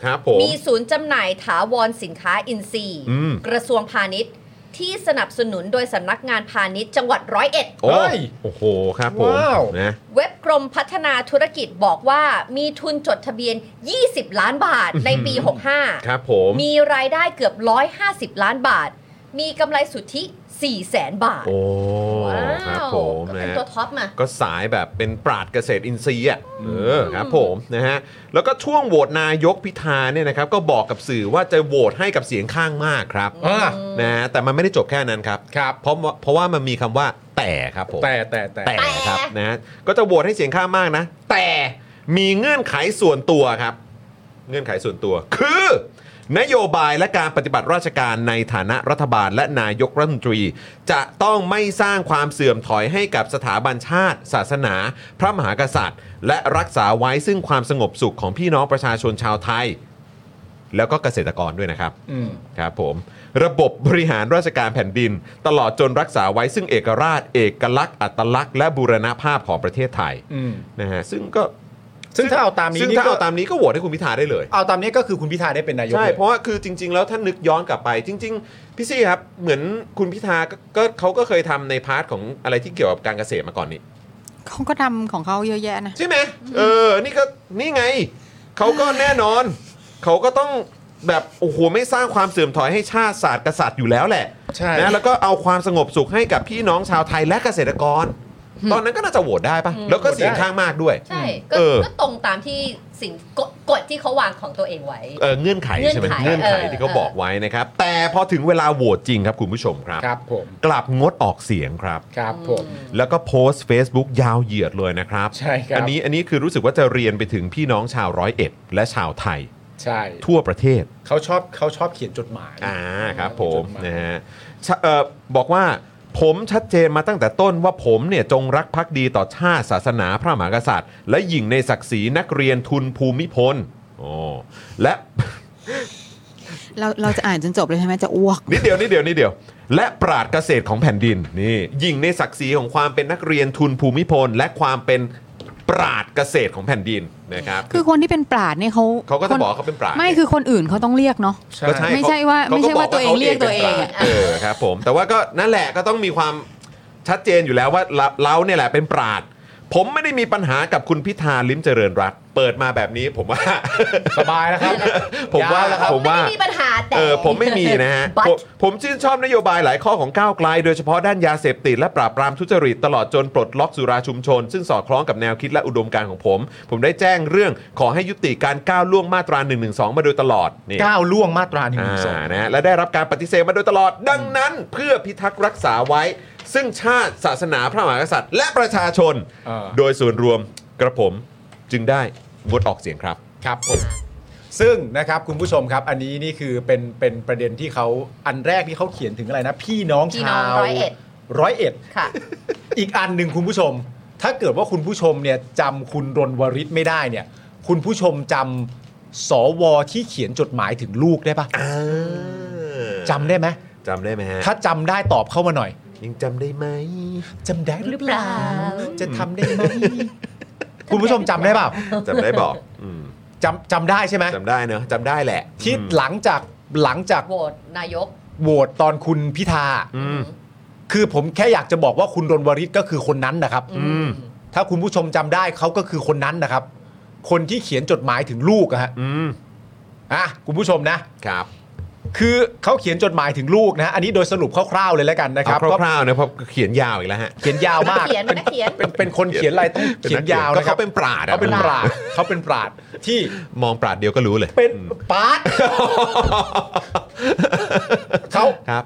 A: ครับผม
C: มีศูนย์จำหน่ายถาวรสินค้าอินทรีย์
A: อืม
C: กระทรวงพาณิชย์ ที่สนับสนุนโดยสำนักงานพาณิชย์จังหวัดร้อยเอ็ด
A: โอ้
B: เฮ้ย
A: โอ้โหครับผม
B: ว้าว
A: นะ
C: เว็บกรมพัฒนาธุรกิจบอกว่ามีทุนจดทะเบียน 20 ล้านบาทในปี
A: ครับผม
C: 65 มีรายได้เกือบ 150 ล้านบาท มีกำไรสุทธิ 4 แสนบาท
A: โอ้
C: ว้าว
A: ครับผม
C: ก็
A: นะ
C: เป็น
A: ฮะ
C: ตัวท็อปมา
A: ก็สายแบบเป็นปราดเกษตรอินทรีย์อ่ะเออครับผมนะฮะแล้วก็ช่วงโหวตนายกพิธาเนี่ยนะครับก็บอกกับสื่อว่าจะโหวตให้กับเสียงข้างมากครับ
B: อ่า
A: นะฮะแต่มันไม่ได้จบแค่นั้นครับ
B: ครับ
A: เพราะว่าเพราะว่ามันมีคำว่าแต่ครับผม
B: แต่แต่แต่
A: แต่ครับนะฮะก็จะโหวตให้เสียงข้างมากนะ แต่มีเงื่อนไขส่วนตัวครับ เงื่อนไขส่วนตัว คือ นโยบายและการปฏิบัติราชการในฐานะรัฐบาลและนายกรัฐมนตรี จะต้องไม่สร้างความเสื่อมถอยให้กับสถาบันชาติ ศาสนา พระมหากษัตริย์ และรักษาไว้ซึ่งความสงบสุขของพี่น้องประชาชนชาวไทย แล้วก็เกษตรกรด้วยนะครับ
B: อืม
A: ครับผมระบบบริหารราชการแผ่นดิน ตลอดจนรักษาไว้ซึ่งเอกราช เอกลักษณ์อัตลักษณ์และบูรณภาพของประเทศไทย
B: อืม
A: นะฮะซึ่งก็
B: ซึ่งถ้าเอาตามนี้
A: ซึ่ง
B: นี่
A: ถ้า
B: ก็
A: เอาตามนี้ก็โหวตให้คุณพิธาได้เลย
B: เอาตามนี้ก็คือคุณพิธาได้เป็นนายก
A: ใช่
B: เลย
A: เพราะว่าคือจริง ๆ แล้วถ้านึกย้อนกลับไปจริง ๆ พี่ซี่ครับเหมือนคุณพิธาก็ก็เขาก็เคยทำในพาร์ทของอะไรที่เกี่ยวกับการเกษตรมาก่อนนี่
D: เขาก็ทำของเขาเยอะแยะนะ
A: ใช่ไหมเออนี่ก็นี่ไงเขาก็แน่นอนเขาก็ต้องแบบโอ้โหไม่สร้างความเสื่อมถอยให้ชาติศาสตร์กษัตริย์อยู่แล้วแหละ
B: ใช่
A: นะแล้วก็เอาความสงบสุขให้กับพี่น้องชาวไทยและเกษตรกร ตอนนั้นก็น่าจะโหวตได้ปะ
C: อืม
A: แล้วก็เสียงข้างมากด้วย
C: ใช่ก็
A: เออ
C: ก็ตรงตามที่สิ่งกฎกฎที่เขาวางของตัวเองไว้
A: เอ่อเงื่อนไขใช่ไหม
C: เงื่
A: เงื่อ
C: อน น
A: ไข
C: ไข
A: ที่เขา
C: เออ
A: บอกไว้นะครับ แต่พอถึงเวลาโหวตจริงครับคุณผู้ชมครับ
B: ครับผม
A: กลับงดออกเสียงครับ
B: ครับผม
A: แล้วก็โพสต์ Facebook ยาวเหยียดเลยนะครับ
B: ใช่ครับ
A: อันนี้อันนี้คือรู้สึกว่าจะเรียนไปถึงพี่น้องชาวร้อยเอ็ดและชาวไทย
B: ใช่
A: ทั่วประเทศ
B: เขาชอบเขาชอบเขียนจดหมาย
A: อ่าครับผม
B: จดหมาย
A: นะฮะชะเอ่อบอกว่าผมชัดเจนมาตั้งแต่ต้นว่าผมเนี่ยจงรักภักดีต่อชาติศาสนาพระมหากษัตริย์ และหยิ่งในศักดิ์ศรีนักเรียนทุนภูมิพลโอ้และ
D: เราเราจะอ่านจนจบเลยใช่ไหมจะอ้วก
A: นิดเดียวนิดเดียวนิดเดียว และปราดเกษตรของแผ่นดินนี่หยิ่งในศักดิ์ศรีของความเป็นนักเรียนทุนภูมิพล และความเป็นปราดเกษตรของแผ่นดินนะครับ
D: คือคนที่เป็นปราดเนี่ยเขา
A: เขาก็
D: ค
A: จะ
D: น
A: บอกว่าเขาเป็นปราด
D: ไม่คือคนอื่นเขาต้องเรียกเนาะ
A: ก็ใช่
D: ไม่ใช่ว่า
A: เขก็
D: ไม่ใช่ว่า
A: บ
D: ตัวเองเรียกตัวเอง
A: ขาป็นปรา
D: อะ
A: ชญ์เออครับผมแต่ว่าก็นั่นแหละก็ต้องมีความชัดเจนอยู่แล้วว่าเราเราเนี่ยแหละเป็นปราด ผมไม่ได้มีปัญหากับคุณพิธาลิ้มเจริญรัตน์เปิดมาแบบนี้ผมว่า
B: สบายแล้วครับ
A: ผมว่า
B: ยาวแล้วครับ
A: ผมว่า
C: ไม่ได้มีปัญหาแต่
A: เออผมไม่มีนะฮะ
C: But
A: ผมผมชื่นชอบนโยบายหลายข้อของก้าวไกล โดยเฉพาะด้านยาเสพติดและปราบปรามทุจริตตลอดจนปลดล็อกสุราชุมชน ซึ่งสอดคล้องกับแนวคิดและอุดมการณ์ของผม ผมได้แจ้งเรื่องขอให้ยุติการก้าวล่วงมาตรา1นึมาโดยตลอดนี่
B: ก้าวล่วงมาตราหนึ่ง
A: อ่า
B: สอง
A: นะฮะและได้รับการปฏิเสธมาโดยตลอดดังนั้น เพื่อพิทักษ์รักษาไว้ ซึ่งชาติศาสนาพระมหากษัตริย์ และประชาชน
B: เออ
A: โดยส่วนรวมกระผมจึงได้งดออกเสียงครับ
B: ครับผมซึ่งนะครับคุณผู้ชมครับ อันนี้นี่คือเป็นเป็นประเด็นที่เขาอันแรกที่เขาเขียนถึงอะไรนะ พี่น้อง
C: พี่น้
B: ชา
C: อ
B: ง ว
C: ร้อยเอ็ด
B: ร้อยเอ็ด
C: ค่ะ
B: อีกอันหนึ่งคุณผู้ชม ถ้าเกิดว่าคุณผู้ชมเนี่ยจำคุณรณวริศไม่ได้เนี่ย คุณผู้ชมจำสวที่เขียนจดหมายถึงลูกได้ปะจำได้ไหม
A: จำได้ไหมฮะ
B: ถ้าจำได้ตอบเข้ามาหน่อย
A: ยังจำได้ไหม
B: จำได้หรือเปล่า
C: หรือเปล่า
B: จะทำได้ไหมคุณผู้ชมจำได้เปล่า
A: จำได้บอกอืม
B: จำจำได้ใช่ไหม
A: จำได้เนอะจำได้แหละ
B: ที่หลังจากหลังจาก
C: โหวตนายก
B: โหวตตอนคุณพิธา
A: อืม
B: คือผมแค่อยากจะบอกว่าคุณรณวริศก็คือคนนั้นนะครับ
A: อืม
B: ถ้าคุณผู้ชมจำได้เขาก็คือคนนั้นนะครับ คนที่เขียนจดหมายถึงลูกอะฮะ
A: อืม
B: อ่ะคุณผู้ชมนะ
A: ครับ
B: คือเขาเขียนจดหมายถึงลูกนะฮะอันนี้โดยสรุปคร่าวๆเลยแล้วกันนะค
A: เอา
B: รับ
A: คร่าวๆนะเพราะเขียนยาวอีกแล้วฮะ
B: เขียนยาวมาก
C: เขียน
B: เป็น
C: นักเขียน
B: เป็นเป็นคนเขียนอะไรต้องเขียนยาว
A: ก็
B: นะครั
A: เขา
B: บ
A: เป็นปราดอะ
B: เขาเป็นปราดเขาเป็นปราดที่
A: มองปราดเดียวก็รู้เลย
B: เป็นปาร์ตเขา
A: ครับ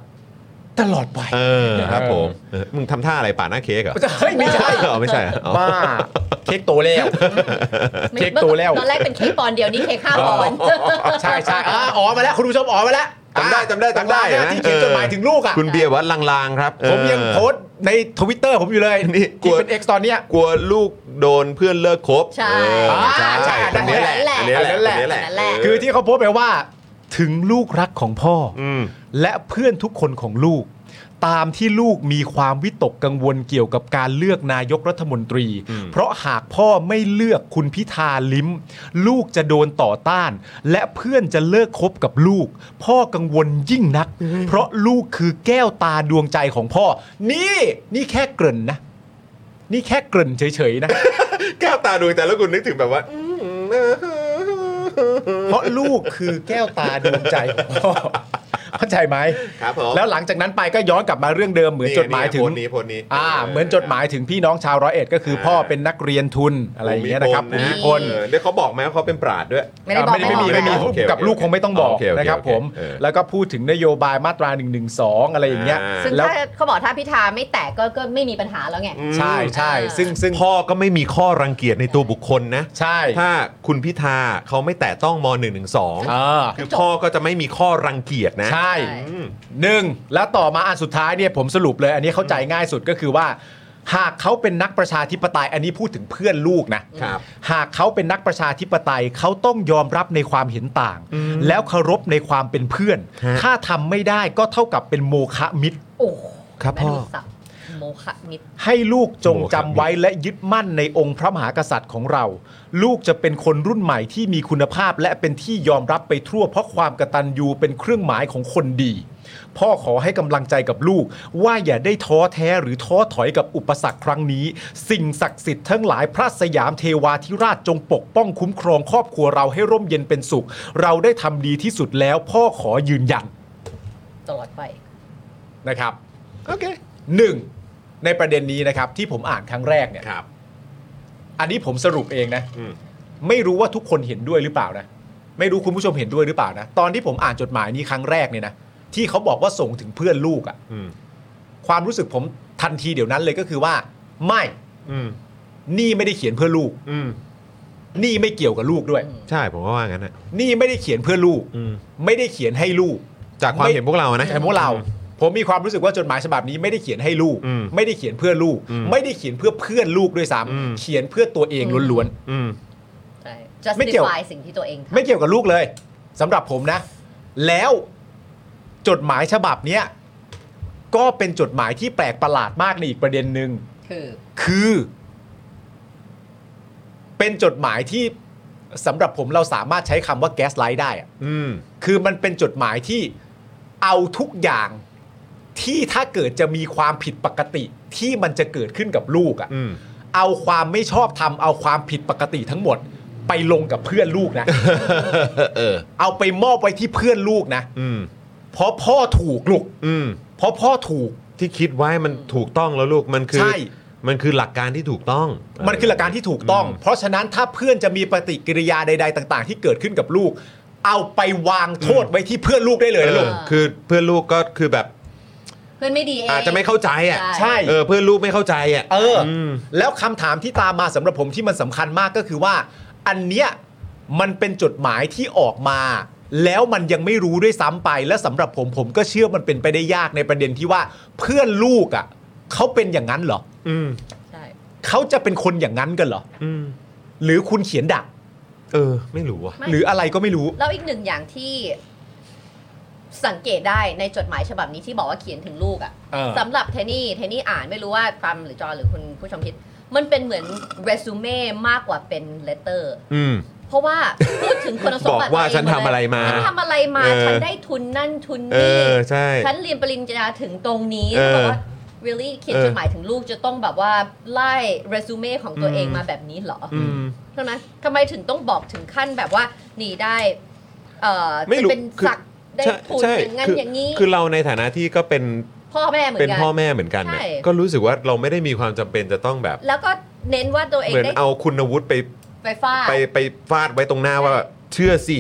B: ตลอดไป
A: เออครับผมเออมึงทำท่าอะไรป่าดหน้าเค้กเหรอ
B: เฮ้ยไม่ใช่
A: เหรอไม่ใช่เหรออ๋อ
B: บ้าเค้กโตแล้ว เค้กโตแล้ว
C: ตอนแรกเป็นเค้กปอนด์เดียวนี่เค้กห้าปอนด์
B: ใช่ใช่อ่าอ๋อมาแล้วคุณผู้ชมอ๋อมาแล้ว
A: จำได้จำได้จำได้
B: หลังๆนะที่เขียนจดหมายถึงลูกอ่ะ
A: คุณเบียร์วัดลางๆครับ
B: ผมยัง
A: เออ
B: โพสต์ในทวิตเตอร์ผมอยู่เลย
A: นี่กลั
B: ที่
A: ว
B: เป็น X ตอนเนี้ย
A: กลัวลูกโดนเพื่อนเลิกคบ
C: ใช่
A: เออใช่
B: ใช่
A: อันนี้แหละ
C: อั
A: อัน
C: นนี้
A: นี้แห
B: แห
A: ละ
B: ละ
A: อันนี้แหละ
C: อันนั้นแหละ
A: เ
B: คือที่เขาโพสต์ไปว่า ถึงลูกรักของพ่ออ
A: อืม
B: และเพื่อนทุกคนของลูก ตามที่ลูกมีความวิตกกังวลเกี่ยวกับการเลือกนายกรัฐมนตรี เพราะหากพ่อไม่เลือกคุณพิธาลิ้ม ลูกจะโดนต่อต้าน และเพื่อนจะเลิกคบกับลูก พ่อกังวลยิ่งนัก เพราะลูกคือแก้วตาดวงใจของพ่อ นี่ นี่แค่เกริ่นนะ นี่แค่เกริ่นเฉยๆนะ
A: แก้วตาดูแต่แล้วคุณนึกถึงแบบว่า
B: เพราะลูกคือแก้วตาดวงใจของพ่อเข้าใจไหม
A: ครับผม
B: แล้วหลังจากนั้นไปก็ย้อนกลับมาเรื่องเดิมเหมือนจดหมายถึง
A: นี่นี่โพสต์นี้โพสต์นี้
B: อ่า เหมือนจดหมายถึงพี่น้องชาวร้อยเอ็ดก็คืออา พ่อเป็นนักเรียนทุนอะไรอย่างเงี้ยนะครับภู
A: ภู
B: มิ
A: มิ
B: พ
A: พ
B: ล
A: ลเออเดี๋ยวเขาบอกไหมว่าเขาเป็นปราดด้วย
C: ไม่ได้บอก
B: อ่าไม่มี
C: ไม่บอก
B: ไม่มี
A: โอเค
B: กับ
A: โอเค
B: ลูกคงไม่ต้องบอก
A: โอเคโอเค
B: นะครับผม
A: เออ
B: แล้วก็พูดถึงนโยบายมาตรา1นึอะไรอย่างเงี้ย
A: อ่า
C: ซึ่ง
B: แล้ว
C: ถ้าเขาบอกถ้าพิธาไม่แตกก็ก็ไม่มีปัญหาแล้วไง
B: ใช่ใช่
C: อ่า
B: ซึ่งซึ่ง
A: พ่อก็ไม่มีข้อรังเกียจในตัวบุคคลนะ
B: ใช่
A: ถ้าคุณพิธาเขาไม่แตะต้องม
B: เอ
A: .112
B: อ
A: คือพ่อก็จะไม่มีข้อรังเกียจนะ
B: ใช่
C: ใช่
A: อืม
B: หนึ่งแล้วต่อมาอันสุดท้ายเนี่ยผมสรุปเลย อันนี้เข้าใจง่ายสุดก็คือว่า หากเขาเป็นนักประชาธิปไตย อันนี้พูดถึงเพื่อนลูกนะครับ หากเขาเป็นนักประชาธิปไตยเขาต้องยอมรับในความเห็นต่าง แล้วเคารพในความเป็นเพื่อน
A: ฮะ
B: ถ้าทำไม่ได้ก็เท่ากับเป็นโมฆะมิตร
C: โอ้โห
A: ครับ
C: แม่
A: พ่อ
C: ดูสับโมคะมิตร
B: ให้ลูกจง
A: โอ้ครั
B: จำ
A: บ
B: ไว้และยึดมั่นในองค์พระมหากษัตริย์ของเรา ลูกจะเป็นคนรุ่นใหม่ที่มีคุณภาพและเป็นที่ยอมรับไปทั่ว เพราะความกตัญญูเป็นเครื่องหมายของคนดี พ่อขอให้กำลังใจกับลูก ว่าอย่าได้ท้อแท้หรือท้อถอยกับอุปสรรคครั้งนี้ สิ่งศักดิ์สิทธิ์ทั้งหลายพระสยามเทวาธิราชจงปกป้องคุ้มครองครอบครัวเราให้ร่มเย็นเป็นสุข เราได้ทำดีที่สุดแล้ว พ่อขอยืนยัน
C: ตลอดไป
B: นะครับ โอเคหนึ่งในประเด็นนี้นะครับ ที่ผมอ่านครั้งแรกเนี่ย
A: ครับ
B: อันนี้ผมสรุปเองนะ
A: อืม
B: ไม่รู้ว่าทุกคนเห็นด้วยหรือเปล่านะ ไม่รู้คุณผู้ชมเห็นด้วยหรือเปล่านะ ตอนที่ผมอ่านจดหมายนี้ครั้งแรกเนี่ยนะที่เขาบอกว่าส่งถึงเพื่อนลูกอะ
A: อืม
B: ความรู้สึกผมทันทีเดี๋ยวนั้นเลยก็คือว่า ไม่
A: อืม
B: นี่ไม่ได้เขียนเพื่อลูก
A: อืม
B: นี่ไม่เกี่ยวกับลูกด้วย
A: ใช่ ผมก็ว่างั้นนะ
B: นี่ไม่ได้เขียนเพื่อลูก
A: อืม
B: ไม่ได้เขียนให้ลูก
A: จากความเห็นพวกเรานะ
B: แต่พวกเรา ผมมีความรู้สึกว่าจดหมายฉบับนี้ไม่ได้เขียนให้ลูก
A: อืม
B: ไม่ได้เขียนเพื่อลูก
A: อืม
B: ไม่ได้เขียนเพื่อเพื่อนลูกด้วย
A: อืม
B: ซ้ำเขียนเพื่อตัวเองล้วน
A: อืม
C: ใช่
B: ไม่เกี่ยว
C: justify สิ่งที่ตัวเอง
B: ๆ
C: ทำ
B: ไม่เกี่ยวกับลูกเลยสำหรับผมนะ แล้วจดหมายฉบับเนี้ยก็เป็นจดหมายที่แปลกประหลาดมากในอีกประเด็นหนึ่ง
C: คือ
B: คือ เป็นจดหมายที่สำหรับผมเราสามารถใช้คำว่าแก๊สไลท์ได้อะ
A: อืม
B: คือมันเป็นจดหมายที่เอาทุกอย่างที่ถ้าเกิดจะมีความผิดปกติที่มันจะเกิดขึ้นกับลูกอะ
A: อืม
B: เอาความไม่ชอบทำเอาความผิดปกติทั้งหมด ไปลงกับเพื่อนลูกนะ
A: เออ
B: เอาไปมอบไว้ที่เพื่อนลูกนะ
A: อืม
B: เพราะพ่อถูกลูก
A: อืม
B: เพราะพ่อถูก
A: ที่คิดไว้มันถูกต้องแล้วลูก มันคือ
B: ใช่
A: มันคือหลักการที่ถูกต้อง
B: มันคือหลักการที่ถูกต้อง เพราะฉะนั้นถ้าเพื่อนจะมีปฏิกิริยาใด ๆ ต่าง ๆ ที่เกิดขึ้นกับลูก เอาไปวางโทษไว้ที่เพื่อนลูกได้เลย
A: เอ
B: นะลู
A: อก คือเพื่อนลูกก็คือแบบ
C: เพื่อนไม่ดีเอง
A: อาจจะไม่เข้าใจอ่ะ
C: ใช่
B: ใช่
A: เออเพื่อนลูกไม่เข้าใจอ่ะ
B: เอออ
A: ม
B: แล้วคำถามที่ตามมาสำหรับผมที่มันสำคัญมากก็คือว่า อันเนี้ยมันเป็นจดหมายที่ออกมา แล้วมันยังไม่รู้ด้วยซ้ำไป และสำหรับผมผมก็เชื่อมันเป็นไปได้ยากในประเด็นที่ว่า เพื่อนลูกอะ่ะเขาเป็นอย่างนั้นเหรอ
A: อืม
C: ใช่
B: เขาจะเป็นคนอย่างนั้นกันเหรอ
A: อืม
B: หรือคุณเขียนดัก
A: เออ ไม่รู้อ่ะ
C: ไม่
B: หรืออะไรก็ไม่รู้
C: แล้วอีกหนึ่งอย่างที่สังเกตได้ในจดหมายฉบับนี้ที่บอกว่าเขียนถึงลูกอะ
B: เออ
C: สำหรับเทนี่เทนี่อ่านไม่รู้ว่าฟัมหรือจอหรือคุณผู้ชมคิด มันเป็นเหมือนเรซูเม่มากกว่าเป็นเลตเตอร์
A: อืม
C: เพราะว่าพูดถึงคุณสมบัติ
A: บอกว่า
C: ตัเง
A: ฉันทำอะไรมา
C: ฉันทำอะไรมา
A: เออ
C: ฉันได้ทุนนั่นทุน
A: เอ
C: นี่
A: อ ใช่
C: ฉันเรียนปริญญาถึงตรงนี้
A: เออ
C: แบบว่า really เขียน
A: เออ
C: จดหมายถึงลูกจะต้องแบบว่าไล่เรซูเม่ของตัวเองมาแบบนี้เหรอ
A: อืม
C: ใช่ไหมทำไมถึงต้องบอกถึงขั้นแบบว่าหนีได้ เอ่อ
A: ไม่รู้
C: เป็น
A: คือ
C: ศักดิ์ได้
A: ใช่
C: ทุน
A: ใช่
C: อย่างนั้น
A: คือ
C: อย่างนี้
A: คือเราในฐานะที่ก็เป็น
C: พ่อแม่เหมือ
A: เป็น
C: นกัน
A: พ่อแม่เหมือนกันเนี่ย
C: ใช่
A: ก็รู้สึกว่าเราไม่ได้มีความจำเป็นจะต้องแบบ
C: แล้วก็เน้นว่าตัวเอง
A: เหมือน
C: ได้
A: เอาคุณวุฒิไป
C: ไฟฟ้าด
A: ไปไปฟาดไว้ตรงหน้าว่าเชื่อสิ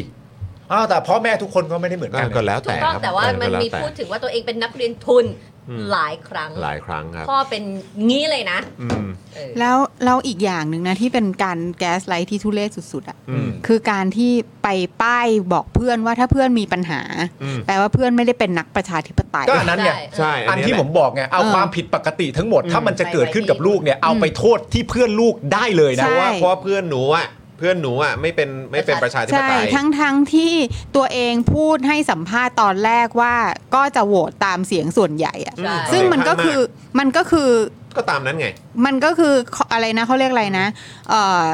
B: อ้าวแต่พ่อแม่ทุกคนก็ไม่ได้เหมือนกัน
A: ก็
B: นะ
A: แล้ว
C: ถู
A: แต่
C: กต้อง
A: ครับ
C: แต่ว่า
A: เออ
C: มัน
A: ก็แล้ว
C: มี
A: แต่
C: พูดถึงว่าตัวเองเป็นนักเรียนทุน
A: อืม
C: หลายครั้ง
A: หลายครั้งครับ
C: พ่อเป็นงี้เลยนะ
A: อืม
C: เออ
D: แล้วแล้วอีกอย่างหนึ่งนะที่เป็นการแก๊สไลท์ที่ทุเรศสุดๆอ่ะ
A: อืม
D: คือการที่ไปป้ายบอกเพื่อนว่าถ้าเพื่อนมีปัญหา
A: อืม
D: แปลว่าเพื่อนไม่ได้เป็นนักประชาธิปไตย
B: ก็อันนั้นไง
C: ใช่
A: ใช่
B: อันที่ผมบอกไงเอา
D: เออ
B: ความผิดปกติทั้งหมด ถ้ามันจะเกิดขึ้นกับลูกเนี่ยเอาไปโทษที่เพื่อนลูกได้เลยนะ
D: ใช่
A: เพราะว่าเพราะว่าเพื่อนหนูอะ เพื่อนหนูอ่ะไม่เป็นไม่เป็นประชาธิป
D: ใช่
A: ไตย
D: ทั้งทั้งที่ตัวเองพูดให้สัมภาษณ์ตอนแรกว่าก็จะโหวตตามเสียงส่วนใหญ่อะ
C: ใช่
D: ซึ่งมันก็คือมันก็คือ
A: ก็ตามนั้นไง
D: มันก็คืออะไรนะเขาเรียกอะไรนะเออ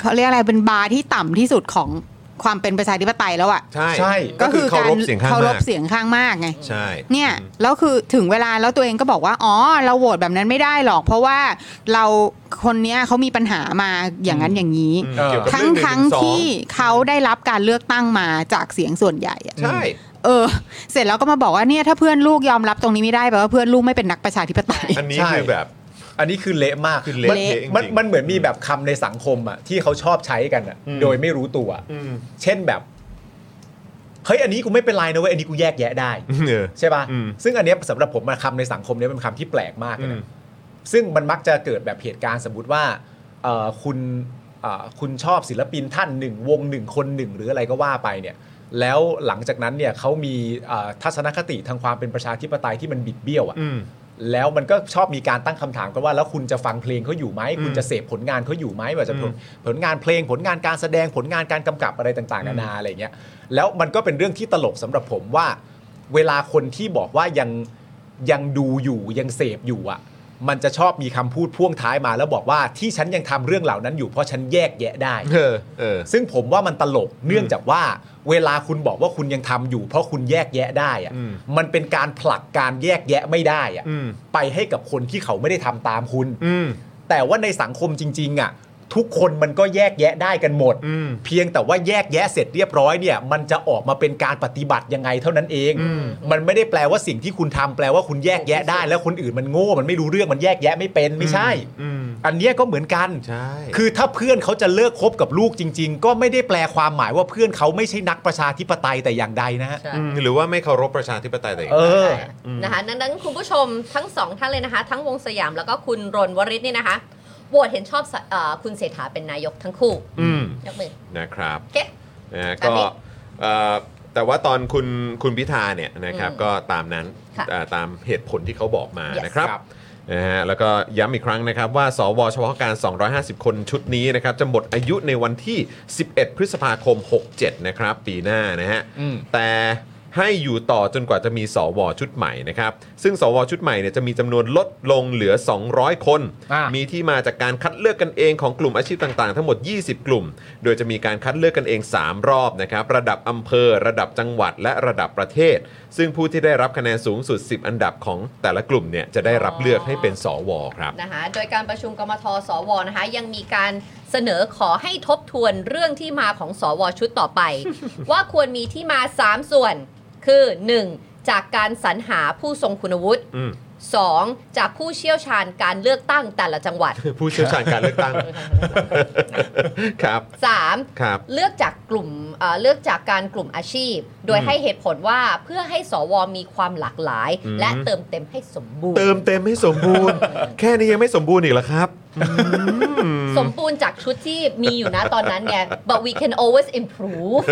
D: เขาเรียกอะไรเป็นบาร์ที่ต่ำที่สุดของความเป็นประชาธิปไตยแล้วอะ
A: ใช่
B: ใช่
A: ก็คือ
D: ก็
A: เคารพเสียงข้าง
D: เคาร
A: มา
D: พ
A: ก
D: เสียงข้างมากไง
A: ใช่
D: เนี่ย
A: อืม
D: แล้วคือถึงเวลาแล้วตัวเองก็บอกว่า อ๋อ เราโหวตแบบนั้นไม่ได้หรอก เพราะว่าเราคนเนี้ยเขามีปัญหามาอย่างนั้นอย่างนี้
A: อืม
B: เออ
A: เกี่ยวกับ
D: ทั้ง
A: เรื่องหนึ่
D: ทั้ง
A: สอ
D: ที่เขาได้รับการเลือกตั้งมาจากเสียงส่วนใหญ่อะ
A: ใช่
D: เออ เสร็จแล้วก็มาบอกว่าเนี่ยถ้าเพื่อนลูกยอมรับตรงนี้ไม่ได้แปลว่าเพื่อนลูกไม่เป็นนักประชาธิปไตย
A: อันนี้
B: ใช่
A: คือแบบ
B: อันนี้คือเละมาก
A: คือเละ
B: มัน
A: เละจริงๆ
B: มันมันเหมือนมีแบบคำในสังคมอ่ะที่เขาชอบใช้กันอ่ะ
A: อืม
B: โดยไม่รู้ตัว
A: อืม
B: เช่นแบบ เฮ้ยอันนี้กูไม่เป็นไรนะเว้ยอันนี้กูแยกแยะได้
A: เออ
B: ใช่ป่ะ
A: อืม
B: ซึ่งอันเนี้ยสำหรับผมมาคำในสังคมเนี้ยเป็นคำที่แปลกมากเล
A: อื
B: ย
A: ม
B: นะซึ่งมันมักจะเกิดแบบเหตุการณ์สมมติว่าเอ่อคุณเอ่อคุณชอบศิลปินท่านหนึ่งวงหนึ่งคนหนึ่งหรืออะไรก็ว่าไปเนี่ย แล้วหลังจากนั้นเนี่ยเขามีเอ่อทัศนคติทางความเป็นประชาธิปไตยที่มันบิดเบี้ยวอะ
A: อืม
B: แล้วมันก็ชอบมีการตั้งคำถามกันว่า แล้วคุณจะฟังเพลงเขาอยู่ไหม คุณจะเสพผลงานเขาอยู่ไหมว่าจะผล
A: อืม
B: ผลงานเพลงผลงานการแสดงผลงานการกำกับอะไรต่างๆนานาอะไรเงี้ยแล้วมันก็เป็นเรื่องที่ตลกสำหรับผมว่า เวลาคนที่บอกว่ายังยังดูอยู่ยังเสพอยู่อ่ะ มันจะชอบมีคำพูดพ่วงท้ายมาแล้วบอกว่าที่ฉันยังทำเรื่องเหล่านั้นอยู่เพราะฉันแยกแยะได้
A: เออเออ
B: ซึ่งผมว่ามันตลกเนื่องจากว่า เวลาคุณบอกว่าคุณยังทำอยู่ เพราะคุณแยกแยะได้อะ
A: อืม
B: มันเป็นการผลักการแยกแยะไม่ได้อะ
A: อืม
B: ไปให้กับคนที่เขาไม่ได้ทำตามคุณ
A: อืม
B: แต่ว่าในสังคมจริง ๆ อ่ะ ทุกคนมันก็แยกแยะได้กันหมด
A: อืม
B: เพียงแต่ว่าแยกแยะเสร็จเรียบร้อยเนี่ย มันจะออกมาเป็นการปฏิบัติยังไงเท่านั้นเอง
A: อืม
B: มันไม่ได้แปลว่าสิ่งที่คุณทำแปลว่าคุณแยกแยะได้ แล้วคนอื่นมันโง่ มันไม่รู้เรื่องมันแยกแยะไม่เป็นไม่ใช่
A: อืม
B: อันเนี้ยก็เหมือนกัน
A: ใช่
B: คือถ้าเพื่อนเขาจะเลิกคบกับลูกจริง ๆ ก็ไม่ได้แปลความหมายว่าเพื่อนเขาไม่ใช่นักประชาธิปไตยแต่อย่างใดนะฮะ
C: ใช่
A: อืมหรือว่าไม่เคารพประชาธิปไตยแต่อย่าง
B: เอ
A: ใด
B: อ
C: นะคะดังนั้นคุณผู้ชมทั้งสองท่านเลยนะคะ ทั้งวงสยามแล้วก็คุณรนวริศนี่นะคะโหวตเห็นชอบสเอ่อคุณเศรษฐาเป็นนายกทั้งคู่
A: อืม
C: ยกมือ
A: นะครับ
C: โอเค
A: นะฮะ
C: ตาม
A: ก็
C: นี้
A: เอ่อแต่ว่าตอนคุณคุณพิธาเนี่ยนะครับ
C: อืม
A: ก็ตามนั้น
C: ค่ะ
A: เอ่อตามเหตุผลที่เขาบอกมา
C: Yes
A: นะครับ
B: ครับ
A: นะฮะแล้วก็ย้ำอีกครั้งนะครับว่าสวเฉพาะการ 250 คนชุดนี้นะครับจะหมดอายุในวันที่ 11 พฤษภาคม 67 นะครับ ปีหน้านะฮะ
B: อืม
A: แต่ให้อยู่ต่อจนกว่าจะมีสวชุดใหม่นะครับซึ่งสวชุดใหม่เนี่ยจะมีจำนวนลดลงเหลือ 200 คน
B: อ่ามี
A: มีที่มาจากการคัดเลือกกันเองของกลุ่มอาชีพต่างๆ ทั้งหมด 20 กลุ่ม โดยจะมีการคัดเลือกกันเอง 3 รอบนะครับ ระดับอำเภอ ระดับจังหวัด และระดับประเทศ ซึ่งผู้ที่ได้รับคะแนนสูงสุด 10 อันดับของแต่ละกลุ่มเนี่ยจะได้รับเลือกให้เป็นสวครับ
C: นะคะโดยการประชุมกมทสวนะคะยังมีการเสนอขอให้ทบทวนเรื่องที่มาของสวชุดต่อ ไป ว่าควรมีที่มา 3 ส่วน คือ 1. จากการสรรหาผู้ทรงคุณวุฒิ
A: อืม
C: 2. จากผู้เชี่ยวชาญการเลือกตั้งแต่ละจังหวัด
A: ผู้เชี่ยวชาญการเลือก ตั้ง ครับ
C: 3.
A: ครับ
C: เลือกจากกลุ่มเอ่อเลือกจากการกลุ่มอาชีพ โดย
A: อืม
C: ให้เหตุผลว่าเพื่อให้สวมีความหลากหลาย
A: อืม
C: และเติมเต็มให้สมบูร
A: เติม
C: ณ์
A: เต็มให้สมบู รณ์ แค่นี้ยังไม่สมบูรณ์อีกเหรอครับอืม
C: สมบูรณ์จากชุดที่มีอยู่นะตอนนั้นไง but we can always improve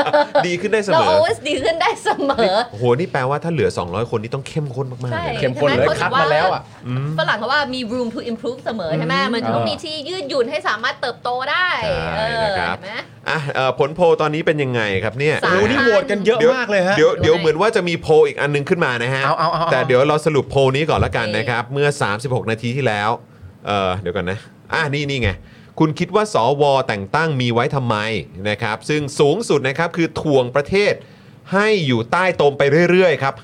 A: ดีขึ้นได้เสม
C: เรา
A: อ
C: always ดีขึ้นได้เสมอ
A: โอ้โหนี่แปลว่าถ้าเหลือ 200 คนนี่ต้องเข้มข้นมากๆ
C: ใช่
A: เลยนะ
B: เข้มข้นเลย
C: ใช่ไห
B: คัดมาแล้วอะ
C: เขถึงว่าฝรั่งเขาว่ามี room to improve เสมอใช่ไหมมันจะต้องมีที่ยืดหยุ่นให้สามารถเติบโตได้
A: ใช่
C: เออ
A: นะครับ
C: เห็นไหม
A: อ่ะเอ่อผลโพลตอนนี้เป็นยังไงครับเนี่ย
C: สา
B: โอ้
C: ม
B: โหนี่โหวตกันเยอะ
A: เดี๋ยว
B: มากเลยฮะ
A: เดี๋ยวเดี๋ยว
C: ดูไหน
A: เหมือนว่าจะมีโพลอีกอันหนึงขึ้นมานะฮะ
B: เอาเอาเอาเอา
A: แต่เดี๋ยวเราสรุปโพลนี้ก่อนละกัน
C: นี่
A: นะครับ เมื่อ 36 นาทีที่แล้ว เออเดี๋ยวก่อนนะ อ่ะนี่นี่ไง คุณคิดว่าสวแต่งตั้งมีไว้ทำไมนะครับ ซึ่งสูงสุดนะครับคือทวงประเทศ ให้อยู่ใต้ตมไปเรื่อยๆครับ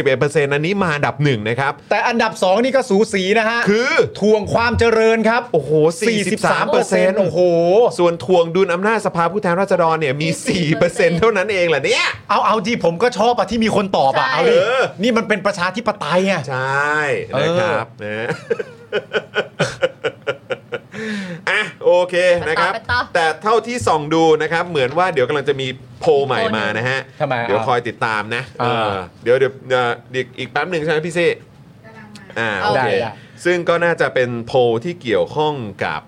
A: 51%อันนี้มาอันดับหนึ่งนะครับ
B: แต่อันดับ 2 นี่ก็สูสีนะฮะ
A: คือ
B: ทวงความเจริญครับ
A: โอ้โห43%
B: 43%โอ้โห
A: ส่วนทวงดุลอำนาจสภาผู้แทนราษฎรเนี่ยมี 4%เท่านั้นเองแหละเนี่ย
B: เอาเอาที่ผมก็ชอบอะที่มีคนตอบอะ
C: ใช่
B: เอาดิ
A: เออ
B: นี่มันเป็นประชาธิปไตยไง
A: ใช่นะครับนะ อ่ะโอเคนะครับ
C: ไปต่อไปต่อ
A: แต่เท่าที่ส่องดูนะครับ เหมือนว่าเดี๋ยวกำลังจะมีโพลใหม่มานะฮะ
B: ทำไมอ่ะ
A: เดี๋ยวคอยติดตามนะ
B: อ่า
A: เออเดี๋ยวเดี๋ยวเอ่อเดี๋ยวอีกแป๊บหนึ่งใช่ไหมพี่ซีอ่าโอเค
B: ได้ได้
A: ซึ่งก็น่าจะเป็นโพลที่เกี่ยวข้องกับ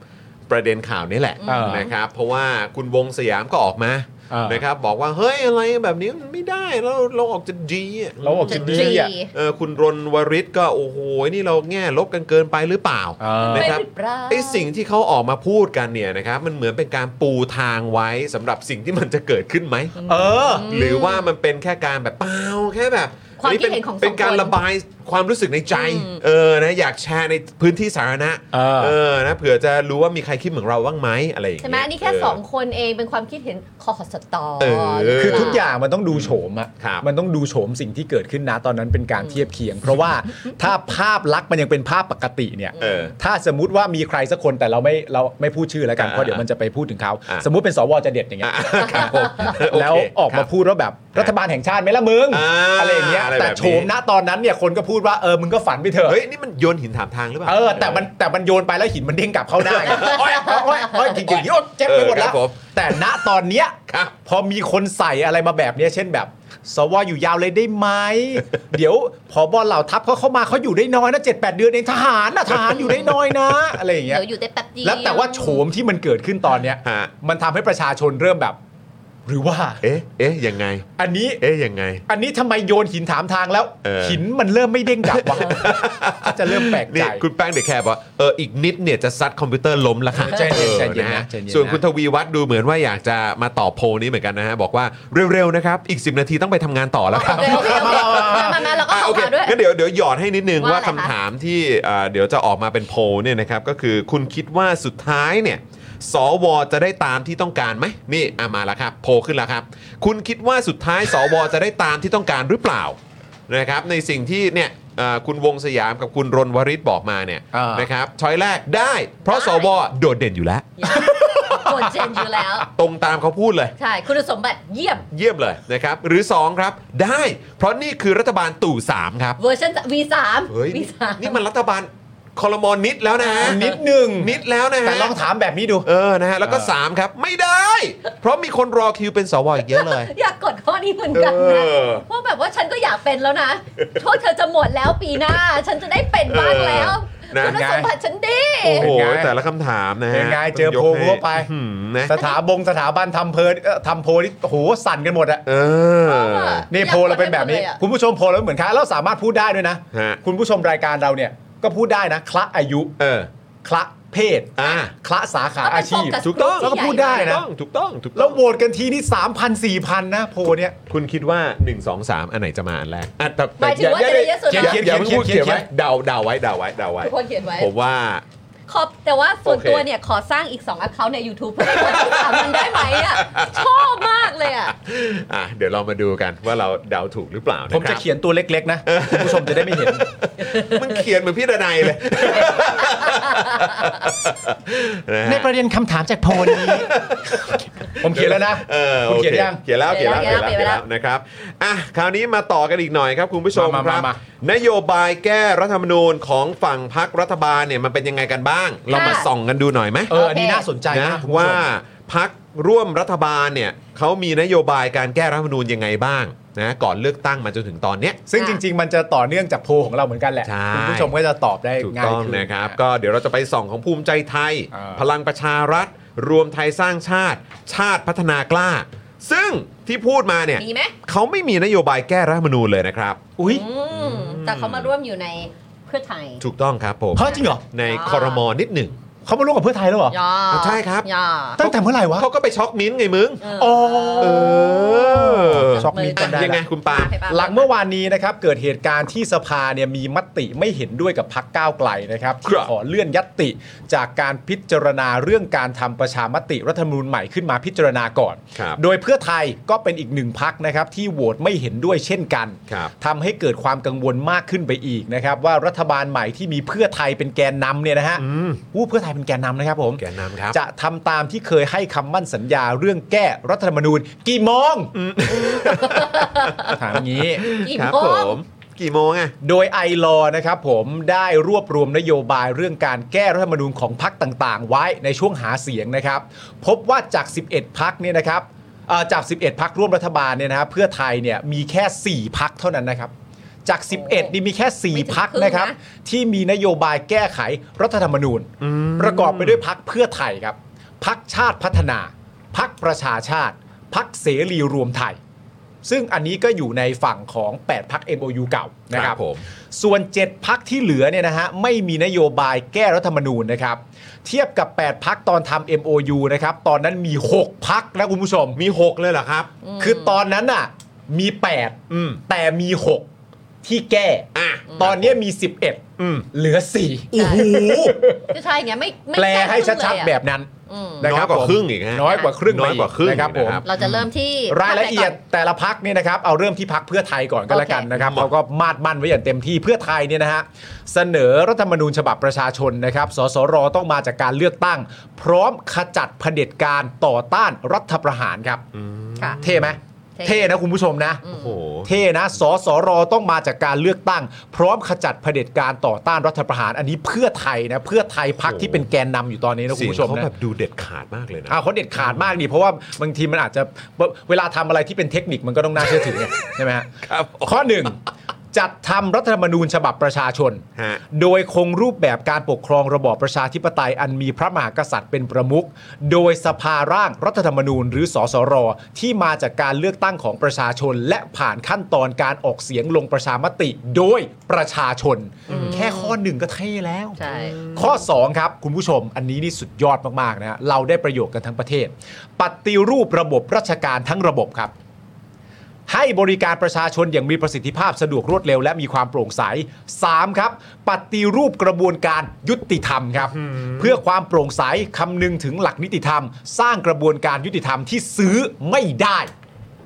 A: ประเด็นข่าวนี้แหละ
B: อ่าน
A: นะครับ เพราะว่าคุณวงสยามก็ออกมา
B: อ่าน
A: นะครับบอกว่าเฮ้ยอะไรแบบนี้มันไม่ได้แล้วเราออกจะดีอะ
B: เราออกจะดีอ่ะ
A: เออคุณรนวริศก็โอ้โหนี่เราแง่ลบกันเกินไปหรือเปล่า
B: อ่าน
A: นะครับ
C: ไม่หรือเปล่า
A: ไอสิ่งที่เขาออกมาพูดกันเนี่ยนะครับมันเหมือนเป็นการปูทางไว้สำหรับสิ่งที่มันจะเกิดขึ้นไหม
B: เออ
A: หรือว่ามันเป็นแค่การแบบเปล่าแค่แบบ
C: ความ
A: อั
C: คิดเห็นของสองคน
A: เป็นการระบายความรู้สึกในใจเออนะอยากแชร์ในพื้นที่สาธารณะ
B: เออ
A: เออนะเผื่อจะรู้ว่ามีใครคิดเหมือนเราบ้างไหมอะไรอย่าง
C: ใช่
A: เงี้ย
C: ไหมอันนี้แค่
A: เ
C: สองคนเองเป็นความคิดเห็นคอสตอ
A: เออ
B: คือทุกอย่างมันต้องดูโฉมอะ
A: ครับ
B: มันต้องดูโฉมสิ่งที่เกิดขึ้นนะตอนนั้นเป็นการเทียบเคียง เพราะว่าถ้าภาพลักษณ์มันยังเป็นภาพปกติเนี่ย
A: เออ
B: ถ้าสมมติว่ามีใครสักคนแต่เราไม่เราไม่พูดชื่อแล้วกัน
A: อ่า
B: เพราะเดี๋ยวมันจะไปพูดถึงเขา
A: อ่า
B: สมมติเป็นสวจะเด็ดอย่างเงี้
A: อ่ะ
B: ย
A: ครับผมโเค
B: แล้วออก
A: ครั
B: มา
A: บ
B: พูดว่าแบบรัฐบาลแห่งชาติไหมล่ะมึง
A: อ่า
B: อะไรอย่างเงี้ย
A: อะไรแบบ
B: แต่
A: นี้
B: โฉมนะตอนนั้นเนี่ยคนก็พูดว่าเออมึงก็ฝันไปเถอะ
A: เฮ้ยนี่มันโยนหินถามทางหรือเปล่า
B: เออแต่มันแต่มันโยนไปแล้วหินมันเด้งกลับเข้าหน้าไงโอ๊ยโอ๊ยโอ๊ยจริงๆโอ๊ยเจ็บไปหมด
A: เออครั
B: แล้ว
A: บผม
B: แต่ณตอนเนี้ย
A: ครับ
B: พอมีคนใส่อะไรมาแบบเนี้ยเช่นแบบ สวอยู่ยาวเลยได้ไหม เดี๋ยวพอบอเหล่าทัพเขาเข้ามาเขาอยู่ได้น้อยนะเจ็ดแปดเดือนเองทหารนะทหารอยู่ได้น้อยนะอะไรอย่างเงี้ย
C: เดี๋ยวอยู่ได้แป๊บเดียว
B: แล้วแต่ว่าโฉมที่มันเกิดขึ้นตอนเนี้ย
A: ฮะ
B: มันทำให้ประชาชนเริ่มแบบ หรือว่า
A: เอ๊ะเอ๊ะยังไง
B: อันนี้
A: เอ๊ะยังไง
B: อันนี้ทำไมโยนหินถามทางแล้ว
A: เออ
B: หินมันเริ่มไม่เด้งกลับ วะจะเริ่มแปลกใจ
A: นี่คุณแป้งเด็กแคบบอกว่าเอออีกนิดเนี่ยจะซัดคอมพิวเตอร์ล้มแล้วค่ะ
B: ใจเย็น
A: ออ
B: ใจเย็นนะ
A: ฮ
B: ใจเย็นนะ
A: ส่วนคุณทวีวัฒน์ดูเหมือนว่าอยากจะมาตอบโพลนี้เหมือนกันนะฮะ บอกว่าเร็วๆนะครับ อีก 10 นาทีต้องไปทำงานต่อแล้วครับ
C: โอเคโอเคโอเคมามามาเราก็
A: อ่ะ
C: ขอ
A: โอเค
C: ข่าว ด้วย
A: งั้นเดี๋ยวเดี๋ยวหยอดให้นิดนึงว่า
C: ว่าอะ
A: คำ
C: ไรคะ
A: ถามที่อ่าเดี๋ยวจะออกมาเป็นโพลเนี่ยนะครับก็คือคุณคิดว่าสุดท้ายเนี่ยสวจะได้ตามที่ต้องการไหมนี่อ่ะมาแล้วครับโพลขึ้นแล้วครับ คุณคิดว่าสุดท้ายสวจะได้ตามที่ต้องการหรือเปล่า นะครับในสิ่งที่เนี่ยเอ่อคุณวงสยามกับคุณรนวริศบอกมาเนี่ย
B: อ่าน
A: นะครับช้อยแรกได้ เพราะ
C: ได้
A: สวโดดเด่นอยู่แล้ว
C: โดนเจนอยู่แล้ว
A: ตรงตามเขาพูดเลย
C: ใช่ คุณสมบัติเยี่ยม
A: เยี่ยมเลยนะครับ หรือ 2 ครับ ได้ เพราะนี่คือรัฐบาลตู่ 3 ครับ
C: เวอร์ชัน V3
A: เฮ้ย
C: V3
A: นี่มันรัฐบาลคอรมอนิดแล้วนะ
B: นิดหนึ่ง
A: นิดแล้วนะฮะ
B: แต่ลองถามแบบนี้ดู
A: เออนะฮะแล้วก็
B: เออ
A: 3 ครับ ไม่ได้ เพราะมีคนรอคิวเป็นสวอีกเยอะเลย
C: อยากกดข้อนี้เหมือนกันนะ
A: เออ
C: เพราะแบบว่าฉันก็อยากเป็นแล้วนะโทษเธอจะหมดแล้วปีหน้า ฉันจะได้เป็นบ้างแล้ว
A: เออ
C: คุณ
A: นะ
C: สมบัติฉันดี
A: โอ้โห
B: เป็นไง
A: แต่ละคำถามนะฮะ
B: เป็นไงเจอ
A: ต้องย
B: โพล
A: กให้
B: เข้าไป
A: อื้อหือนะ
B: สถาบงสถาบันทำเพลินเอ่อทำโพลนี่โอ้โหสั่นกันหมดอะ
A: เออ
B: นี่
C: อยก
B: โพลเราเป็นแบบนี้
C: กดให้หมดลยอะ
B: คุณผู้ชมโพลเราเหมือนค้าเราสามารถพูดได้ด้วยนะ
A: ฮะ
B: คุณผู้ชมรายการเราเนี่ยก็พูดได้นะ คละอายุ
A: เออ
B: คละเพศ
A: อ่า
B: คละสาขาอาชีพ
C: มันโฟส
A: ถูกต้อง
C: บ
B: แล้วก็พูดได้
C: ที่ใหญ่
B: นะ
A: ถูกต้องถูกต้อง
B: แล้วโหวตกันทีนี่ 3,000 4,000 นะโพลเนี่ย
A: คุณคิดว่า 1 2 3 อันไหนจะมาอันแรกอ่ะแต่
C: หมายถึงว่าจะได้เยอะสุด
A: อย่า
C: นะ
B: เขียน
A: อย่าเพิ่งพูด
B: เขี
A: เขี
B: ย
A: ยน
B: น
A: ไว้เดาเดาไว้เดาไว้เดาไว้
C: ทุกคนเขียนไว้
A: ผมว่า
C: ขอบแต่ว่าส่วน
A: โอเค
C: ตัวเนี่ยขอสร้างอีก 2 account ใน YouTube เพื่อให้คนที่สามมันได้ไหมอ่ะ ชอบมากเลยอ่ะ
A: อ่ะเดี๋ยวเรามาดูกันว่าเราเดาถูกหรือเปล่านะ
B: ผม
A: ค
B: จะ
A: รับ
B: เขียนตัวเล็ก ๆ นะ คุณผู้ชมจะได้ไม่เห็น
A: มันเขียนเหมือนพี่ดนัย เลยนะ
B: ใน
A: ฮะ
B: ประเด็นคำถามจากโพลนี้ ผมเขียนแล้วนะ
A: เออ
B: คุณ
A: โอ
B: เขียน
A: ค
B: ยัง
A: เขียนแล้วเขียนแล้วเ
C: เขี
A: ขียน
C: ยน
A: แล้เขียน
C: แล้ว วเขียนแล้
A: แล้ว วนะครับอ่ะคราวนี้มาต่อกันอีกหน่อยครับคุณผู้ชม
B: มา
A: ค
B: มา
A: รับ
B: มาน
A: โยบายแก้รัฐธรรมนูญของฝั่งพักรัฐบาลเนี่ยมันเป็นยังไงกันบ้าง เรามาส่องกันดูหน่อยไหม
B: เอออันนี้น่าสนใจ
A: นะ
B: นะคุณผู้ชม
A: ว่าพักร่วมรัฐบาลเนี่ยเขามีนโยบายการแก้รัฐธรรมนูญยังไงบ้างนะก่อนเลือกตั้งมาจนถึงตอนเนี้ย
B: ซึ่ง
C: ค่ะ
B: จริง ๆ มันจะต่อเนื่องจากโพลของเราเหมือนกันแหละ
A: ใช่
B: คุณผู้ชมก็จะตอบได้
A: ถูก
B: ง่าย
A: ต้อง
B: ขึ้น
A: นะครับ ก็เดี๋ยวเราจะไปส่องของภูมิใจไทย
B: อ่า
A: พลังประชารัฐ รวมไทยสร้างชาติ ชาติพัฒนากล้า ซึ่งที่พูดมาเนี่ย
C: ดีไหม
A: เขาไม่มีนโยบายแก้รัฐธรรมนูญเลยนะครับ
B: อุ้ย
C: อืมแต่เขามาร่วมอยู่ในเพื่อไทย
A: ถูกต้องครับผม
B: เฮ้ยจริงเหรอ
A: ใน
C: อ่า
A: คอรมอนิดหนึ่ง
B: เขามาร่วมกับเพื่อไทยแล้วเหรอ
C: ย่า
A: ใช่ครับ
C: ย่า
B: ตั้งแต่เมื่อไหร่วะ
A: เขาก็ไปช็อกมิ้นท์ไงมึง
C: เออ
B: อ๋อ
A: เออ
B: ช็อกมีตอนได้
A: ยังไง
B: ละ
A: คุณปาล์ม
C: ไปปะ
B: หลังเมื่อวานนี้นะครับเกิดเหตุการณ์ที่สภาเนี่ยมีมติไม่เห็นด้วยกับพักก้าวไกลนะครับ
A: ครั
B: ที่
A: บ
B: ขอเลื่อนยัตติจากการพิจารณาเรื่องการทำประชามติรัฐธรรมนูญใหม่ขึ้นมาพิจารณาก่อน
A: ครับ
B: โดยเพื่อไทยก็เป็นอีกหนึ่งพักนะครับที่โหวตไม่เห็นด้วยเช่นกัน
A: ครับ
B: ทำให้เกิดความกังวลมากขึ้นไปอีกนะครับว่ารัฐบาลใหม่ที่มีเพื่อไทยเป็นแกนนำเนี่ยนะฮะอู้เพื่อไทยเป็นแกนนำนะครับผม
A: แกนนำครับ
B: จะทำตามที่เคยให้คำมั่นสัญญาเรื่องแก้รัฐธรรมนูญ กี่โมงถามอย่างนี้
C: กี่
A: ครับ
C: โม
A: ผ
C: ง
A: มกี่โมงอะ
B: โดยไอรอนะครับผมได้รวบรวมนโยบายเรื่องการแก้รัฐธรรมนูญของพักต่างๆ ไว้ในช่วงหาเสียงนะครับ พบว่าจาก 11 พักเนี่ยนะครับเอ่อจาก 11 พักร่วมรัฐบาลเนี่ยนะครับเพื่อไทยเนี่ยมีแค่ 4 พักเท่านั้นนะครับ จาก 11 นี่มีแค่ 4 พักนะครับ ที่มีนโยบายแก้ไขรัฐธรรมนูญ ประกอบไปด้วยพักเพื่อไทยครับ พักชาติพัฒนา พักประชาชาติ พักเสรีรวมไทย ซึ่งอันนี้ก็อยู่ในฝั่งของ 8 พัก MOU เก่านะค
A: ครั
B: รับบ
A: ผม
B: ส่วน 7 พักที่เหลือเนี่ยนะฮะไม่มีนโยบายแก้รัฐธรรมนูญนะครับ เทียบกับ 8 พักตอนทำ MOU นะครับตอนนั้นมี 6 พักนะคุณผู้ชม
A: มี 6 เลยเหรอครับ
B: คือตอนนั้นน่ะมี
A: อืม
B: 8 แต่มี 6 ที่แก้
A: อ่ะ
B: ตอนเนี้ยมี
A: อืม
B: 11 เหลือ 4
A: โอ้โห
C: ก็ใช่ไงไม่ไม่
B: แปลให้ชัดๆ แบบ บนั้น
A: น้อยกว่า
B: ผม
A: ครึ่งอีกฮะ
B: น้อยกว่าครึ่ง
A: น้อยกว่าครึ่ง
B: นะครับ
A: อีก
B: ผ
A: นะ
B: ม
A: ครับ
C: เราจะเริ่มที่
B: รายละเอียด
C: ภาคไหนก่
B: แต่ละพักเนี่ยนะครับเอาเริ่มที่พักเพื่อไทยก่อนก็
C: โอเค
B: แล้วกันนะครับ
A: ครับ
B: เขาก็มาดมั่นไว้อย่างเต็มที่เพื่อไทยเนี่ยนะฮะเสนอรัฐธรรมนูญฉบับประชาชนนะครับสสรต้องมาจากการเลือกตั้ง พร้อมขจัดเผด็จการต่อต้านรัฐประหารครับ
C: อนค่ะ
B: เท่ไหม
C: เท่
B: เท่นะคุณผู้ชมนะ
A: โอ้โห
B: เท่นะสสรต้องมาจากการเลือกตั้ง พร้อมขจัดเผด็จการต่อต้านรัฐประหาร อันนี้เพื่อไทยนะเพื่อไทยพัก
A: โอ้โห
B: ที่เป็นแกนนำอยู่ตอนนี้นะคุ
A: เสี
B: ณ
A: ยง
B: ผู้ชม
A: เขา
B: นะ
A: แบบดูเด็ดขาดมากเลยนะ
B: อ่าเขาเด็ดขาดมากดีเพราะว่าบางทีมันอาจจะเวเวลาทำอะไรที่เป็นเทคนิคมันก็ต้องน่าเชื่อถือไง ใช่ไหมฮะ
A: ครับ
B: ข้อหนึ่งจัดทำรัฐธรรมนูญฉบับประชาชน
A: ฮะ
B: โดยคงรูปแบบการปกครองระบอบประชาธิปไตยอันมีพระมหากษัตริย์เป็นประมุขโดยสภาร่างรัฐธรรมนูญหรือสสรที่มาจากการเลือกตั้งของประชาชน และผ่านขั้นตอนการออกเสียงลงประชามติ โดยประชาชน แค่ข้อหนึ่งก็เท่แล้ว
C: ใช่
B: ข้อ 2 ครับ คุณผู้ชมอันนี้นี่สุดยอดมากๆนะฮะเราได้ประโยชน์กันทั้งประเทศ ปฏิรูประบบราชการทั้งระบบครับ ให้บริการประชาชนอย่างมีประสิทธิภาพสะดวกรวดเร็วและมีความโปร่งใส 3. ครับ ปฏิรูปกระบวนการยุติธรรมครับ เพื่อความโปร่งใสคำนึงถึงหลักนิติธรรม สร้างกระบวนการยุติธรรมที่ซื้อไม่ได้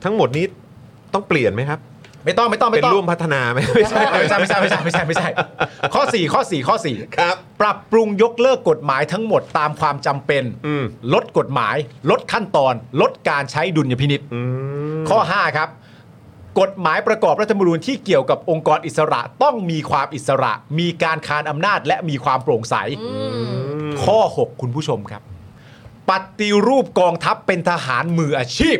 A: ทั้งหมดนี้ต้องเปลี่ยนไหมครับ
B: ไม่ต้องไม่ต้อง
A: เป็
B: ไม่
A: น
B: ต้อง
A: ร่วมพัฒนาไหมไม่ใช่
B: ไม่ใช่ไม่ใช่ไม่ใช่ไม่ใช่ไม่ใช่ ข้อ 4 ข้อ 4 ข้อ 4
A: ครับ
B: ปรับปรุงยกเลิกกฎหมายทั้งหมดตามความจำเป็น
A: อืม
B: ลดกฎหมาย ลดขั้นตอน ลดการใช้ดุลยพินิษ
A: อืม
B: ข้อ 5 ครับ กฎหมายประกอบรัฐธรรมนูญที่เกี่ยวกับองค์กรอิสระต้องมีความอิสระ มีการคานอำนาจและมีความโปร่งใส ข้อ 6 คุณผู้ชมครับ ปฏิรูปกองทัพเป็นทหารมืออาชีพ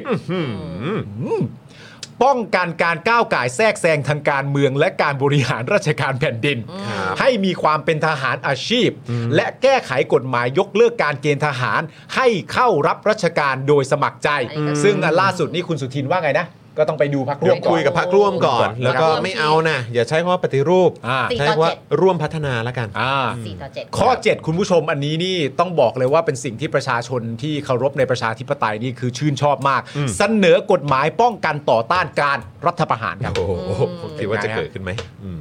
B: ป้องกันการก้าวก่ายแทรกแซงทางการเมือง และการบริหารราชการแผ่นดิน
A: ครับ
B: ให้มีความเป็นทหารอาชีพ และแก้ไขกฎหมายยกเลิกการเกณฑ์ทหาร ให้เข้ารับราชการโดยสมัครใจ
C: อืม
B: ซึ่งอันล่าสุดนี่คุณสุทินว่าไงนะ ก็ต้องไปดูพักร่
A: เดี๋
B: วย ม
A: ว
B: ก่อ
A: คุย
B: น
A: กับพักร่วมก่อน แล้วก็ไม่เอานะ อย่าใช้คำว่าปฏิรูป
B: อ่า
A: ใช้คำว่าร่วมพัฒนาแล้วกัน
B: อ่า
C: สี่ต่อเจ็ด
B: ข้อ 7 คุณผู้ชมอันนี้นี่ต้องบอกเลยว่าเป็นสิ่งที่ประชาชนที่เคารพในประชาธิปไตยนี่คือชื่นชอบมาก เสนอกฎหมายป้องกันต่อต้านการรัฐประหารครับ
A: โอ้โหคิดว่าจะเกิดขึ้นไหมอืม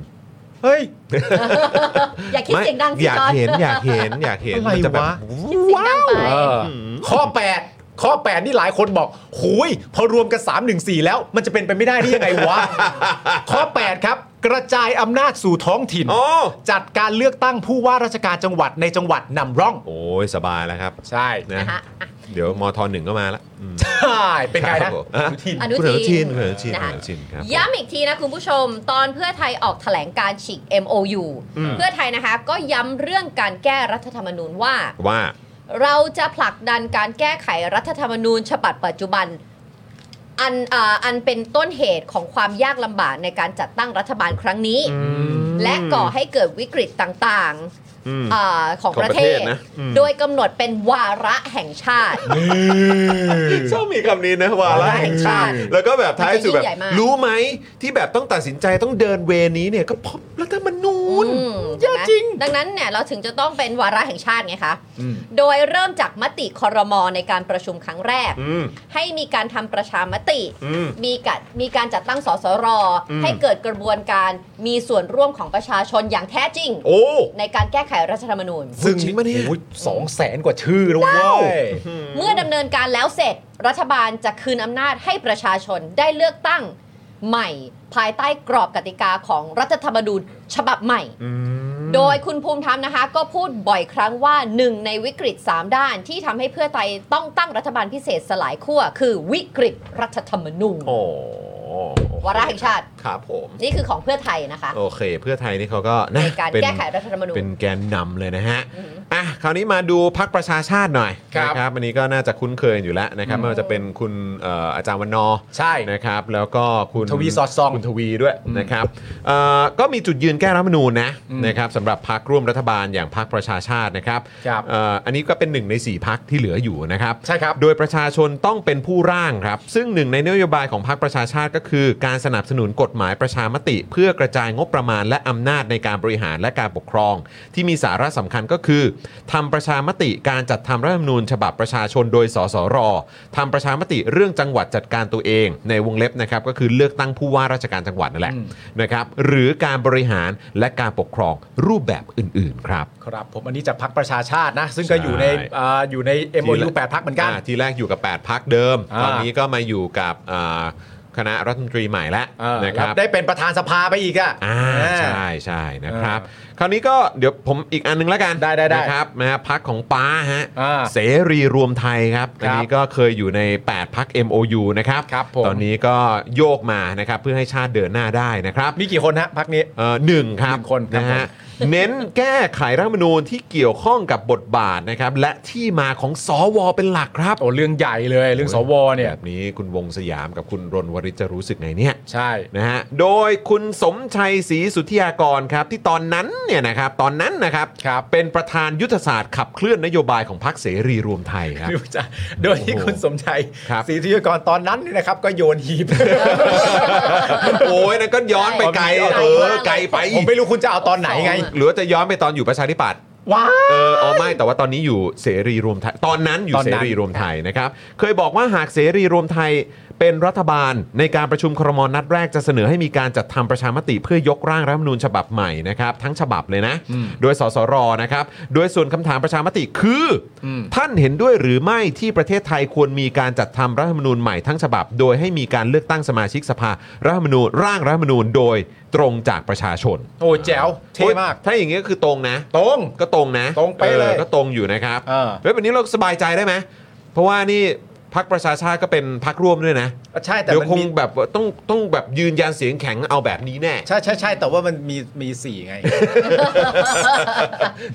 B: เฮ้ย
C: อย่าคิดเสียงดังสิ
A: อยาก
C: จอน
A: เห็นอยากเห็นอยากเห็น
B: อะไร
A: มันจะแบบ
B: วะ
C: คิดเสียงดังไป
B: เออข้อ 8 ข้อ 8 นี่หลายคนบอกหุยพอรวมกัน 3 1 4 แล้ว มันจะเป็นไปไม่ได้ได้ยังไง วะ ข้อ 8 ครับ กระจายอำนาจสู่ท้องถิ่น
A: โอ้
B: จัดการเลือกตั้งผู้ว่าราชการจังหวัดในจังหวัดนำร่อง
A: โอ้ยสบายแล้วครับ
B: ใช่
A: นะ
C: นะคะอ่ะ
A: เดี๋ยวมทหนึ่งก็มาละอืม
B: ใช่เป็นไง
A: ครั
B: นะ
A: บผม
B: อนุทิน
C: อนุ
A: คุณอนุทิ
C: ทิ
A: น
C: น
A: คุณอนุทินคุณ
C: นะคะ
A: อนุทินครับ
C: ย้ำอีกทีนะคุณผู้ชม ตอนเพื่อไทยออกแถลงการฉีก MOU เพื่อไทยนะคะ ก็ย้ำเรื่องการแก้รัฐธรรมนูญว่า
A: ว่า
C: เราจะผลักดันการแก้ไขรัฐธรรมนูญฉบับปัจจุบัน อันอ่าอันเป็นต้นเหตุของความยากลำบากในการจัดตั้งรัฐบาลครั้งนี้ และก่อให้เกิดวิกฤตต่าง
A: อืม
C: ๆอ่าของ
A: ของ
C: ประเท
A: ประ
C: ศ
A: เทศนะอืม
C: โดยกำหนดเป็นวาระแห่งชาติ
A: ชอบมีคำนี้นะวาระแห่งชาติ
C: อืม
A: แล้วก็แบบท้ายสุดแบบ
C: มันจะยิ่งใหญ่มาก
A: รู้ไหมที่แบบต้องตัดสินใจต้องเดินเวนี้เนี่ย ก็เพราะรัฐธรรมนูญ
C: อืม
A: เยอะจริง
C: ดังนั้นเนี่ยเราถึงจะต้องเป็นวาระแห่งชาติไงคะ โดยเริ่มจากมติคอรมอในการประชุมครั้งแรก
A: อืม
C: ให้มีการทำประชามติ
A: อืม
C: มีการมีการจัดตั้งสสร
A: อืม
C: ให้เกิดกระบวนการมีส่วนร่วมของประชาชนอย่างแท้จริง
A: โอ้
C: ในการแก้ไขรัฐธรรมนูญ
B: ซึ่ง
A: จริงปะเนี่ย
B: สองแสนกว่าชื่อแล้วเว้ย
C: เมื่อดำเนินการแล้วเสร็จ รัฐบาลจะคืนอำนาจให้ประชาชนได้เลือกตั้งใหม่ ภายใต้กรอบกติกาของรัฐธรรมนูญฉบับใหม่ โดยคุณภูมิธรรมนะคะ ก็พูดบ่อยครั้งว่าหนึ่งในวิกฤต 3 ด้านที่ทำให้เพื่อไทยต้องตั้งรัฐบาลพิเศษสลายขั้วคือวิกฤตรัฐธรรมนูญ
A: โอ้
C: วาระแห่งชาติ
A: ครับผม
C: นี่คือของเพื่อไทยนะคะ
A: โอเค เพื่อไทยนี่เขาก็นะ
C: ในการ
A: เป็น
C: แก้ไขรัฐธรรมนูญ
A: เป็นแกนนำเลยนะฮะ อ่ะคราวนี้มาดูพักประชาชาติหน่อย
B: ครับ
A: นะครับอันนี้ก็น่าจะคุ้นเคยอยู่แล้วนะครับไม่ว่าจะเป็นคุณเอ่ออาจารย์วันนอร์
B: ใช่
A: นะครับ แล้วก็คุณ
B: ทวีสอดส่อง
A: คุณทวีด้วยนะครับเอ่อก็มีจุดยืนแก้รัฐธรรมนูญนะนะครับสำหรับพักร่วมรัฐบาลอย่างพักประชาชาตินะครับ
B: ครับ
A: เอ่ออันนี้ก็เป็นหนึ่งในสี่พักที่เหลืออยู่นะครับ
B: ใช่ครับ
A: โดยประชาชนต้องเป็นผู้ร่างครับ ซึ่งหนึ่งในนโยบายของพรรคประชาชาติก็คือ การสนับสนุนกฎหมายประชามติ เพื่อกระจายงบประมาณและอำนาจในการบริหารและการปกครอง ที่มีสาระสำคัญก็คือทำประชามติการจัดทำรัฐธรรมนูญ ฉบับประชาชนโดยสสรทำประชามติเรื่องจังหวัดจัดการตัวเอง ในวงเล็บนะครับก็คือเลือกตั้งผู้ว่าราชการจังหวัดนั่นแหละ
B: อืม
A: นะครับหรือการบริหารและการปกครองรูปแบบอื่นๆครับ
B: ครับผมอันนี้จากพักประชาชาตินะ ซึ่งก็อยู่ใน
A: ใช่
B: อ่าอยู่ใน MOU 8พักเหมือนกัน
A: าทีแรกอยู่กับ 8 พักเดิม
B: อ่า
A: ตอนนี้ก็มาอยู่กับอ่าคณะรัฐมนตรีใหม่แล้ว
B: เออ
A: นะครับ
B: แล้วได้เป็นประธานสภาไปอีกอ่ะ
A: อ่า
B: อ่า
A: ใช่ใช่นะครับ คราวนี้ก็เดี๋ยวผมอีกอันนึงแล้วกัน
B: ได้ได้ได้
A: นะครับนะฮะพักของป้าฮะ
B: อ่า
A: เสรีรวมไทยครับ
B: ครับ
A: อันนี้ก็เคยอยู่ใน 8 พัก MOU นะครับ
B: ครับผม
A: ตอนนี้ก็โยกมานะครับเพื่อให้ชาติเดินหน้าได้นะครับ
B: มีกี่คนฮะพักนี้
A: เอ่อหนึ่งครับ
B: หนึ่งคนครับ
A: นะฮะเน้นแก้ไขรัฐธรรมนูญที่เกี่ยวข้องกับบทบาทนะครับและที่มาของสวเป็นหลักครับ
B: โอ้เรื่องใหญ่เลยเรื่องสวเนี่ย
A: แบบนี้คุณวงสยามกับคุณรณวริศจะรู้สึกไงเนี่ย
B: ใช่
A: นะฮะ โดยคุณสมชัยศรีสุทธิยากรครับ ที่ตอนนั้นเนี่ยนะครับตอนนั้นนะครับ
B: ครับ
A: เป็นประธานยุทธศาสตร์ขับเคลื่อนนโยบายของพรรคเสรีรวมไทยครับ
B: ไม่รู้จะโดยที่
A: โอ้โห
B: คุณสมชัย
A: ครับ
B: ศรีธิยากรตอนนั้นเนี่ยนะครับ ก็โยนหีบ
A: โอ้ยนั่นก็ย้อนไปไกล
B: ไกลมาก
A: เออไกลไป
B: ผมไม่รู้คุณจะเอาตอนไหนไง
A: หรือว่าจะย้อนไปตอนอยู่ประชาธิปัตย์
B: ว้า
A: เอออ๋อไม่แต่ว่าตอนนี้อยู่เสรีรวมไทย ตอนนั้นอยู่
B: ตอน
A: เส
B: นั้น
A: รีรวมไทยนะครับ เคยบอกว่าหากเสรีรวมไทยเป็นรัฐบาลในการประชุมครมนัดแรกจะเสนอให้มีการจัดทำประชามติเพื่อยกร่างรัฐธรรมนูญฉบับใหม่นะครับ ทั้งฉบับเลยนะ โดยสสรนะครับ โดยส่วนคำถามประชามติคือ ท่านเห็นด้วยหรือไม่ที่ประเทศไทยควรมีการจัดทำรัฐธรรมนูญใหม่ทั้งฉบับ โดยให้มีการเลือกตั้งสมาชิกสภารัฐธรรมนูญร่างรัฐธรรมนูญโดยตรงจากประชาชน
B: โอ้แจ๋วเท่มาก
A: โอ๊ยถ้าอย่างนี้ก็คือตรงนะ
B: ตรง
A: ก็ตรงนะ
B: ตรงเป๊ะเลย
A: ออก็ตรงอยู่นะครับ
B: เออ
A: แล้วแบบนี้เราสบายใจได้ไหมเพราะว่านี่พักประชาชาติก็เป็นพักร่วมด้วยนะ
B: ใช่แต่
A: เดี๋ยว
B: มัน
A: คง
B: มี
A: แบบว่าต้องต้องแบบยืนยันเสียงแข็งเอาแบบ นี้แน่
B: ใช่ใช่ใช่แต่ว่ามันมีมีสี่ไง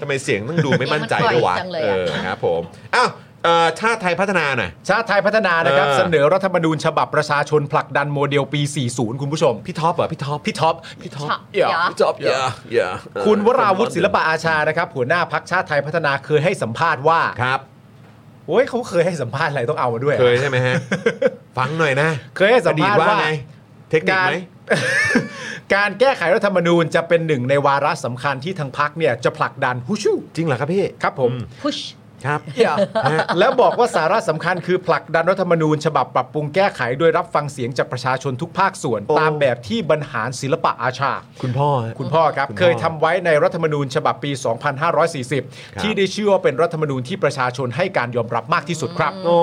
A: ทำไมเสียงต้องดูไม่มั่นใจด้วยวะ
C: เสียงมันอ่อยจังเลย
A: เอ
C: อะ
A: อครับผมอ้าวเอ่อชาติไทยพัฒนาหน่อย
B: ชาติไทยพัฒนานะครับ
A: เออ
B: เสนอรัฐธรรมนูญฉบับประชาชนผลักดันโมเดลปี 40 คุณผู้ชม
A: พี่ท็อปเหรอพี่ท็อป
B: พี่ท็อปพี่ท็อปอย่า
A: พี่ท็อปอย่าอย่าเออ
B: คุณวราวุฒิศิลปะอาชานะครับ หัวหน้าพักชาติไทยพัฒนาเคยให้สัมภาษณ์ว่า
A: ครับ
B: โอ้ยเขาเคยให้สัมภาษณ์อะไรต้องเอามาด้วย
A: เคยใช่ไหมฮะ ฟังหน่อยนะ
B: เคยให้สัมภาษณ์
A: อดีต
B: ว่า
A: ไงเทคนิค
B: การ
A: ไหม
B: การแก้ไขรัฐธรรมนูญจะเป็นหนึ่งในวาระสำคัญที่ทางพักเนี่ยจะผลักดันฮูชู
A: จริงเหรอครับพี่
B: ครับผม
C: พุช
A: ครับ
B: เหี้ยแล้วบอกว่าสาระสำคัญคือผลักดันรัฐธรรมนูญ ฉบับปรับปรุงแก้ไขโดยรับฟังเสียงจากประชาชนทุกภาคส่วน
A: โอ้
B: ตามแบบที่บรรหารศิลปะอาชา
A: คุณพ่อฮะ
B: คุณพ่อครับ
A: คุณพ่อ
B: เคยทำไว้ในรัฐธรรมนูญฉบับปี
A: บ
B: 2540 ที่ได้ชื่อว่าเป็นรัฐธรรมนูญที่ประชาชนให้การยอมรับมากที่สุดครับ
A: โอ้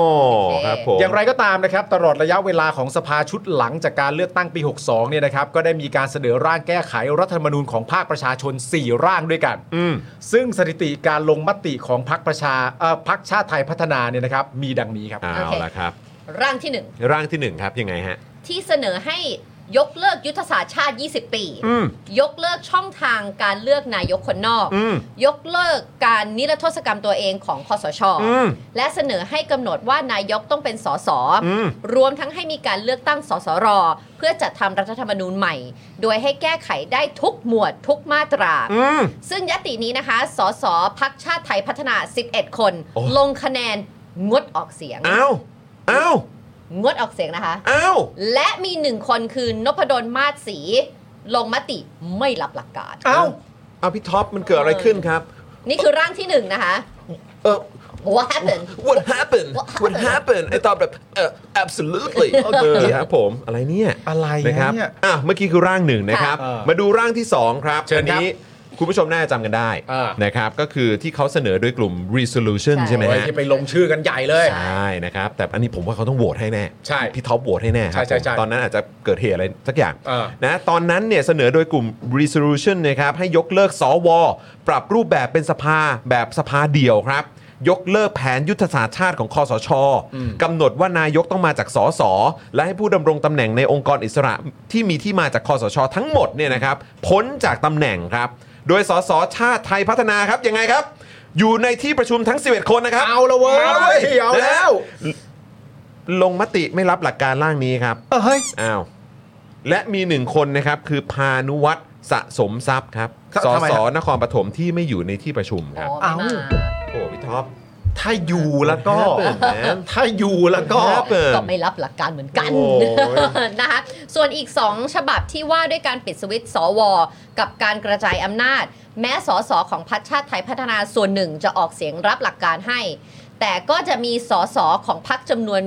A: ครับผม
B: อย่างไรก็ตามนะครับ ตลอดระยะเวลาของสภาชุดหลังจากการเลือกตั้งปี 62 เนี่ยนะครับ ก็ได้มีการเสนอร่างแก้ไขรัฐธรรมนูญของภาคประชาชน 4 ร่างด้วยกัน
A: อืม
B: ซึ่งสถิติการลงมติของพรรคประชาเอ่อพรรคชาติไทยพัฒนาเนี่ยนะครับ มีดังนี้ครับ
A: เอา
C: โอเค
A: ละครับ
C: ร่างที่หนึ่ง
A: ร่างที่หนึ่งครับยังไงฮะ
C: ที่เสนอให้ยกเลิกยุทธศาสตร์ชาติ 20 ปี
A: อืม
C: ยกเลิกช่องทางการเลือกนายกคนนอก
A: อืม
C: ยกเลิกการนิรโทษกรรมตัวเองของคอสช
A: อืม
C: และเสนอให้กำหนดว่านายกต้องเป็นสส
A: อืม
C: รวมทั้งให้มีการเลือกตั้งสสร เพื่อจัดทำรัฐธรรมนูญใหม่ โดยให้แก้ไขได้ทุกหมวดทุกมาตรา
A: อืม
C: ซึ่งยตินี้นะคะ สสพักชาติไทยพัฒนา 11 คน
A: โอ้
C: ลงคะแนนงดออกเสียง
A: เอ้าเอ้าง
C: ดออกเสียงนะคะ
A: เอ้า
C: และมีหนึ่งคนคือนพดลมาศสี ลงมติไม่รับหลักการ
B: เอ้า
A: เอาพี่ท็อปมันเกิดอะไรขึ้นครับ
C: นี่คือร่างที่หนึ่งนะคะ
A: เออ
C: What happened
A: what happened what happened ไอตอบแบบเออ absolutely โอเค ครับผมอะไรเนี่ย
B: อะไร
A: นะครั
B: เนี่ย
A: อ่ะเมื่อกี้คือร่างหนึ่งนะครับ
B: ค่ะเออ
A: มาดูร่างที่ 2 ครับ
B: เชิญครับ
A: อันนี้คุณผู้ชมน่าจะจำกันได้
B: อ่าน
A: นะครับ ก็คือที่เขาเสนอโดยกลุ่ม resolution
C: ใช่
A: ใช่ไหม
B: โอ้ย
A: ฮะ
B: ที่ไปลงชื่อกันใหญ่เลย
A: ใช่นะครับ แต่อันนี้ผมว่าเขาต้องโหวตให้แน่
B: ใช่
A: พี่ท็อปโหวตให้แน่ครับ
B: ใช่ใช่ใช่
A: ผมตอนนั้นอาจจะเกิดเหตุอะไรสักอย่าง
B: เออ
A: นะตอนนั้นเนี่ยเสนอโดยกลุ่ม resolution นะครับให้ยกเลิกสว ปรับรูปแบบเป็นสภาแบบสภาเดี่ยวครับ ยกเลิกแผนยุทธศาสตร์ชาติของคอสชกำหนดว่านายกต้องมาจากสสและให้ผู้ดำรงตำแหน่งในองค์กรอิสระที่มีที่มาจากคอสชทั้งหมดเนี่ยนะครับพ้นจากตำแหน่งครับ โดยสสชาติไทยพัฒนาครับยังไงครับ อยู่ในที่ประชุมทั้ง 11 คนนะครับ
B: เอาละเว้ย
A: อาละ
B: เอาแล้ว
A: ลงมติไม่รับหลักการร่างนี้ครับ
B: เออเฮ้ย
A: อ้าว และมีหนึ่งคนนะครับคือพานุวัตรสะสมทรัพย์ครับ
B: ครับ
A: ส
B: ทำไม
A: ส
B: ครับ
A: นครปฐมที่ไม่อยู่ในที่ประชุมครับ
C: อ๋อไม่มา
A: โอ้พี่ท็อป
B: ถ้าอยู่แล้วก็
A: What happened, man?
B: ถ้าอยู่แล้วก็
A: What happened?
C: ก็ไม่รับหลักการเหมือนกัน
A: โอ้ย
C: นะคะส่วนอีก 2 ฉบับที่ว่าด้วยการปิดสวิตช์สว กับการกระจายอำนาจ แม้สสของพักชาติไทยพัฒนาส่วนหนึ่งจะออกเสียงรับหลักการให้ แต่ก็จะมีสสของพักจำนวน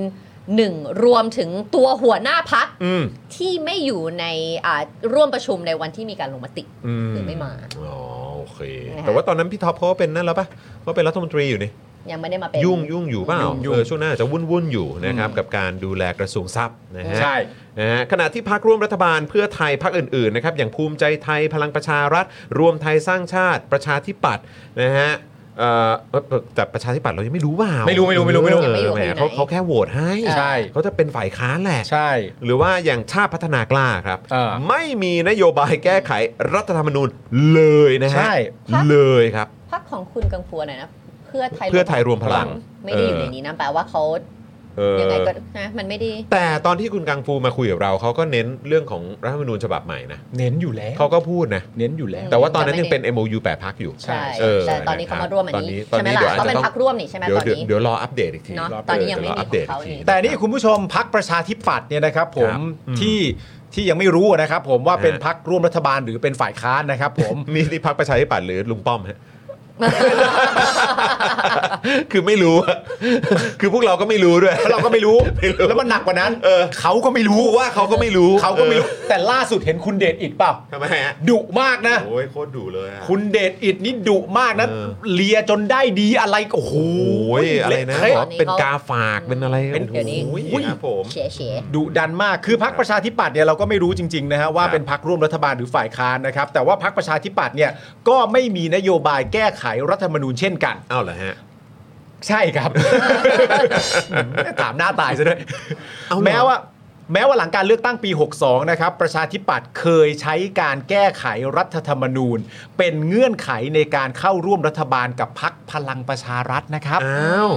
C: หนึ่งรวมถึงตัวหัวหน้าพัก
A: อืม
C: ที่ไม่อยู่ในอ่าร่วมประชุมในวันที่มีการลงมติ
A: อืม
C: คือไม่มา
A: อ๋อโอเค
C: นะคะ
A: แต่ว่าตอนนั้นพี่ท็อปเขาก็เป็นนั่นแล้วปะเขาเป็นรัฐมนตรีอยู่นี่
C: ยังไม่ได้มาเป็น
A: ยุ่งยุ่งอยู่เปล่า
B: ยุ่งยุ่ง
A: เออช่วงหน้าจะวุ่นวุ่นๆอยู่นะครับ กับการดูแลกระทรวงทรัพย์นะฮะ
B: ใช่
A: นะฮะขณะที่พักร่วมรัฐบาลเพื่อไทยพักอื่นๆนะครับอย่างภูมิใจไทยพลังประชารัฐ รวมไทยสร้างชาติประชาธิปัตย์นะฮะเอ่อเอ่อแต่ประชาธิปัตย์เรายังไม่รู้ว่า
B: ไม่รู้ไม่รู้ไม่รู้ไม่รู้
A: เออ
C: ไม่รู้
A: แห
C: ไม่รู้
A: เขาเขาแค่โหวตให้
B: ใช่
A: เขาจะเป็นฝ่ายค้านแหละ
B: ใช่
A: หรือว่าอย่างชาติพัฒนากล้าครับ
B: เออ
A: ไม่มีนโยบายแก้ไขรัฐธรรมนูญเลยนะฮะ
B: ใช่
A: เลยครับ
C: พักของคุณกังพัวหน่อยนะเพื่อไทย
A: เพื่อไทยรวมพลัง
C: ไม่ได้อยู่
A: เออ
C: ในนี้นะแปลว่าเขา
A: เออ
C: ยังไงก็นะมันไม่ไดี
A: แต่ตอนที่คุณกังฟูมาคุยกับเราเขาก็เน้นเรื่องของรัฐธรรมนูญฉบับใหม่นะ
B: เน้นอยู่แล้ว
A: เขาก็พูดนะ
B: เน้นอยู่แล้ว
A: แต่ว่าตอนนั้นยังเป็น MOU แปดพักอยู่
C: ใช่
A: เออ
C: แต่ตอนนี้
A: นะครับ
C: เขามาร่วมอันนี้
A: ตอน
C: ใช่ไหม
A: นี้
C: ล่ะ
A: ตอนนี้
C: เขา
A: เดี๋ยวอาจจะต้อง
C: เป็นพักร่วมนี่ใช่ไหม
A: เดี๋ยว
C: ตอน
A: เดี๋ยว
C: นี้
A: เดี๋ยวรออัปเดตอีกที
C: เนาะ
A: ร
C: ตอนนี้ยังไม่มี
A: เดี๋วรอัปเดตอีกที
C: ของเขา
B: แต่นี่คุณผู้ชมพักประชาธิปัตย์เนี่ยนะครับผม
A: ครับ
B: ที่ที่ยังไม่รู้นะครับผมว่าเป็น
A: ฮะ
B: พักร่วมรัฐบาลหรือเป็นฝ่ายค้านนะครับผม
A: นี่นี่พักประชาธิปัตย์หรือลุงป้อมฮะ คือไม่รู้อะคือพวกเราก็ไม่รู้ด้วย
B: แล้วเราก็ไม่รู้
A: ไม่รู้
B: แล้วมันหนักกว่านั้น
A: เออ
B: เขาก็ไม่รู้
A: รู้ว่าเขาก็ไม่รู้
B: เขาก็ไม่รู้ แต่ล่าสุดเห็นคุณเดชอิดเปล่า
A: ทำไมฮะ
B: ดุมากนะ
A: โอ้ยโคตรดุเลยอะ
B: คุณเดชอิดนี่ดุมากนะ
A: เออ
B: เลียจนได้ดีอะไรโอ้โห
A: โอ้ยอะไรนะ
C: เละเทะ
A: หมอเป็นกาฝากเป็นอะไร
B: เป็น
A: โอ้ย
C: เดี๋ยวนี้
A: ครับผม
C: เฉยเฉย
B: ดุดันมาก คือพักประชาธิปัตย์เนี่ยเราก็ไม่รู้จริงๆนะฮะว่า
A: ครับ
B: เป็นพักร่วมรัฐบาลหรือฝ่ายค้านนะครับ แต่ว่าพักประชาธิปัตย์เนี่ยก็ไม่มีนโยบายแก้ไขรัฐธรรมนูญเช่น กัน
A: เอ้าเหรอฮะ
B: ใช่ครับ ถามหน้าตายซะด้วย
A: เอาเหรอ
B: แม้ว่า แม้ว่าหลังการเลือกตั้งปี 62 นะครับ ประชาธิปัตย์เคยใช้การแก้ไขรัฐธรรมนูญ เป็นเงื่อนไขในการเข้าร่วมรัฐบาลกับพักพลังประชารัฐนะครับ
A: อ้าว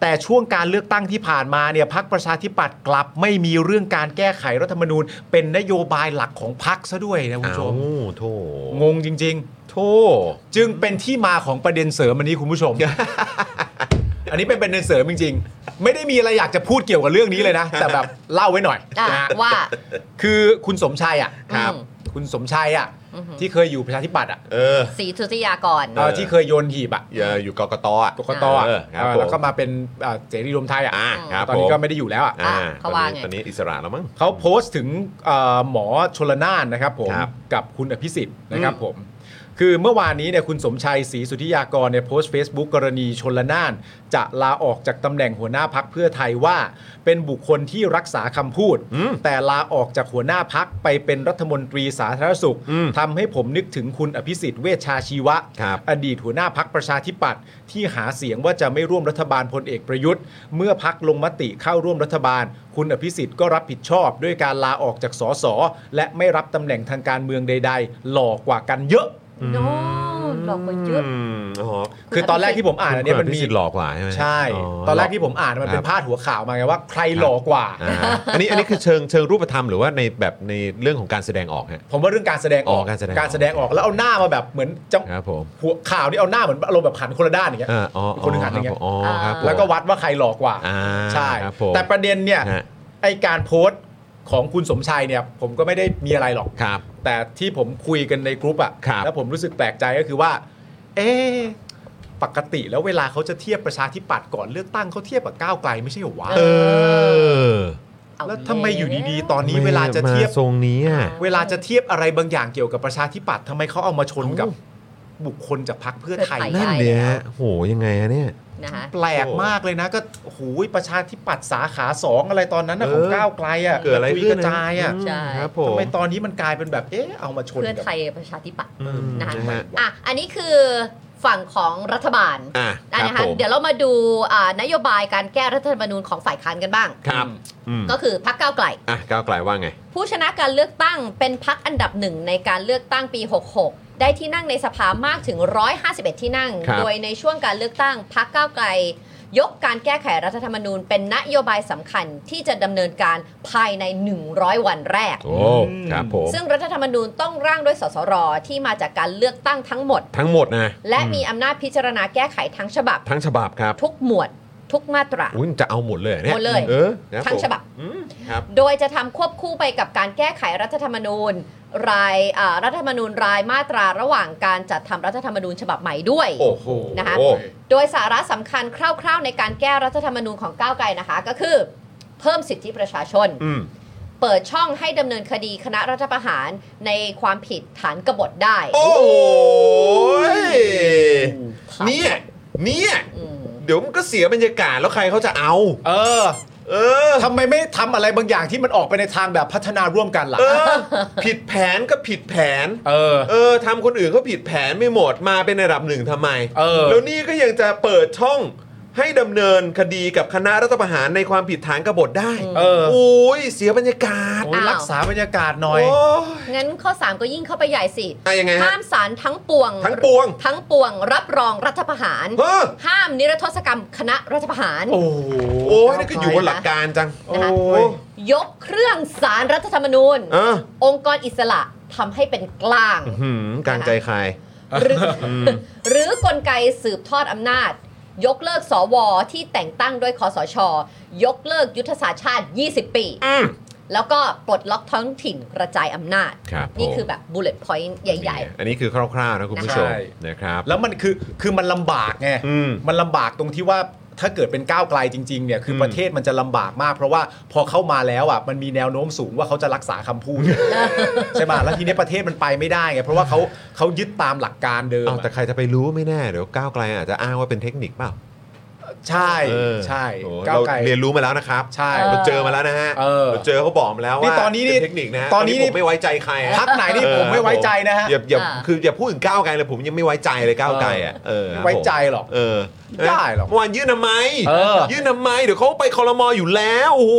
B: แต่ช่วงการเลือกตั้งที่ผ่านมาเนี่ยพักประชาธิปัตย์กลับไม่มีเรื่องการแก้ไขรัฐธรรมนูญ เป็นนโยบายหลักของพักซะด้วยนะคุณ
A: อ้า
B: ผู้
A: ว
B: ชม
A: โถ
B: งงจริง
A: โถ
B: ๆ จึงเป็นที่มาของประเด็นเสริมอันนี้คุณ ผู้ชม อันนี้เป็นประเด็นเสริมจริง ๆ ไม่ได้มีอะไรอยากจะพูดเกี่ยวกับเรื่องนี้เลยนะ แต่แบบเล่าไว้หน่อย
C: อ่ะ
B: นะฮะ
C: ว่า
B: คือคุณสมชัยอ่ะ
C: ครับ
B: คุณสมชัยอ่ะที่เคยอยู่ประชาธิปัตย์อ่ะ
A: เออ
C: ๆสีทุติยากร
B: เอ่อที่เคยโยนหีบอ่ะ
A: อย่าอยู่กกตอ่ะ
B: กกตอ่ะ
A: เครับ
B: เอ่อ
A: ผม
B: แล้วก็มาเป็นเอ่อเสรีรวมไทยอ่ะ
A: อ่าครับ
B: ตอนนี้
A: ผม
B: ก็ไม่ได้อยู่แล้วอ่ะ
A: อ่า
C: เขาว่าไง
A: ตอนนี้อิสระแล้วมั้ง
B: เขาโพสต์ถึงเอ่อหมอชลนานนะครับผม
A: ครับ
B: กับคุณอภิสิทธิ์นะครับผม คือเมื่อวานนี้เนี่ยคุณสมชัยศรีสุทธิยากรเนี่ยโพสต์ Facebook กรณีชนละนาน จะลาออกจากตำแหน่งหัวหน้าพักเพื่อไทยว่า เป็นบุคคลที่รักษาคำพูด
A: อืม
B: แต่ลาออกจากหัวหน้าพักไปเป็นรัฐมนตรีสาธารณสุข
A: อืม
B: ทำให้ผมนึกถึงคุณอภิสิทธิ์เวชชาชีวะ
A: ครับ
B: อดีตหัวหน้าพักประชาธิปัตย์ที่หาเสียงว่าจะไม่ร่วมรัฐบาลพลเอกประยุทธ์ เมื่อพักลงมติเข้าร่วมรัฐบาล คุณอภิสิทธิ์ก็รับผิดชอบ ด้วยการลาออกจากสสและไม่รับตำแหน่งทางการเมืองใด ๆ หลอกกว่ากันเยอะ
C: โน้หลอกมาเยอะ
A: อืมอ๋อ
B: คือตอนแรกที่ผมอ่านอันเนี้ยมันมี
A: คุณอภิสิทธิ์หลอกกว่าใช่ไหม
B: ใช่
A: อ๋อ
B: ตอนแรกที่ผมอ่านมันเป็
A: ครั
B: น
A: บ
B: พาดหัวข่าวมาไงว่าใครหลอกกว่า
A: อ่า อันนี้อันนี้คือเชิงเชิงรูปธรรมหรือว่าในแบบในเรื่องของการแสดงออกฮะ
B: ผมว่าเรื่องการแสดงออก
A: อ๋อการแสดงออก
B: การแสดงออกแล้วเอาหน้ามาแบบเหมือนจะ
A: ครับผม
B: หัวข่าวนี่เอาหน้าเหมือนอารมณ์แบบหันคนละด้านอย่างเงี้ย
A: อ่าอ๋ออ๋อ
B: คนหนึ่งหันอย่างเงี้ย
A: อ๋อครับผม
B: แล้วก็วัดว่าใครหลอกกว่า
A: อ่า
B: ใช่
A: ครับผม
B: แต่ประเด็นเนี่ย
A: ฮะ
B: ไอการโพสต์ของคุณสมชัยเนี่ย ผมก็ไม่ได้มีอะไรหรอก
A: ครับ
B: แต่ที่ผมคุยกันในกรุ๊ปอะ
A: ครับ
B: แล้วผมรู้สึกแปลกใจก็คือว่า เอ๊ะปกติแล้วเวลาเขาจะเทียบประชาธิปัตย์ก่อนเลือกตั้งเขาเทียบกับก้าวไกลไม่ใช่เหรอวะ
C: เอ
A: เออ
C: เอา
B: แล้วทำไมอยู่ดีๆ ตอนนี้เวลาจะเทียบ
A: มทรงนี้อ่ะ
B: เวลาจะเทียบอะไรบางอย่างเกี่ยวกับประชาธิปัตย์ทำไมเขาเอามาชนกับ
A: เอ้
B: บุคคลจากพรรคเพื่อไทย
A: นั่นเนี่ยฮะโหยังไงฮะเนี่ย
C: นะคะ
B: แปลกมากเลยนะ ก็โอ้โหูยประชาธิปัตย์สาขาสองอะไรตอนนั้นนะของ
A: เออ
B: ก้าวไกลอ่ะ
A: เกิดอะไร
B: คุย
A: ขึ้
B: ก
A: น
B: ระจายอ่ะ
A: ม
C: ใช่
A: ครับผม
B: ทำไมตอนนี้มันกลายเป็นแบบ เอ๊ะ เอามาชน
C: เพื่อ
B: กับ
C: ไทยประชาธิปัตย์
A: อืม
C: นะ
A: นะคะ ฮะ
C: อ่ะอันนี้คือฝั่งของรัฐบาล
A: อ่ะค
C: อ่ะ
A: รับ
C: นะคะ
A: ผม
C: เดี๋ยวเรามาดูอ่านโยบายการแก้รัฐธรรมนูญของฝ่ายค้านกันบ้าง
A: ครับอืม
C: ก็คือพักก้าวไกล
A: อ่ะก้าวไกลว่าไง
C: ผู้ชนะการเลือกตั้งเป็นพักอันดับหนึ่งในการเลือกตั้งปี 66 ได้ที่นั่งในสภามากถึง 151 ที่นั่ง
A: ครับ
C: โดยในช่วงการเลือกตั้งพักก้าวไกล ยกการแก้ไขรัฐธรรมนูญ เป็นนโยบายสำคัญที่จะดำเนินการภายใน 100 วันแรก
A: โอ้ครับผม
C: ซึ่งรัฐธรรมนูญต้องร่างด้วยสสรที่มาจากการเลือกตั้งทั้งหมด
A: ทั้งหมดนะ
C: และมีอำนาจพิจารณาแก้ไขทั้งฉบับ
A: ทั้งฉบับครับ
C: ทุกหมวด ทุกมาตรา
A: อุ้ยจะเอาหมดเลยเนี่ย
C: หมดเลย
A: เออนะครับ
C: ทั้ง
A: ผม
C: ฉบับ
A: อืมครับ
C: โดยจะทำควบคู่ไปกับการแก้ไขรัฐธรรมนูญ รายอ่ารัฐธรรมนูญรายมาตราระหว่างการจัดทำรัฐธรรมนูญฉบับใหม่ด้วย
A: โอ้โห
C: นะคะ โดยสาระสำคัญคร่าวๆ ในการแก้รัฐธรรมนูญของก้าวไกลนะคะ ก็คือ เพิ่มสิทธิประชาชน
A: อืม
C: เปิดช่องให้ดำเนินคดีคณะรัฐประหารในความผิดฐานกบฏได้
A: โอ้ยเนี่ยเนี่ย
C: อืม
A: เดี๋ยวมันก็เสียบรรยา กาศแล้วใครเขาจะเอา
B: เออ
A: เออ
B: ทำไมไม่ทำอะไรบางอย่างที่มันออกไปในทางแบบพัฒนาร่วมกันล่ะ
A: เออ ผิดแผนก็ผิดแผน
B: เออ
A: เออทำคนอื่นเขาผิดแผนไม่หมดมาเป็นระดับหนึ่งทำไม
B: เออ
A: แล้วนี่ก็ยังจะเปิดช่องให้ดำเนินคดีกับคณะรัฐประหารในความผิดฐานกบฏได้
B: เออ
A: โอ้ยเสียบรรยากาศ
B: โอ้ยรักษาบรรยากาศหน่อย
A: โอ้ย
C: งั้นข้อ 3 ก็ยิ่งเข้าไปใหญ่สิ
A: อะไรยังไงฮะ
C: ห้ามสารทั้งปวง
A: ทั้งปวง
C: ทั้งปวงรับรองรัฐประหาร
A: เออ
C: ห้ามนิรโทษกรรมคณะรัฐประหาร
B: โอ้โห
A: โอ้ยนี่ก็อยู่บนหลักการจัง
C: นะคะ
B: โอ้ย
C: ยกเครื่องสารรัฐธรรมนูญ
A: เออ
C: องค์กรอิสระทำให้เป็นกลาง
A: หืมกลางใจใคร
C: หรือหรือกลไกสืบทอดอำนาจ ยกเลิกสวที่แต่งตั้งด้วยคอสช ยกเลิกยุทธศาสตร์ชาติ 20 ปี
A: อืม
C: แล้วก็ปลดล็อกท้องถิ่นกระจายอำนาจ
A: ครับ
C: นี่
A: ผม
C: คือแบบบุลเลตพอยต์ใหญ่
A: นี่ไงอันนี้คือคร่าวๆนะคุณผู้ชมนะครับ
B: แล้วมันคือคือมันลำบากไง
A: อืม
B: มันลำบากตรงที่ว่าถ้าเกิดเป็นก้าวไกลจริงๆเนี่ยคืออ
A: ม
B: ประเทศมันจะลำบากมาก เพราะว่าพอเข้ามาแล้วอ่ะมันมีแนวโน้มสูงว่าเขาจะรักษาคำพู ดใช่ป่ะแล้วทีเนี้ยประเทศมันไปไม่ได้ไงเพราะว่าเขาเขายึดตามหลักการเดิม
A: เอาแต่
B: อะ
A: ใครจะไปรู้ไม่แน่ เดี๋ยวก้าวไกลอาจจะอ้างว่าเป็นเทคนิคเปล่า
B: ใช่
A: เออ
B: ใช่
A: โอ้
B: ก้าว
A: เรา
B: ไกล
A: เรียนรู้มาแล้วนะครับ
B: ใช่
A: เราเจอมาแล้วนะฮะ
B: เออ
A: เจอเขาบอกมาแล้ว
B: นี่
A: ว่า
B: ตอนนี้นี่
A: เป็เทคนิคนะฮะ
B: ตอนนี้
A: ผม
B: นี่
A: ไม่ไว้ใจใครอะ
B: พักไหนนี่
A: เออ
B: ผมไม่ไว้ใจนะฮะ
A: อย่าอย่า
C: อ่า
A: คืออย่าพูดถึงก้าวไกลเลยผมยังไม่ไว้ใจเลยก้าวไกลอ่ะเออ
B: ไม่ไว้ใจหรอก
A: เออ
B: ไม่ได้หรอก
A: เมื่อวานยื่นทำไม
B: เออ
A: ยื่นทำไมเดี๋ยวเขาไปคอรมออยู่แล้วโอ้โห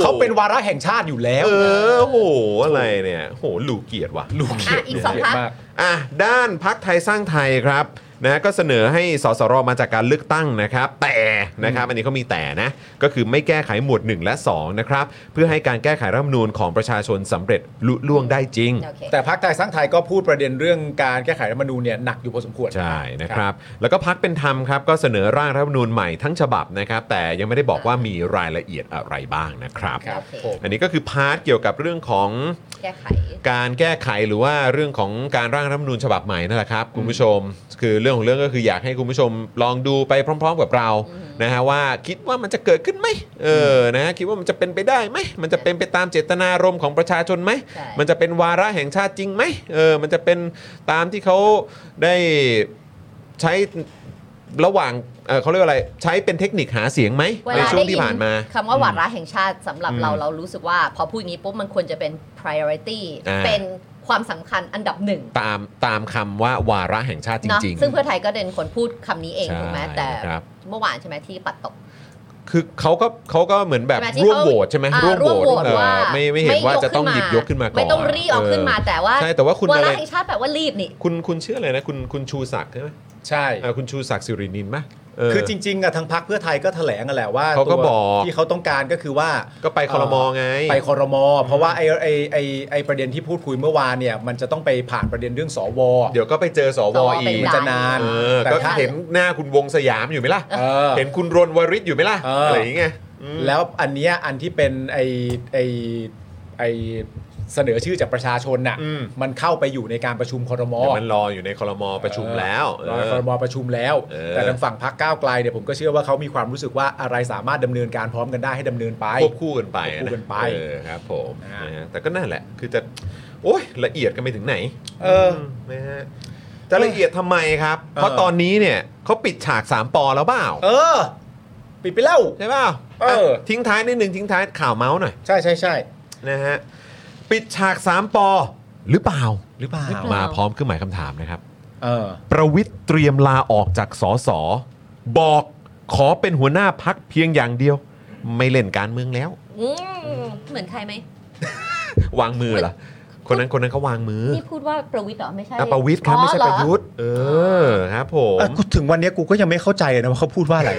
B: เขาเป็นวาระแห่งชาติอยู่แล้ว
A: เออโอ้โหอะไรเนี่ยโอ้โหหลูเกียรติว่ะ
B: ลูก
C: ๆ
B: เขีย
C: อ่ะ
B: ด
C: อีกสองพัก
B: มาก
A: อ่ะด้านพักไทยสร้างไทยครับนะก็เสนอให้สสรมาจากการเลือกตั้งนะครับ แต่นะครับอันนี้เขามีแต่นะ ก็คือไม่แก้ไขหมวด 1 และ 2 นะครับ เพื่อให้การแก้ไขรัฐธรรมนูญของประชาชนสำเร็จลุล่วงได้จริง
C: โอเค
B: แต่พักไทยสร้างไทยก็พูดประเด็นเรื่องการแก้ไขรัฐธรรมนูญเนี่ยหนักอยู่พอสมควร
A: ใช่นะครับ แล้วก็พักเป็นธรรมครับ ก็เสนอร่างรัฐธรรมนูญใหม่ทั้งฉบับนะครับ แต่ยังไม่ได้บอกว่ามีรายละเอียดอะไรบ้างนะครับ
B: ครับ
C: โอเค
B: ผม
A: อันนี้ก็คือพาร์ทเกี่ยวกับเรื่องของ
C: แก้ไข
A: การแก้ไขหรือว่าเรื่องของการร่างรัฐธรรมนูญฉบับใหม่นั่นแหละครับคุณผู้ชม คือเรื่องของเรื่องก็คืออยากให้คุณผู้ชมลองดูไปพร้อม ๆ กับเรานะฮะว่าคิดว่ามันจะเกิดขึ้นไหมเออนะคิดว่ามันจะเป็นไปได้ไหมมันจะเป็นไปตามเจตนารมณ์ของประชาชนไหม
C: ใช่
A: มันจะเป็นวาระแห่งชาติจริงไหมเออมันจะเป็นตามที่เขาได้ใช้ระหว่างเอ่อเขาเรียกว่าอะไรใช้เป็นเทคนิคหาเสียงไหม
C: เว
A: ใน
C: ลา
A: ช่วง
C: ได้ยิ
A: ที่ผ่านมา
C: คำว่าวาระแห่งชาติสำหรับ
A: อืม
C: เราเรารู้สึกว่า พอพูดอย่างนี้ปุ๊บมันควรจะเป็น priority
A: อ่า
C: เป็นความสำคัญอันดับหนึ่ง
A: ตามตามคำว่าวาระแห่งชาติจ
C: เนาะ
A: ริง ๆ
C: ซึ่งเพื่อไทยก็เด่นคนพูดคำนี้เองถูกไหม
A: ใช่
C: แต่
A: ครับ
C: เมื่อวานใช่ไหมที่ปัดตก
A: คือเขาก็เขาก็เหมือนแบบ
C: ใช่ไหมที่
A: ร่วม
C: เขา
A: โหวตใช่ไหม
C: อ่า
A: ร่วมโหวต
C: ร่วม
A: เอ
C: โหวต
A: อ
C: ว่า
A: ไม่ไม่เห็นว่าจะต้องหยิบยกขึ้นมาก่อน
C: ไม่ต้องรีบเอาขึ้นมาแต่ว่า
A: ใช่แต่ว่าคุณ
C: วา
A: อะไร
C: ระแห่งชาติแปลว่ารีบนี่
A: คุณคุณเชื่ออะไรนะคุณคุณชูศักดิ์ใช่ไหม
B: ใช่
A: เออคุณชูศักดิ์สิรินินไหมเ
B: คือจริงๆอะทางพักเพื่อไทยก็แถลงกันแหละว่า
A: เขาก็
B: ตัว
A: บอก
B: ที่เขาต้องการก็คือว่า
A: ก็ไปคอรมอไง
B: ไปคอรมอเพราะว่าไอ้ไอ้ไอ้ไอ้ประเด็นที่พูดคุยเมื่อวานเนี่ยมันจะต้องไปผ่านประเด็นเรื่องสว
A: เดี๋ยวก็ไปเจอสว
C: สว
A: อี
C: เป็
A: ก
C: น
B: มันจะนาน
A: เออ
B: แต่
A: ก็
B: ถ้า
A: เห็นหน้าคุณวงสยามอยู่ไหมล่ะ
B: เออ
A: เห็นคุณรนวริศอยู่ไหมล่ะ
B: เอออ
A: อะไรอย่างเงี้ยอืม
B: แล้วอันเนี้ยอันที่เป็นไอ้ไอ้ไอ้เสนอชื่อจากประชาชนน่ะ
A: อืม
B: มันเข้าไปอยู่ในการประชุมคอรมอ
A: เดี๋ยวมันรออยู่ในคอรมอประชุมแล้ว
B: ร
A: เอ
B: อ
A: อ
B: คอรมอประชุมแล้ว
A: เออ
B: แต่ทางฝั่งพักก้าวไกลเนี่ยผมก็เชื่อว่าเขามีความรู้สึกว่าอะไรสามารถดำเนินการพร้อมกันได้ให้ดำเนินไป
A: ควบคู่กันไป
B: ควบคู่กันไป
A: เออครับผม
B: อ่าน
A: ะฮะแต่ก็นั่นแหละ คือจะ โอ้ยละเอียดกันไปถึงไหน
B: เออ
A: นะฮะจะละเอียดทำไมครับ เพราะตอนนี้เนี่ยเขาปิดฉาก 3ปอแล้วเปล่า
B: เออ ปิดไปแล้ว
A: ใช่เปล่า
B: เออ
A: ะทิ้งท้ายนิดนึงทิ้งท้ายข่าวเมาส์หน่อย
B: ใช่ใช่ใช่
A: นะฮะปิดฉาก 3ปอหรือเปล่า
B: หรือเปล่า
A: มาพร้อมเครื่องหมายคำถามนะครับ
B: เออ
A: ประวิทย์เตรียมลาออกจากสสบอกขอเป็นหัวหน้าพักเพียงอย่างเดียว ไม่เล่นการเมืองแล้ว
C: อืมเหมือนใครไหม
A: วางมือเหรอ คนนั้นคนนั้นเขาวางมือ
C: นี่พูดว่าประวิทย์เหรอไม่ใช่
A: อ่ะประวิทย์ครับไม่ใช่ประยุทธ์เออครับผม
B: เออกูถึงวันเนี้ยกูก็ยังไม่เข้าใจเลยนะว่าเขาพูด ว่าอะไร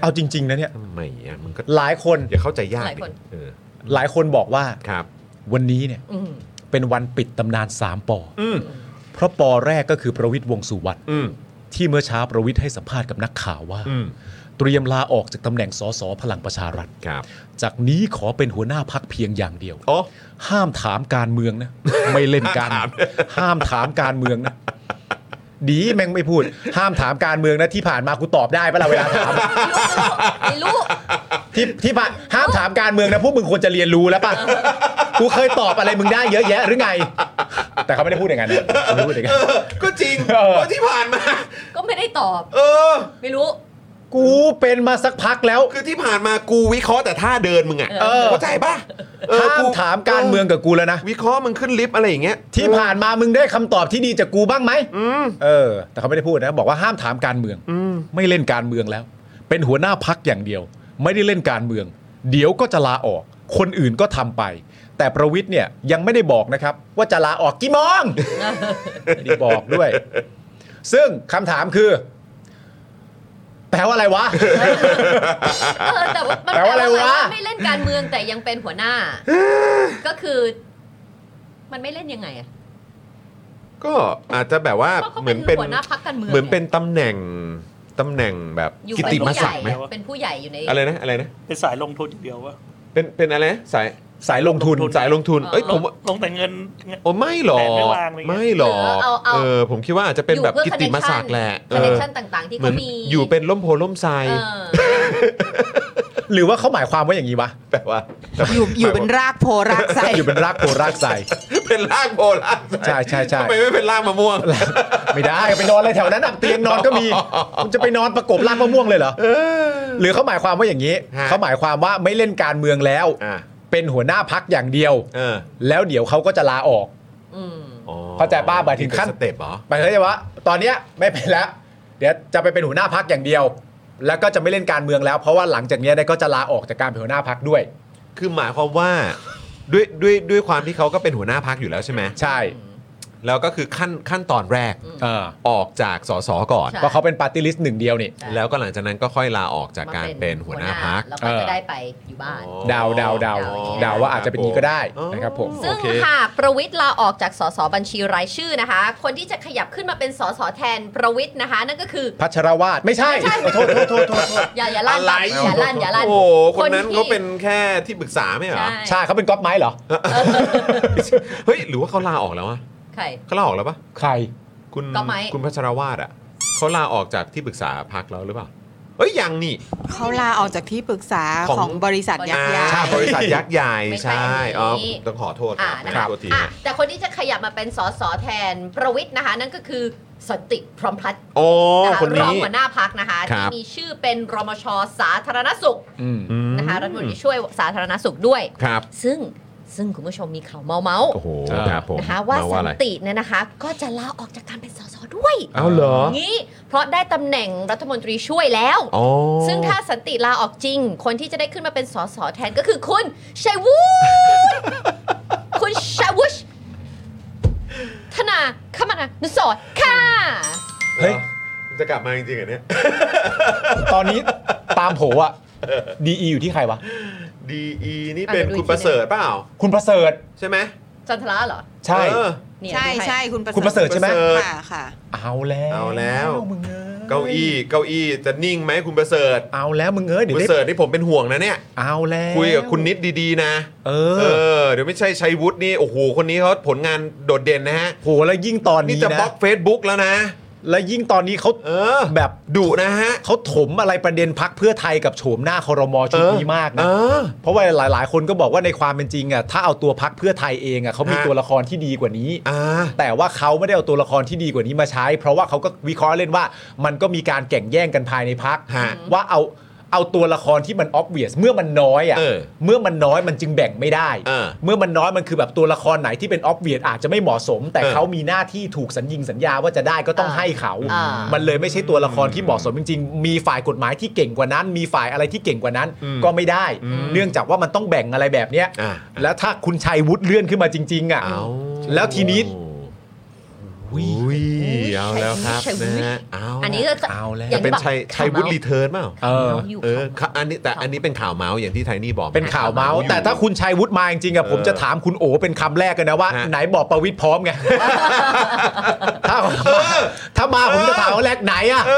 B: เอาจริง ๆ นะเนี่ย
A: ทำไมอ่ะมันก็
B: หลายคน
A: อย่าเข้าใจยาก
C: หลาย
A: ดิ
C: คน
A: เออ
B: หลายคนบอกว่า
A: ครับ
B: วันนี้เนี่ย
C: อืม
B: เป็นวันปิดตำนานสามปอ
A: อืม
B: เพราะปอแรกก็คือประวิทย์วงษ์สุวรรณ
A: อืม
B: ที่เมื่อเช้าประวิทย์ให้สัมภาษณ์กับนักข่าวว่า
A: อืม
B: เตรียมลาออกจากตำแหน่งสสพลังประชารัฐ
A: ครับ
B: จากนี้ขอเป็นหัวหน้าพักเพียงอย่างเดียว
A: อ๋อ
B: ห้ามถามการเมืองนะ ไม่เล่นการ
A: ห้ามถาม
B: ห้ามถามการเมืองนะ ดีแม่งไม่พูด ห้ามถามการเมืองนะที่ผ่านมากูตอบได้ปะล่ะเวลาถาม
C: ไม่รู้
B: ที่ที่ผ่านห้ามถามการเมืองนะพวกมึงควรจะเรียนรู้แล้วป่ะ กูเคยตอบอะไรมึงได้เยอะแยะหรือไง แต่เขาไม่ได้พูดอย่างนั้นเขาไม่ได้พูดอย่างนั้น
A: ก็จริง
B: เออ
A: เพราะที่ผ่านมา
C: ก็ไม่ได้ตอบ
A: เออ
C: ไม่รู้
B: กูเป็นมาสักพักแล้ว
A: คือที่ผ่านมากูวิเคราะห์แต่ท่าเดินมึงอ่ะ
C: เออ
A: เข้าใจป่ะเออ
B: ห้ามถามการเมืองกับกูแล้วนะ
A: วิเคราะห์มึงขึ้นลิฟต์อะไรอย่างเงี้ย
B: ที่ผ่านมามึงได้คำตอบที่ดีจากกูบ้างไหม
A: อืม
B: เออ แต่เขาไม่ได้พูดนะ บอกว่าห้ามถามการเมือง
A: อืม
B: ไม่เล่นการเมืองแล้ว เป็นหัวหน้าพักอย่างเดียว ไม่ได้เล่นการเมือง เดี๋ยวก็จะลาออก คนอื่นก็ทำไป แต่ประวิทย์เนี่ยยังไม่ได้บอกนะครับ ว่าจะลาออกกี่โม ง ไม่ได้บอกด้วย ซึ่งคำถามคือ แปลว่าอะไรวะ
C: เออแต่ว่ามัน
B: แปลว่าอะไรวะ
C: ไม่เล่นการเมืองแต่ยังเป็นหัว หน้า ก็คือ มันไม่เล่นยังไงอะ
A: ก็อาจจะแบบว่า
C: เพราะเขา
A: เหมื
C: เป็
A: อน
C: น
A: เป็น
C: หัวหน้าพักการเมือง
A: เหมือนเป็นตำแหน่งตำแหน่งแบบ
C: อยู่
A: กิ
C: เป็น
A: ติม
C: ผู้ให
A: ศัก
C: ญ่
A: ดิ์ไหม
C: เป็นผู้ใหญ่อยู่ใน
A: อะไรนะอะไรนะ
H: เป็นสายลงทุนอย่างเดียววะ
A: เป็นเป็นอะไรนะสาย
B: สายลงทุน
A: สายลงทุนเอ้ยผมว่า
H: ลงแต่เงินเงิน
A: โอ้ไม่หรอก
H: แต่ไม่วางอะไรเงี้ย
A: ไม่หรอ
C: เอกอเอาเอา
A: เออผมคิดว่าอาจจะเป็นแบบกิตติมศักดิ์แหละ
C: ค
A: เอ
C: อนเนค
A: อ
C: ชั่นต่างๆ ที่
A: เหมื
C: เขา
A: อน
C: มี
A: อยู่เป็นล่มโพล่มไทร
C: เออ
B: หรือว่าเขาหมายความว่าอย่างนี้วะ
A: แปลว่า
D: อยู่อยู่เป็นรากโพรากไส้
B: อยู่เป็นรากโพรากใส
A: เป็นรากโพรากไทร
B: ใช่ใช่ใช่
A: ทำไมไม่เป็นรากมะม่วง
B: ไม่ได้ไปนอนอะไรแถวนั้นอะเตียงนอนก็ มีคุณจะไปนอนประกบรากมะม่วงเลยเหรอหรือเขาหมายความว่าอย่างนี้
A: ฮะ
B: เขาหมายความว่าไม่เล่นการเมืองแล้ว
A: อ่ะ
B: เป็นหัวหน้าพักอย่างเดียว
A: เออ
B: แล้วเดี๋ยวเขาก็จะลาออก
C: อืม
A: อ๋อ
B: เข้าใจป้าหมายถึงขั้น
A: เป็สเต็ปเหรอ
B: หมายถึงว่า ตอนเนี้ยไม่เป็นแล้ว เดี๋ยวจะไปเป็นหัวหน้าพักอย่างเดียว แล้วก็จะไม่เล่นการเมืองแล้ว เพราะว่าหลังจากเนี้ยเนี่ยก็จะลาออกจากการเป็นหัวหน้าพักด้วย
A: คือหมายความว่าด้วยด้วยด้วยความที่เขาก็เป็นหัวหน้าพักอยู่แล้วใช่ไหม
B: ใช่
A: แล้วก็คือขั้นขั้นตอนแรก
B: เออ
A: ออกจากสสก่อน
C: ใช่
B: เพราะเขาเป็นปาร์ตี้ลิสต์หนึ่งเดียวนี่
C: ใช่
A: แล้วก็หลังจากนั้นก็ค่อยลาออกจากการเป็นหัวหน้าพัก
C: แล้วก็จะได้ไปอยู่บ้าน
B: เดาเดาเดาเดาว่าอาจจะเป็นอย่างนี้ก็ได้
A: อ๋อ
B: นะครับผม
C: ซึ่ง
A: โอเค
C: หากประวิทย์ลาออกจากสสบัญชีรายชื่อนะคะ คนที่จะขยับขึ้นมาเป็นสสแทนประวิทย์นะคะ นั่นก็คือ
B: พัชรวาดไม่ใช่
C: ไม่ใช่
B: ขอโทษโทษโทษโทษโทษ
C: อย่าอย่าลั่น
A: อะไร
C: อย่าลั่นอย่าลั่น
A: โอ้โหคนนั้น
C: ที่
A: เขาเป็นแค่ที่ปรึกษาไม่เหรอ
C: ใช่
B: ใช่เขาเป็นก๊อปไม้เหรอ
A: เฮ้ย หรือว่าเขาลาออกแล้วอะ
C: ใคร
A: เขาลาออกแล้วปะ
B: ใคร
A: คุณ
C: ก็ไม่
A: คุณพัชรวาดอะเขาลาออกจากที่ปรึกษาพักแล้วหรือเปล่าเอ้ยยังนี่
D: เขาลาออกจากที่ปรึกษา
A: ของ
D: ของบริษัทยักษ์ใหญ่
A: อ่าใช่บริษัทยักษ์ใหญ่
C: ไม่ใช่
A: ใช่อ๋อ
C: นี่
A: ต้องขอโทษค
C: อ่า
A: รับ
C: นะ
A: ขอ
C: คะ
A: โทษที
C: อ่ะ
A: นะ
C: แต่คนที่จะขยับมาเป็นสสแทนประวิทย์นะคะ นั่นก็คือสันติพร้อมพัฒน์
A: โอ้
C: นะคะ
A: คน
C: รอง
A: นี้
C: หัวหน้าพักนะคะ
A: ครั
C: ที่
A: บ
C: มีชื่อเป็นรมชสาธารณสุข
B: อืม
A: อืม
C: นะคะรัฐมนตรีช่วยสาธารณสุขด้วย
A: ครับ
C: ซึ่งซึ่งคุณผู้ชมมีข่าวเมาเมา
A: โอ้โหครับผม
C: นะคะว่า
A: เม
C: สั
A: อะไร
C: นติเนี่ยนะคะ ก็จะลาออกจากการเป็นสสด้วย
A: เอาเหรอ
C: งี้เพราะได้ตำแหน่งรัฐมนตรีช่วยแล้ว
A: อ๋อ
C: ซึ่งถ้าสันติลาออกจริง คนที่จะได้ขึ้นมาเป็นสสแทนก็คือคุณชัยวุฒิ คุณชัยวุฒิธนาคมนานุสรณ์ค่ะ
B: เฮ้ย
A: จะกลับมาจริงๆเหรอเนี่ย
B: ตอนนี้ตามโผอะดีอีอยู่ที่ใครวะ
A: DE นี่
C: อ่ะ
A: เป็น
C: เดี๋ยว
A: คุ
C: ดู
A: ณ
C: อีกที
A: ประเสริฐเปล่า
B: คุณประเสริฐ
A: ใช่ไหม
C: จันทราเหรอ
B: ใช่
A: เออ
C: เนี่ย
D: ใช่
C: ดูห้
D: ใช่คุณประเสริฐ
B: คุณประเสริฐใช่ไหม
D: ค่ะค่ะ
B: เอาแล้ว
A: เอาแล้ว
B: มึงเอ้ย
A: เก้าอี้เก้าอี้จะนิ่งไหมคุณประเสริฐ
B: เอาแล้วมึงเอ้ย
A: คุ
B: เดี๋ย
A: ณ
B: ว
A: ป
B: ได้
A: ระเสริฐนี่ผมเป็นห่วงนะเนี่ย
B: เอาแล้ว
A: คุยกับคุณนิดดีๆนะ
B: เอ
A: เอ
B: อ
A: อเดี๋ยวไม่ใช่ชัยวุฒินี่โอ้โหคนนี้เขาผลงานโดดเด่นนะฮะ
B: โหแล้วยิ่งตอน
A: นี่
B: นี้
A: จะ
B: นะ
A: บล็อก Facebook แล้วนะ
B: และยิ่งตอนนี้เขา
A: เออ
B: แบบ
A: ดุนะฮะ
B: เขาถมอะไรประเด็นพักเพื่อไทยกับโฉมหน้าคอรมอชุดนี้มาก
A: เอ
B: นะ
A: อ
B: เพราะว่าหลาย ๆ คนก็บอกว่าในความเป็นจริงอ่ะถ้าเอาตัวพักเพื่อไทยเองอ่ะเขามี
A: ฮะ
B: ตัวละครที่ดีกว่านี้
A: อ่า
B: แต่ว่าเขาไม่ได้เอาตัวละครที่ดีกว่านี้มาใช้ เพราะว่าเขาก็วิเคราะห์เล่นว่า มันก็มีการแก่งแย่งกันภายในพัก
A: ฮะ
B: ว่าเอา เอาตัวละครที่มันออบเวียสเมื่อมันน้อยอ่ะ
A: เออ
B: เมื่อมันน้อยมันจึงแบ่งไม่ได้
A: เออ
B: เมื่อมันน้อยมันคือแบบตัวละครไหนที่เป็นออบเวียสอาจจะไม่เหมาะสม แต่
A: เออ
B: เขามีหน้าที่ถูกสัญญิงสัญญาว่าจะได้ก็ต้องให้เขา
C: อ่า
B: มันเลยไม่ใช่ตัวละครที่เหมาะสมจริงๆ มีฝ่ายกฎหมายที่เก่งกว่านั้น มีฝ่ายอะไรที่เก่งกว่านั้น ก็ไม่ได้ เนื่องจากว่ามันต้องแบ่งอะไรแบบเนี้ย
A: อ่ะ
B: แล้วถ้าคุณชัยวุฒิเลื่อนขึ้นมาจริง ๆ อ่ะ
A: เอา
B: แล้วทีนี้
A: อุ้ยเอาแล้วครับ
C: ชัยวุ
A: นะ
C: ฒิ
A: ฮะเอา
C: อันนี้ก็จะ
B: เอาแล้ว
C: อย่าง
A: เป็น
C: ที่บอก
A: ชัยชัยวุฒิรีเทิร์นเปล่า
B: เออ
C: ข่าวเมาส์อยู่
A: เออค่ะอันนี้แต่อันนี้เป็นข่าวเมาส์อย่างที่ไทนี่บอก
B: เป็นข่าวเมาส์แต่ถ้าคุณชัยวุฒิมาจริงๆอะผมจะถามคุณโอเป็นคำแรกกันนะว่า
A: ฮะ
B: ไหนบอกประวิทย์พร้อมไง ถ้า ถ้ามาผมจะถามว่าแรกไหนอะ
A: เอ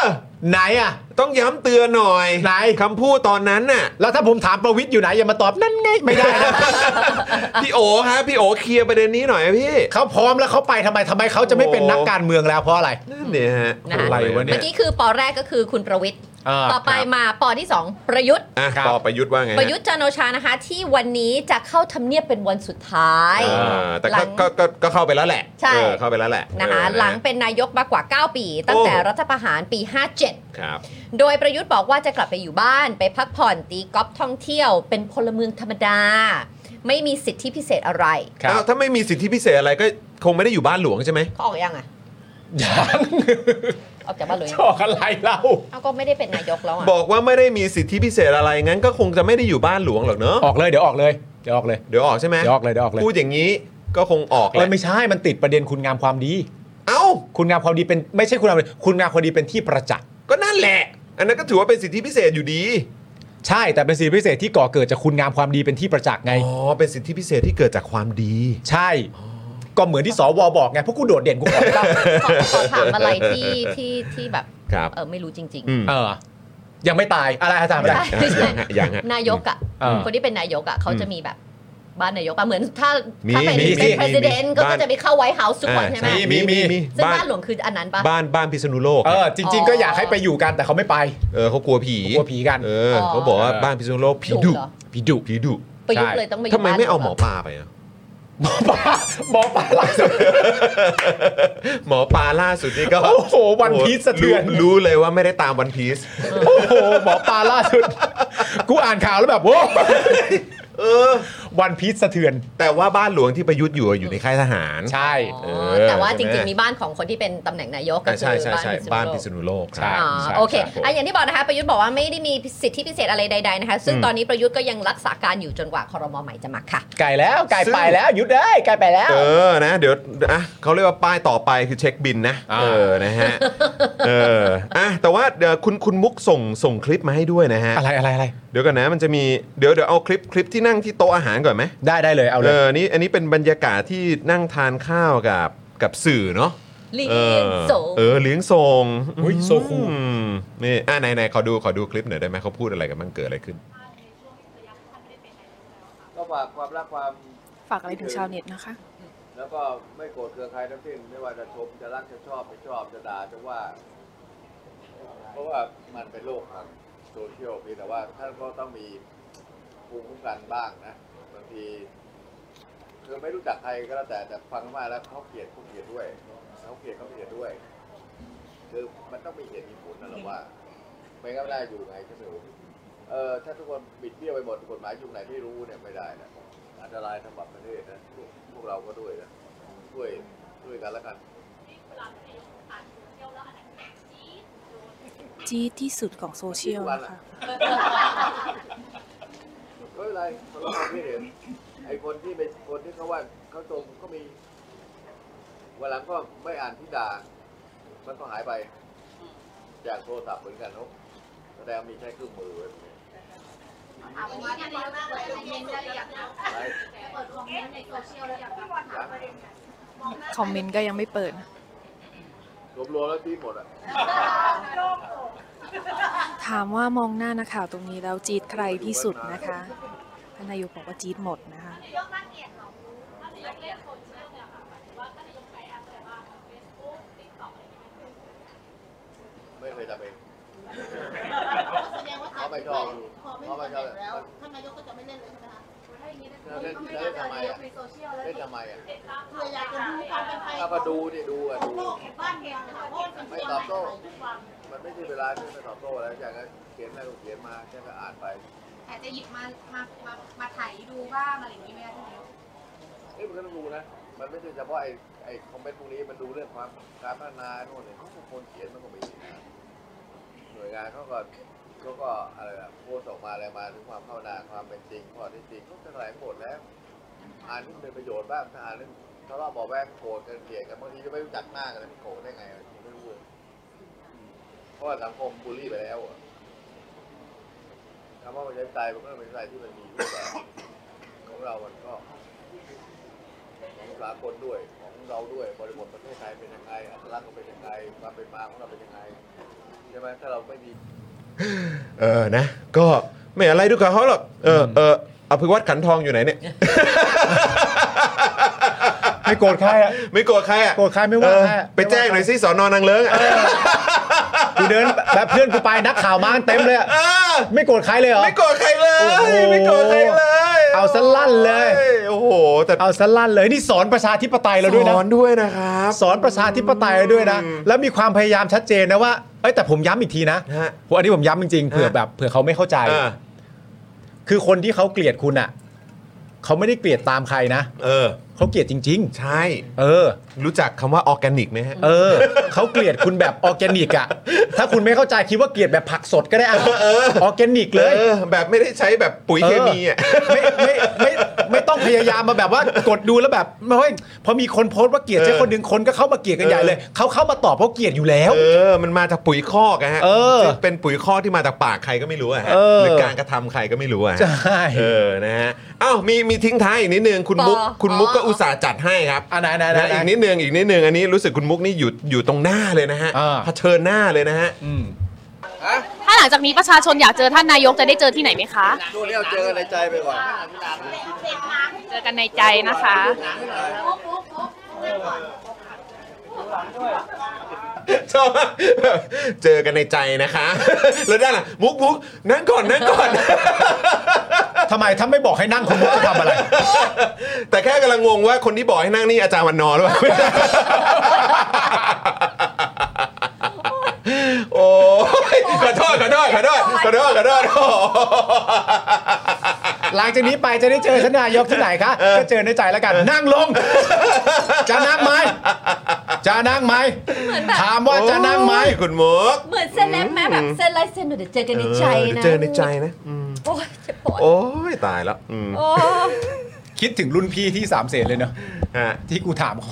A: อ
B: ไหนอะ
A: ต้องย้ำเตือนหน่อย
B: ไหน
A: คำพูดตอนนั้นน่ะ
B: แล้วถ้าผมถามประวิทย์อยู่ไหนอย่ามาตอบนั่นไงไม่ได้นะ
A: พี่โอฮะพี่โอเคลียร์ประเด็นนี้หน่อยพี่
B: เขาพร้อมแล้วเขาไปทำไมทำไมเขาจะไม่เป็นนักการเมืองแล้วเพราะอะไร
A: นั่นเนี่ยฮะ
C: นะ
A: อะไรวะเนี่
C: เมื่
A: ย
C: อกี้คือปอแรกก็คือคุณประวิทย์
B: อ่า
C: ต่อไป
B: ครับ
C: มาปอที่สองประยุทธ์
A: อ่ะ
B: ครับ
A: ต่อประยุทธ์ว่าไงฮ
C: ประยุทธ์จันทร์โอชานะคะ ที่วันนี้จะเข้าทำเนียบเป็นวันสุดท้าย
A: อ่าแต่
C: หลั
A: ก็
C: ง
A: ก็ก็ก็เข้าไปแล้วแหละ
C: ใช่
A: เออเข้าไปแล้วแหละ
C: นะคะ
A: เออ
C: หลังเป็นนายกมากกว่า 9 ปี ตั้งแต่
A: โอ้
C: รัฐประหารปี 57
A: ครับ
C: โดยประยุทธ์บอกว่าจะกลับไปอยู่บ้าน ไปพักผ่อนตีกอล์ฟท่องเที่ยว เป็นพลเมืองธรรมดา ไม่มีสิทธิพิเศษอะไร
A: อ้าวถ้าไม่มีสิทธิพิเศษอะไรก็คงไม่ได้อยู่บ้านหลวงใช่ไหม
C: เขาออกยังอ่ะ
B: ยัง
C: ออกจากบ้านเลยง
B: ชอกอะไรเรา
C: เอาก็ไม่ได้เป็นนายกแล้วอ่ะ
A: บอกว่าไม่ได้มีสิทธิพิเศษอะไรงั้นก็คงจะไม่ได้อยู่บ้านหลวงหรอกเนอะ
B: ออกเลยเดี๋ยวออกเลยเดี๋ยวออกเลย
A: เดี๋ยวออกใช่ไหม
B: เดี๋ยวออกเลยเดี๋ยวออกเลย
A: พูดอย่างนี้ก็คงออกแห
B: เอ
A: ล้
B: อไม่ใช่มันติดประเด็นคุณงามความดี
A: เอ้า
B: คุณงามความดีเป็นไม่ใช่คุณงามความดีคุณงามความดีเป็นที่ประจักษ์
A: ก็นั่นแหละ อันนั้นก็ถือว่าเป็นสิทธิพิเศษอยู่ดี
B: ใช่แต่เป็นสิ่งพิเศษที่ก่อเกิดจากคุณงามความดีเป็นที่ประจักษ์ไง
A: อ๋อ เป็นสิทธิพิเศษที่เกิดจากความดี
B: ใช่ ก็เหมือนที่สวบอกไงเพราะกูโดดเด่นกูขอไม่
C: ข
B: ได้
C: อขอถามอะไรที่ที่ที่แบบ
A: ครับ
C: เออไม่รู้จริง
A: อืม
B: เออ ยังไม่ตายอะไรอาจารย์
C: ๆ
B: ไม่ได้
C: ใช่ใช่
A: ยังฮะ
C: นายกอ่ะ
B: เออ
C: คนที่เป็นนายกอ่ะเขาจะมีแบบบ้านนายกอ่ะเหมือนถ้า
A: มี
C: ถ้าเป็น
A: มี
C: เป็น
A: มี
C: president ก็
A: บ้าน
C: จะไปเข้าไวท์เฮาส์ทุกคนใช่ไหม
A: อ่า
B: มีมี
C: ซึ่ง
A: บ้า
C: บ้าน
A: น
C: หลวงคืออันนั้นปะ
A: บ้านบ้านพิษณุโลก
B: เออจริง ๆ ก็อยากให้ไปอยู่กันแต่เขาไม่ไป
A: เออเขากลัวผี
B: กลัวผีกัน
A: เออ
C: อ
A: เขาบอกว่าบ้านพิษณุโลกผีดุ
C: เหรอ
A: ผีดุ ผีดุ
C: ประยุทธ์
B: ใช่
C: เลยต้องไปอยู่
A: ทำไม
C: บ้น
A: ไม่เอาหม
C: ล
A: อ
C: วงะ
A: ปลาไปอะ
B: หมอปลาหมอปลาล่าสุด
A: หมอปลาล่าสุดนี่ก็
B: โอ้โห One Piece สะเทือน
A: รู้รู้เลยว่าไม่ได้ตามวันพีซ
B: โอ้โหหมอปลาล่าสุด กูอ่านข่าวแล้วแบบโว้
A: เออ
B: วันพีซสะเทือน
A: แต่ว่าบ้านหลวงที่ประยุทธ์อยู่อะอยู่ในค่ายทหาร
B: ใช่
C: อ๋อ
A: เออ
C: แต่ว่า
A: ใช่
C: จ
A: ไหม
C: ริง ๆ มีบ้านของคนที่เป็นตำแหน่งนายกก็
A: อ่ะ
C: คือ
A: ใช่ใช่ใช่บ้านพิษณุโลกค
B: ใช่
A: รับ
C: อ๋อ
B: ใช่
C: โอเค
A: ครับผม
C: อ่ะอย่างที่บอกนะคะประยุทธ์บอกว่าไม่ได้มีสิทธิพิเศษอะไรใดๆนะคะ ซึ่งตอนนี้ประยุทธ์ก็ยังรักษาการอยู่จนกว่าครมใหม่จะมาค่ะ
B: ไก่แล้วไก่ไปแล้วหยุดเลยไก่ไปแล้ว
A: เออ นะ เดี๋ยวอ่ะเขาเรียกว่าป้ายต่อไปคือเช็คบินนะ
B: อ่า
A: เออ นะ ฮะ เออ อ่ะ แต่ว่าเดี๋ยวคุณ คุณมุกส่ง ส่งคลิปมาให้ด้วยนะฮะ
B: อะไรอะไรอะไร
A: เดี๋ยวกันนะ มันจะมี เดี๋ยว เดี๋ยวเอาคลิป คลิปที่นั่งที่โต๊ะอาหารก่อนไหม
B: ได้ได้เลยเอาเล
A: เอย อ นี่ อันนี้เป็นบรรยากาศที่นั่งทานข้าวกับ กับสื่อเนาะ
C: เลี
A: เอย อ
C: นโส
A: เออ เลี้ยงส่ง
B: อุ๊ยโซคูล
A: อืมนี่ อ่ะไหนไหนขอดู ขอดูคลิปหน่อยได้ไหมเขาพูดอะไรกันบ้างเกิดอะไรขึ้น
I: ก็ฝากความรักความ
E: ฝากอะไรถึงชาวเน็ตนะคะ
I: แล้วก็ไม่โกรธเคืองใครทั้งสิ้นไม่ว่าจะชมจะรักจะชอบไม่ชอบจะด่าจะว่า เพราะว่ามันเป็นโลกทางโซเชียลเพียงแต่ว่าท่านก็ต้องมีภูมิคุ้มกันบ้างนะบางทีคือไม่รู้จักใครก็แล้วแต่แต่ฟังมาแล้วเขาเกลียดเขาเกลียดด้วยเขาเกลียดเขาเกลียดด้วย คือมันต้องมีเหตุมีผลนะหรอว่า ไม่งั้นไม่ได้อยู่ไงก็ไม่รู้เออถ้าทุกคนบิดเบี้ยวไปหมดกฎหมายยุคไหนที่รู้เนี่ยไม่ได้นะ อันตรายสำหรับประเทศนะพวกพวกเราก็ด้วยนะช่วยช่วยกันแล้วกัน
E: จี๊ดที่สุดของโซเชียลนะคะ
I: ไม่เป็นไรคนเราไม่เห็นไอ้คนที่เป็นคนที่เขาว่าเขาจมก็มีวันหลังก็ไม่อ่านที่ด่ามันก็หายไป จากโทรศัพท์เหมือนกันเนาะแสดงมีใช้เครื่องมือไว้ไว้
E: คอมเมนต์ก็ยังไม่เปิด
I: รวมๆแล้วที่หมดอ่ะ
E: ถามว่ามองหน้านักข่าวตรงนี้แล้วจี๊ดใครที่สุดนะคะท่านนายกบอกว่าจี๊ดหมดนะคะ
I: ไม่เคยทำเองเขาไม่ชอบเขาไม่ชอบแล้วท่านนายกก็จะไม่เล่นเลยใช่ไหมคะเล่นเล่นทำไมอ่ะเล่นทำไมอ่ะเพื่ออยากจะดูความเป็นไปถ้าก็ดูดิดูอ่ะดูไม่ตอบโต้ มันไม่ใช่เวลาที่จะตอบโต้อะไรอย่างนั้นเขียนอะไรก็เขียนมาแค่ก็อ่านไป
J: อาจจะหยิบมามามามาถ่ายดูบ้างอะไรอย่างนี้ไหมคะท่านนายก
I: เอ้ยมันก็ต้องดูนะ มันไม่ใช่เฉพาะไอ้ไอ้คอมเมนต์พวกนี้ มันดูเรื่องความการพัฒนาโน่นเนี่ยเขาก็คนเขียนมันก็มีนะหน่วยงานเขาก็เขาก็อะไรอะโพสต์ออกมาอะไรมาถึงความเข้าหน้าความเป็นจริงข้อที่จริงเขาจะแถลงหมดแล้ว อ่านที่เป็นประโยชน์บ้างถ้าอ่านเรื่องทะเลาะเบาะแวงโกรธกันเกลียดกันบางทีก็ไม่รู้จักหน้ากันแล้วมันโกรธได้ไงมันไม่รู้เลยเพราะว่าสังคมบูลลี่ไปแล้วอะคำว่าประชาธิปไตยมันก็เป็นประชาธิปไตยที่มันมีรูปแบบของเรามันก็ ของสากลด้วยของเราด้วยบริบทประเทศไทยเป็นยังไงอัตลักษณ์เราเป็นยังไงความเป็นมาของเราเป็นยังไงใช่ไหมถ้าเราไม่มี
A: เออนะ ก็ไม่อะไรดูกับเขาหรอกเออเอออภิวัตขันทองอยู่ไหนเนี่ย
B: ไม่โกรธใครอ่ะ
A: ไม่โกรธใครอ่ะ
B: โกรธใครไม่ว่าใครอะ
A: ไปแจ้งหน่อยสิสอนอนังเลิ้งอะ
B: กูเดินแบบเพื่อนกูไปนักข่าวมากันเต็มเลยอะไม่โกรธใครเลยเหรอ
A: ไม่โกรธใครเลยไม่โกรธใครเลย
B: เอาสลั่นเลย
A: โอ้โหแต่
B: เอาสลั่นเลยนี่สอนประชาธิปไตยเราด้วยนะ
A: สอนด้วยนะครับ
B: สอนประชาธิปไตยเราด้วยนะแล้วมีความพยายามชัดเจนนะว่าเอ้ยแต่ผมย้ำอีกทีนะ
A: ฮะ
B: ผมอันนี้ผมย้ำจริงๆเผื่อแบบเผื่อเขาไม่เข้าใจ
A: อ่า
B: คือคนที่เขาเกลียดคุณอ่ะเขาไม่ได้เกลียดตามใครนะ
A: เออ
B: เขาเกลียดจริง
A: ใช่
B: เออ
A: รู้จักคำว่าออร์แกนิกไหมฮะ
B: ๆ เออเขาเกลียดคุณแบบออร์แกนิกอ่ะถ้าคุณไม่เข้าใจคิดว่าเกลียดแบบผักสดก็ได้อะออร์แกนิกเลย
A: ออแบบไม่ได้ใช้แบบปุ๋ยเคมีอ่ะ
B: ไม่ไม่ไม่ไม่ต้องพยายามมาแบบว่ากดดูแล้วแบบเฮ้ยพอมีคนโพสต์ว่าเกลียดใช่คนหนึ่งคนก็เข้ามาเกลียดกันใหญ่เลยเขาเข้ามาตอบเพราะเกลียดอยู่แล้ว
A: เออ มันมาจากปุ๋ยคอกอะฮะ
B: เออ
A: ซึ่งเป็นปุ๋ยคอกที่มาจากปากใครก็ไม่รู้อะฮะ
B: เออ
A: หรือการกระทำใครก็ไม่รู้อะฮะ
B: ใช่
A: เออนะฮะอ้าวมีมีทิ้งท้ายอีกนิดนึงคุณมุก
C: ปอ
A: คุณ
C: อ๋อ
A: มุกก็อุตส่าห์จัดให้ครับ
B: อ่ะไหนไหนไหน
A: นะ
B: ไห
A: อีก
B: น
A: นิดนึงอีกนิดนึงอันนี้รู้สึกคุณมุกนี่อยู่อยู่ตรงหน้าเลยนะฮะ
B: อ่า
A: เผชิญหน้าเลยนะฮะ
B: อืม
J: ถ้าหลังจากนี้ประชาชนอยากเจอท่านนายกจะได้เจอที่ไหนไหมคะ
I: ช่วงนี้เราเจอกันในใจไปก่อน
J: เจอกันในใจนะคะ
A: ชอบมากเจอกันในใจนะคะ แล้วด้านหล่ะ มุกมุกนั่งก่อนนั่งก่อน
B: ทำไมถ้าไม่บอกให้นั่งคุณมุกจะทำอะไร
A: แต่แค่กำลังงงว่าคนที่บอกให้นั่งนี่อาจารย์วันนอร์หรือเปล่า โอ้ยขอโทษขอโทษขอโทษขอโทษขอโทษโอ้โห
B: หลังจากนี้ไปจะได้เจอท่านนายกที่ไหนคะก็เจอในใจแล้วกัน นั่งลง จะนั่งไหมจะนั่งไหม
C: เหมือนแบบ
B: ถามว่าจะนั่งไหม
A: โอ้ยคุณมุก
C: เหมือนเซเลบแม่แบบเซนไลน์เซนหนูเดี๋ยวเจอกันในใจ
A: เออเดี๋ยว
C: นะ
A: เจอในใจนะอืม
C: โอ้ยเจ็บปวด
A: โอ้ยตายแล้วอืม
C: โอ้
B: คิดถึงรุ่นพี่ที่สามเสนเลยเนาะ
A: ฮะ
B: ที่กูถามเขา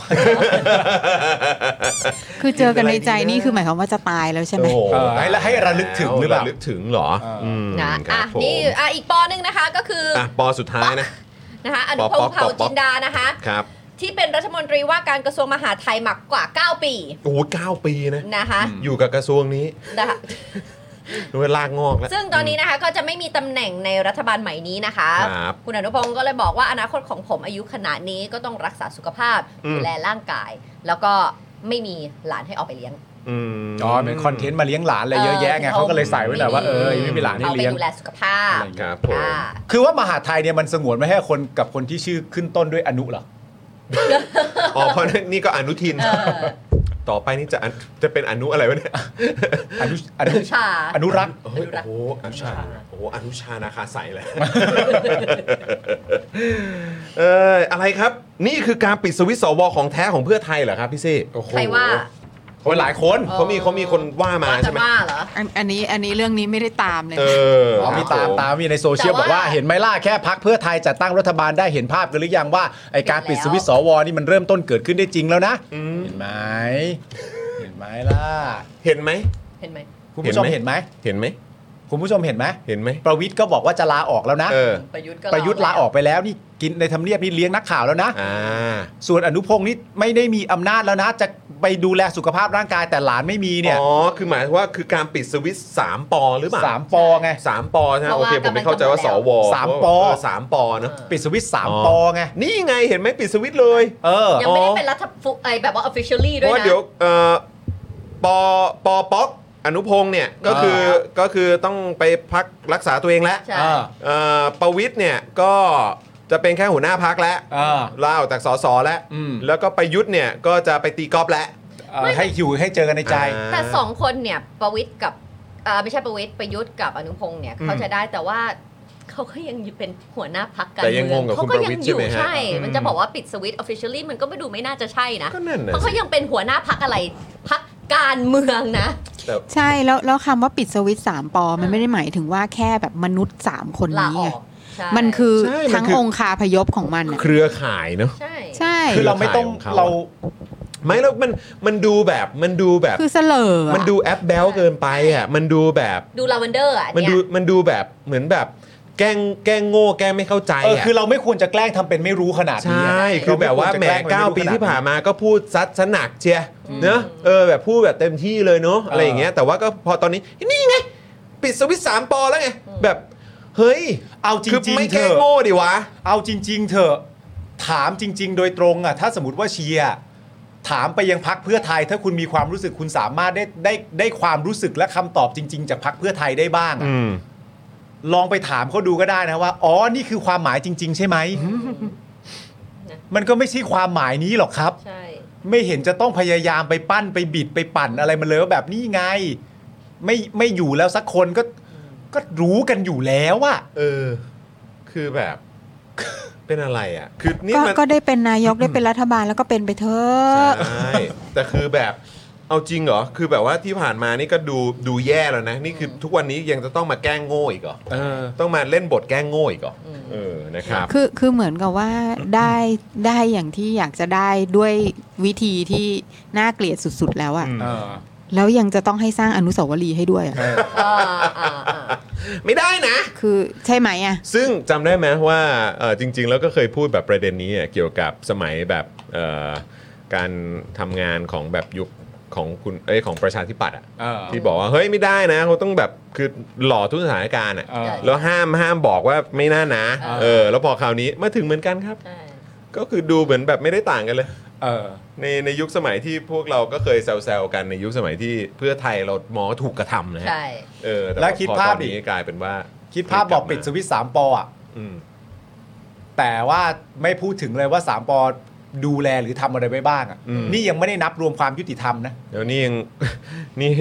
D: คือเจอกันในใจนี่คือหมายความว่าจะตายแล้วใช่ไหม
A: โอ้โ
B: เออให้ละให้ระลึกถึงหรือเปล่า
A: ะลึกถึงเหรออืม
C: นะครับ อ่ะ
A: ผม
C: นี่อ่ะอีกปอหนึ่งนะคะก็คืออ
A: อ่ะปอสุดท้ายนะ
C: นะคะอนุพ
A: ป
C: ง
A: อปอป
C: ษ์เผ่า
A: อปอ
C: จินดานะคะ
A: ครับ
C: ที่เป็นรัฐมนตรีว่าการกระทรวงมหาดไทยมากกว่า 9 ปี
A: โอ้โหเก้าปีนะ
C: นะคะ
A: อยู่กับกระทรวงนี้
C: นะคะ
A: เวลากงอกแล้ว
C: ซึ่งตอนนี้นะคะก็จะไม่มีตำแหน่งในรัฐบาลใหม่นี้นะคะ
A: ครับ
C: ณอนุพงศ์ก็เลยบอกว่าอนาคตของผมอายุขนาดนี้ก็ต้องรักษาสุขภาพ
A: อืม
C: ดูแลร่างกาย แล้วก็ไม่มีหลานให้ออกไปเลี้ยง
A: อืม
B: อ๋อเป็นคอนเทนต์มาเลี้ยงหลานอะไรเยอะแยะไง
C: เออ
B: เขาก็เลยใส่ไว้แหละว่าเออยังไม่มีหลานให้
C: เอาไป
B: เลี้ยง
C: ดูแลสุขภาพ
A: ครับผม
C: อ่า
B: คือว่ามหาไทยเนี่ยมันสงวนไม่ให้คนกับคนที่ชื่อขึ้นต้นด้วยอนุเหรอ
A: อ๋อเพราะนี่ก็อนุทิน
C: เออ
A: ต่อไปนี่จะอันจะเป็นอนุอะไรวะเนี่ย
B: อนุอนุ
C: ชา
B: อนุรักษ์
A: โอ้ย
C: อนุรักษ์
A: โอ้โหอนุชาโอ้โหอนุชานาคาใสเลย เอออะไรครับ นี่คือการปิดสวิตช์สวของแท้ของเพื่อไทยเหรอครับพี่ซี่
C: ใครว่า
B: คนหลายคน
A: เขามีเขามีคนว่ามา
C: ว่าจะ
A: ใช่ไหม
C: ว่าเหรอ
D: อันอันนี้อันนี้เรื่องนี้ไม่ได้ตามเลย
A: เออ
B: อ๋อมีตามตามมีในโซเชียล
C: แต่
B: บ
C: ว่า
B: อกว่าเห็นไหมล่ะแค่พักเพื่อไทยจัดตั้งรัฐบาลได้เห็นภาพกันหรือยังว่าไอการปิด
C: เห็
B: ส
C: นแล้ว
B: วิตช์สวนี่มันเริ่มต้นเกิดขึ้นได้จริงแล้วนะ เห็นไหมเห็นไหมล่ะ
A: เห็นไหม
C: เห็นไหม
B: คุณผู้ชม
A: เห็
B: เห็
A: น
B: น
A: ไห
B: ไห
A: ม
B: ม
A: เห็นไหม
B: คุณผู้ชมเห็นไหม
A: เห็นไหม
B: ประวิทย์ก็บอกว่าจะลาออกแล้วนะ
A: เออ
C: ประยุทธ์ก็
B: ประยุทธ์ลาออกไปแล้วนี่กินในทำเนียบนี่เลี้ยงนักข่าวแล้วนะ
A: อ่า
B: ส่วนอนุพงศ์นี่ไม่ได้มีอำนาจแล้วนะ จะไปดูแลสุขภาพร่างกายแต่หลานไม่มีเนี่ย
A: อ๋อคือหมายว่าคือการปิดสวิตช์สามปอหรือเปล่า
B: สามปอไง
A: สามปอใช่ไหม
C: เพ
A: โอ
C: ราะว่า
A: เคผมไม่เข้าใจว่าสว
B: สามปอ
A: เสามปอเนอะ
B: ปิดสวิตช์สาม
A: อ๋
B: ปอไง
A: นี่ไงเห็นไหมปิดสวิตช์เลย
B: เออ
C: ยังไม่ได้เป็นรัฐฟุไอแบบว่า officially
A: เพ
C: ด้วย
A: ราะว่า
C: นะ
A: เดี๋ยวเอ่อปอปอป๊อกอนุพงษ์เนี่ยก็คือก็คือต้องไปพักรักษาตัวเองแล้ว
C: ใช่
B: เออ
A: เอ่อประวิทย์เนี่ยก็จะเป็นแค่หัวหน้าพักแล้ว
B: เออ
A: ลาออกจากสสแล้ว
B: อืม
A: แล้วก็ประยุทธ์เนี่ยก็จะไปตีกอล์ฟแล้ว
B: เอ่อให้อยู่ให้เจอกันในใจ
C: แต่สองคนเนี่ยประวิทย์กับเอ่อไม่ใช่ประวิทย์ประยุทธ์กับอนุพงศ์เนี่ย
B: อืม
C: เขาจะได้แต่ว่าเขาก็ยังอยู่เป็นหัวหน้าพักการ
A: แต่
C: เมื
A: ยังง
C: อง
A: กับ
C: เขา
A: คุณ
C: ก็
A: ประ
C: ยั
A: วิตร
C: อ
A: ใช่
C: ยู่
A: ไหมฮะ
C: ใช่
A: อืม
C: มันจะบอกว่าปิดสวิตออฟฟิเชียลลี่มันก็ไม่ดูไม่น่าจะใช่นะ
A: ก็นั่นน่ะสิ
C: เพราะเขายังเป็นหัวหน้าพักอะไรพักการเมืองนะ
A: แต่
D: ใช่แล้วแล้วคำว่าปิดสวิตสามปอมันไม่ได้หมายถึงว่าแค่แบบมนุษย์สามคนนี้ไง
C: ลาออกใช่
D: มันคือ
A: ใช่มันคือ
D: ทั้งองค์คาพยพของมันอะ
A: เครือข่ายเนอะ
C: ใช่
D: ใช่
A: คือเราไม่ต้องเราไม่แล้วมันมันดูแบบมันดูแบบ
D: คือเสลออะ
A: มันดูแอปแบลเกินไปอ่ะมันดูแบบ
C: ดูลาเวนเดอร์อ่ะ
A: มัน
C: เนี่
A: ดู
C: ย
A: มันดูแบบเหมือนแบบแกล้งแกล้งโง่แกล้งไม่เข้าใจ
B: เออ
A: อ่ะ
B: คือเราไม่ควรจะแกล้งทำเป็นไม่รู้ขนาด
A: ใช
B: นี้อะ
A: ่คือแบบว่าแหมเก้าปีที่ผ่านมาก็พูดซัดซะหนักเชียเนอะเออแบบพูดแบบเต็มที่เลยเนอะอะไรอย่างเงี้ยแต่ว่าก็พอตอนนี้นี่ไง ปิดสวิตช์สามปอแล้วไงแบบเฮ้ย
B: เอาจ
A: คือ
B: ริง
A: ไม่
B: ๆเถ
A: แกล้ง
B: อะ
A: โง่ดิวะ
B: เอาจริง ๆ เถอะถามจริง ๆ โดยตรงอ่ะถ้าสมมติว่าเชียร์ถามไปยังพักเพื่อไทย ถ้าคุณมีความรู้สึกคุณสามารถได้ได้ได้ความรู้สึกและคำตอบจริง ๆ จากพักเพื่อไทยได้บ้างอะ
A: อืม
B: ลองไปถามเขาดูก็ได้นะว่า อ๋อ นี่คือความหมายจริง ๆ ใช่ไหม มันก็ไม่ใช่ความหมายนี้หรอกครับ
C: ใช่
B: ไม่เห็นจะต้องพยายามไปปั้นไปบิดไปปั่นอะไรมันเลยว่าแบบนี่ไง ไม่ไม่อยู่แล้วสักคนก็ ก็รู้กันอยู่แล้วอะ
A: เออ คือแบบ เป็นอะไรอ่ะ คือนี่
D: ก็
A: มัน
D: ก็ได้เป็นนาย กได้เป็นรัฐบาลแล้วก็เป็นไปเถอะ
A: ใช่แต่คือแบบเอาจริงเหรอ คือแบบว่าที่ผ่านมานี่ก็ดูดูแย่แล้วนะ นี่คือทุกวันนี้ยังจะต้องมาแกล้งโง่อีกเหรอต้องมาเล่นบทแกล้งโง่อีกเหรออเออนะครับ
D: คือคือเหมือนกับว่าได้ได้อย่างที่อยากจะได้ด้วยวิธีที่น่าเกลียดสุดๆแล้วอะ
A: อืม
D: แล้วยังจะต้องให้สร้างอนุสาวรีย์ให้ด้วยอะ
A: ไม่ได้นะ
D: คือใช่ไหมอะ
A: ซึ่งจำได้ไหมว่าเอ่อจริง ๆ แล้วก็เคยพูดแบบประเด็นนี้อ่ะเกี่ยวกับสมัยแบบเอ่อการทำงานของแบบยุคของคุณเอ้ยของประชาธิปัตย์อ่ะ ที่บอกว่าเฮ้ยไม่ได้นะเขาต้องแบบคือหล่อทุกสถานการณ์อ่ะ
B: เออ
A: แล้วห้ามห้ามบอกว่าไม่น่านะเออ แล้วพอคราวนี้มาถึงเหมือนกันครับ ก็คือดูเหมือนแบบไม่ได้ต่างกันเลย
B: เออ
A: ในในยุคสมัยที่พวกเราก็เคยแซวๆกันในยุคสมัยที่เพื่อไทยเรามองว่าถูกกระทำนะฮะ
C: ใช่
A: เออต่
B: และคิด
A: พอ
B: ภาพ
A: ตอนนี้
B: อีก
A: กลายเป็นว่า
B: คิดภาพบอกปิดสวิตสามปออ่ะ
A: อืม
B: แต่ว่าไม่พูดถึงเลยว่าสามปอดูแลหรือทำอะไรไว้บ้างอะ
A: อืม
B: นี่ยังไม่ได้นับรวมความยุติธรรมนะ
A: เดี๋ยวนี้ยัง นี่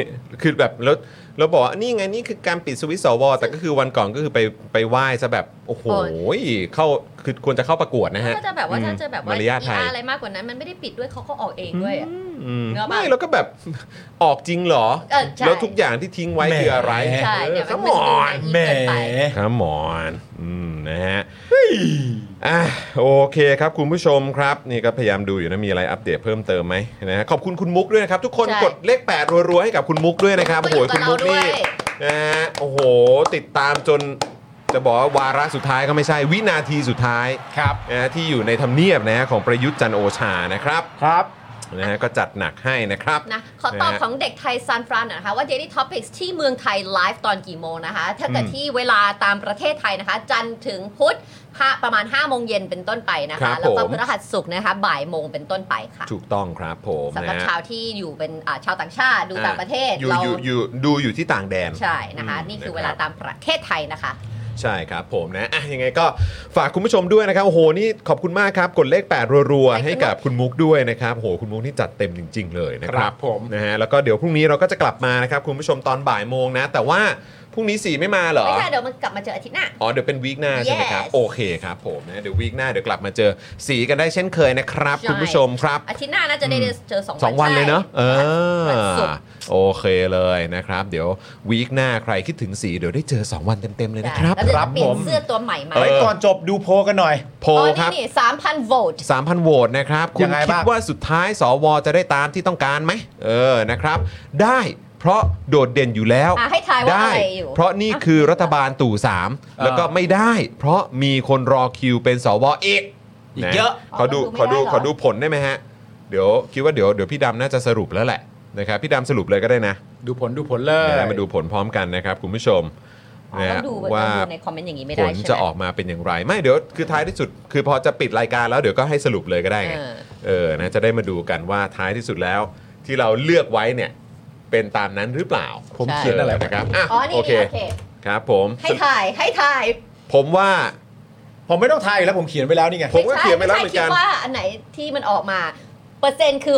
A: คือแบบแล้วแล้วบอกว่านี่ไงนี่คือการปิดสวิตช์สวแต่ก็คือวันก่อนก็คือไปไปไหว้ซะแบบโอ้โห
C: โอ้
A: เข้าคือควรจะเข้าประกวดนะฮะ
C: ก็จะแบบว่าถ้าจะแบบว่า
A: อืมมารยาทไทย
C: อีอาร์อะไรมากกว่านั้น มันไม่ได้ปิดด้วยเขาก็ออกเองด้วยอะ
A: อืม
C: เนื้อบ้า
A: ไม่แล้วก็แบบ ออกจริงเหรอ
C: เออใช่
A: แล้วทุกอย่างที่ทิ้งไว้คืออะไร
C: ใช่
A: เออ
C: เดี๋ยว
A: ข
C: มัน
A: ม
C: จะ
A: อ
C: ดู
A: น
C: แย่เกินไป
A: ครับหมอนอืมนะฮะอ่ะโอเคครับคุณผู้ชมครับ นี่ก็พยายามดูอยู่นะมีอะไรอัปเดตเพิ่มเติมไหมนะฮะขอบคุณคุณมุกด้วยนะครับ ทุกคน
C: ใช่
A: กดเลขแปดรัวๆให้กับคุณมุกด้วยนะครับโอ้โหคุณมุกนี่นะฮะโอ้โห ติดตามจนจะบอกว่าวาระสุดท้ายก็ไม่ใช่วินาทีสุดท้าย
B: ครับ
A: นะฮะที่อยู่ในทำเนียบนะฮะของประยุทธ์จันทร์โอชานะครับ
B: ครับ
A: นะฮะก็จัดหนักให้นะครับ
C: นะขอตอบของเด็กไทยซานฟรานหนอยนะคะว่า Daily Topics ที่เมืองไทยไลฟ์ตอนกี่โมงนะคะ ถ้าเกิด
A: อืม
C: ที่เวลาตามประเทศไทยนะคะ จันทร์ถึงพุธห้าประมาณ5โมงเย็นเป็นต้นไปนะ
A: ครั
C: คะ
A: บ
C: แล้วก็
A: ผม
C: พฤหัสศุกร์นะคะบ่ายโมงเป็นต้นไปค่ะ
A: ถูกต้องครับผม
C: สำหรับ
A: นะฮะ
C: ชาวที่อยู่เป็นอ่าชาวต่างชาติดูต่างประเทศ
A: อยู่
C: เรา
A: อยู่อยู่ดูอยู่ที่ต่างแดน
C: ใช่นะคะ นี่คือเวลา
A: นะครับ
C: ตามประเทศไทยนะคะ
A: ใช่ครับผมนะอ่ะยังไงก็ฝากคุณผู้ชมด้วยนะครับโอ้โหนี่ขอบคุณมากครับ กดเลข 8 รัวๆ ให้กับคุณมุกด้วยนะครับโอ้โหคุณมุกนี่จัดเต็มจริง ๆ เลยนะค
B: ครั
A: รับบ
B: ผม
A: นะฮะแล้วก็เดี๋ยวพรุ่งนี้เราก็จะกลับมานะครับคุณผู้ชมตอนบ่ายโมงนะ แต่ว่าพรุ่งนี้สีไม่มาเหรอ
C: ไม่ใช่เดี๋ยวมันกลับมาเจออาทิตย์หน้า
A: อ๋อเดี๋ยวเป็นวีคหน้าใช่ไหมครับ
C: Yes
A: โอเคครับผมนะเดี๋ยววีคหน้าเดี๋ยวกลับมาเจอสีกันได้เช่นเคยนะครับ
C: ใช่
A: คุณผู้ชมครับ
C: อาทิตย์หน้าน่าจะได้เจอสอง
A: สองวันเลยเนอะ
C: ใช่
A: เออ
C: วันศุกร์
A: โอเคเลยนะครับ เดี๋ยววีคหน้าใครคิดถึงสีเดี๋ยวได้เจอ 2 วันเต็ม ๆ เลยนะครับ
C: แล้วเดี๋ยวจะเปลี่ย
B: ผ
C: น
B: ม
C: เสื้อตัวใหม่มา
A: เอ
B: เฮ้ยก่อนจบดูโพลกันหน่อย
A: โพล
C: อ๋อ
A: ครับ
C: นี่นี่สามพันโหวต
A: 3,000 โหวตนะครับ คุ
B: ยั
A: ณ
B: งไง
A: คิด
B: บ้าง
A: ว่าสุดท้ายสวจะได้ตามที่ต้องการไหมเออนะครับ ได้เพราะโดดเด่นอยู่แล้ว
C: อ่ะให้ทายว่า
A: ได้
C: อะไรอยู่
A: เพราะนี่คือรัฐบาลตู่สามแล้วก็ไม่ได้ เพราะมีคนรอคิวเป็นสวอีก
B: อีกเยอะ
A: นขอดูขอดูขอดูผลได้ไหมฮะ เดี๋ยวคิดว่าเดี๋ยวเดี๋ยวพี่ดำน่าจะสรุปแล้วแหละนะครับพี่ดำสรุปเลยก็ได้นะ
B: ดูผลดูผลเลย
A: นะฮะมาดูผลพร้อมกันนะครับ คุณผู้ชม
C: อ๋อ
A: นะ
C: ต้อ
A: ฮะ
C: งดู
A: ว่า
C: ต้องดูในคอมเมนต์อย่างนี้ไม่
A: ผ
C: ได้
A: ล
C: ใช่ไหม
A: จะออกมาเป็นอย่างไร ไม่เดี๋ยวคือท้ายที่สุด คือพอจะปิดรายการแล้วเดี๋ยวก็ให้สรุปเลยก็ได้ไง
C: เออ
A: เออนะจะได้มาดูกันว่าท้ายที่สุดแล้ว ที่เราเลือกไว้เนี่ย เป็นตามนั้นหรือเปล่า
B: ผมเขียนอะไร
A: นะ
B: นะค
A: ครั
B: รั
A: บบ อ่ะ
C: อ๋อนี่
A: โอ
C: โอ
A: เค
C: เค
A: ครับ ผม
C: ให้ถ่ายให้ถ่าย
A: ผมว่า
B: ผมไม่ต้องทายอยู่แล้วผมเขียนไว้แล้วนี่ไง
A: ผมก็เขียนไปแล้วเหมือนกั
C: ไใช่
A: น
C: คิดว่าอันไหนที่มันออกมา เปอร์เซ็นต์คือ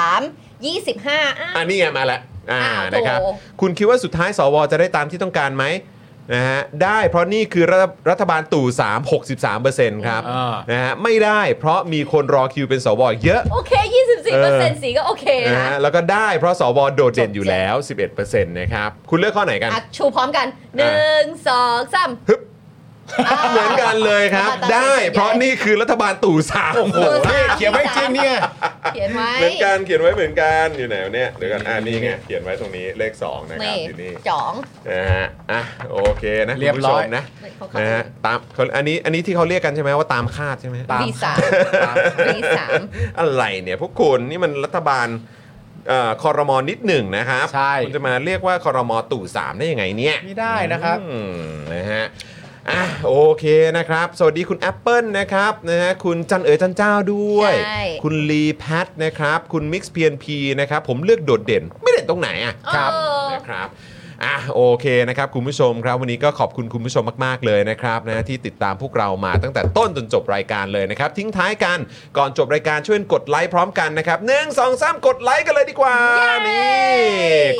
C: 63 25อ่ะ
A: อันนี้ไงมาแล้วอ่า
C: อ้าวโถ
A: นะครับ คุณคิดว่าสุดท้ายสวจะได้ตามที่ต้องการไหมนะฮะได้เพราะนี่คือรัฐรัฐบาลตู่ 3 63 ครับนะฮะไม่ได้เพราะมีคนรอคิวเป็นสวเยอะ
C: โอเค 24เปอร์เซ็นต์สีก็โอเค
A: นะ
C: นะ
A: ฮะแล้วก็ได้เพราะสวโดดเด่นอยู่แล้ว 11%นะครับ คุณเลือกข้อไหนกัน
C: อ่ะชูพร้อมกัน 1 2 3
A: เหมือนกันเลยครับ
C: ตาม
A: ได้เพราะนี่คือรัฐบาลตู่สามโอ้โห
C: เขียนไว้จริงเนี่ย เขียนไว้
A: เหมือนกันเขียนไว้เหมือนกันอยู่ไหนวะเนี่ยเดี๋ยวกันอ่านี่ไงเขียนไว้ตรงนี้เลข 2 นะครับ
C: นี่
A: อยู่นี่
C: จ๋อง
A: นะฮะอ่ะโอเคนะ
B: เรียบร้อย
A: คุณผู้ชมนะ
C: ของ
A: นะฮะตามเขาอันนี้อันนี้ที่เขาเรียกกันใช่ไหมว่าตามคาดใช่ไหม
C: วีสามวีสาม
A: อะไรเนี่ยพวกคุณนี่มันรัฐบาลเอ่อคอรมอนิดหนึ่งนะครับใช่คุณจะมาเรียกว่าคอรมอตู่สามได้ยังไงเนี่ย
B: ไม่ได้นะครับ
A: อืมนะฮะอ่ะโอเคนะครับ สวัสดีคุณ Apple นะครับนะฮะคุณจันเอ๋ยจันเจ้าด้วย
C: ใช่
A: คุณลีแพทนะครับ คุณมิกซ์พีนพีนะครับ ผมเลือกโดดเด่น ไม่เด่นตรงไหนอ่ะ
C: ครับ
A: นะครับอ่ะโอเคนะครับ คุณผู้ชมครับวันนี้ก็ขอบคุณคุณผู้ชมมาก ๆ เลยนะครับนะที่ติดตามพวกเรามาตั้งแต่ต้นจนจบรายการเลยนะครับ ทิ้งท้ายกันก่อนจบรายการช่วยกดไลค์พร้อมกันนะครับหนึ่งสองสามกดไลค์กันเลยดีกว่านี่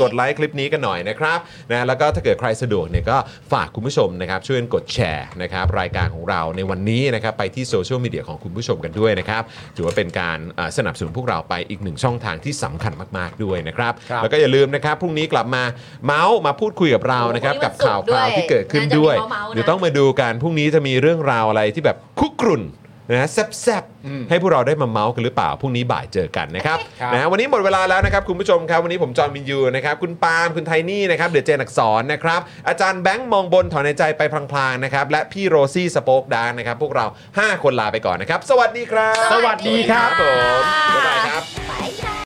A: กดไลค์คลิปนี้กันหน่อยนะครับนะแล้วก็ถ้าเกิดใครสะดวกเนี่ยก็ฝากคุณผู้ชมนะครับช่วยกดแชร์นะครับรายการของเราในวันนี้นะครับไปที่โซเชียลมีเดียของคุณผู้ชมกันด้วยนะครับถือว่าเป็นการเอ่อสนับสนุนพวกเราไปอีกหนึ่งช่องทางที่สำคัญมาก ๆ ด้วยนะครับ แล้วก็อย่าลืมนะครับพรุ่งนี้กลับมาเมาส์มาพูดคุยกับเรานะครับ
C: โอ้โห
A: กับข่าวคราว
C: วันศุกร์ด้วย
A: ที่เกิดขึ้น
C: น่าจะมี
A: ด้วย
C: เมาส์ๆนะ
A: เดี๋ยวต้องมาดูกันพรุ่งนี้จะมีเรื่องราวอะไรที่แบบคุกรุ่นนะแซบๆให้พวกเราได้มาเมาส์กันหรือเปล่าพรุ่งนี้บ่ายเจอกันนะครับ
B: ครับ
A: นะฮะวันนี้หมดเวลาแล้วนะครับ คุณผู้ชมครับ วันนี้ผมจอห์นวินยูนะครับ คุณปาล์มคุณไทนี่นะครับ เดือดเจนอักสอนนะครับ อาจารย์แบงค์มองบนถอนในใจไปพลางๆนะครับ และพี่โรซี่สโป๊กดาร์กนะครับ พวกเรา 5 คนลาไปก่อนนะครับ สวัสดีครับ
B: สวัสดีครับ
A: ผมบ๊ายบายครับ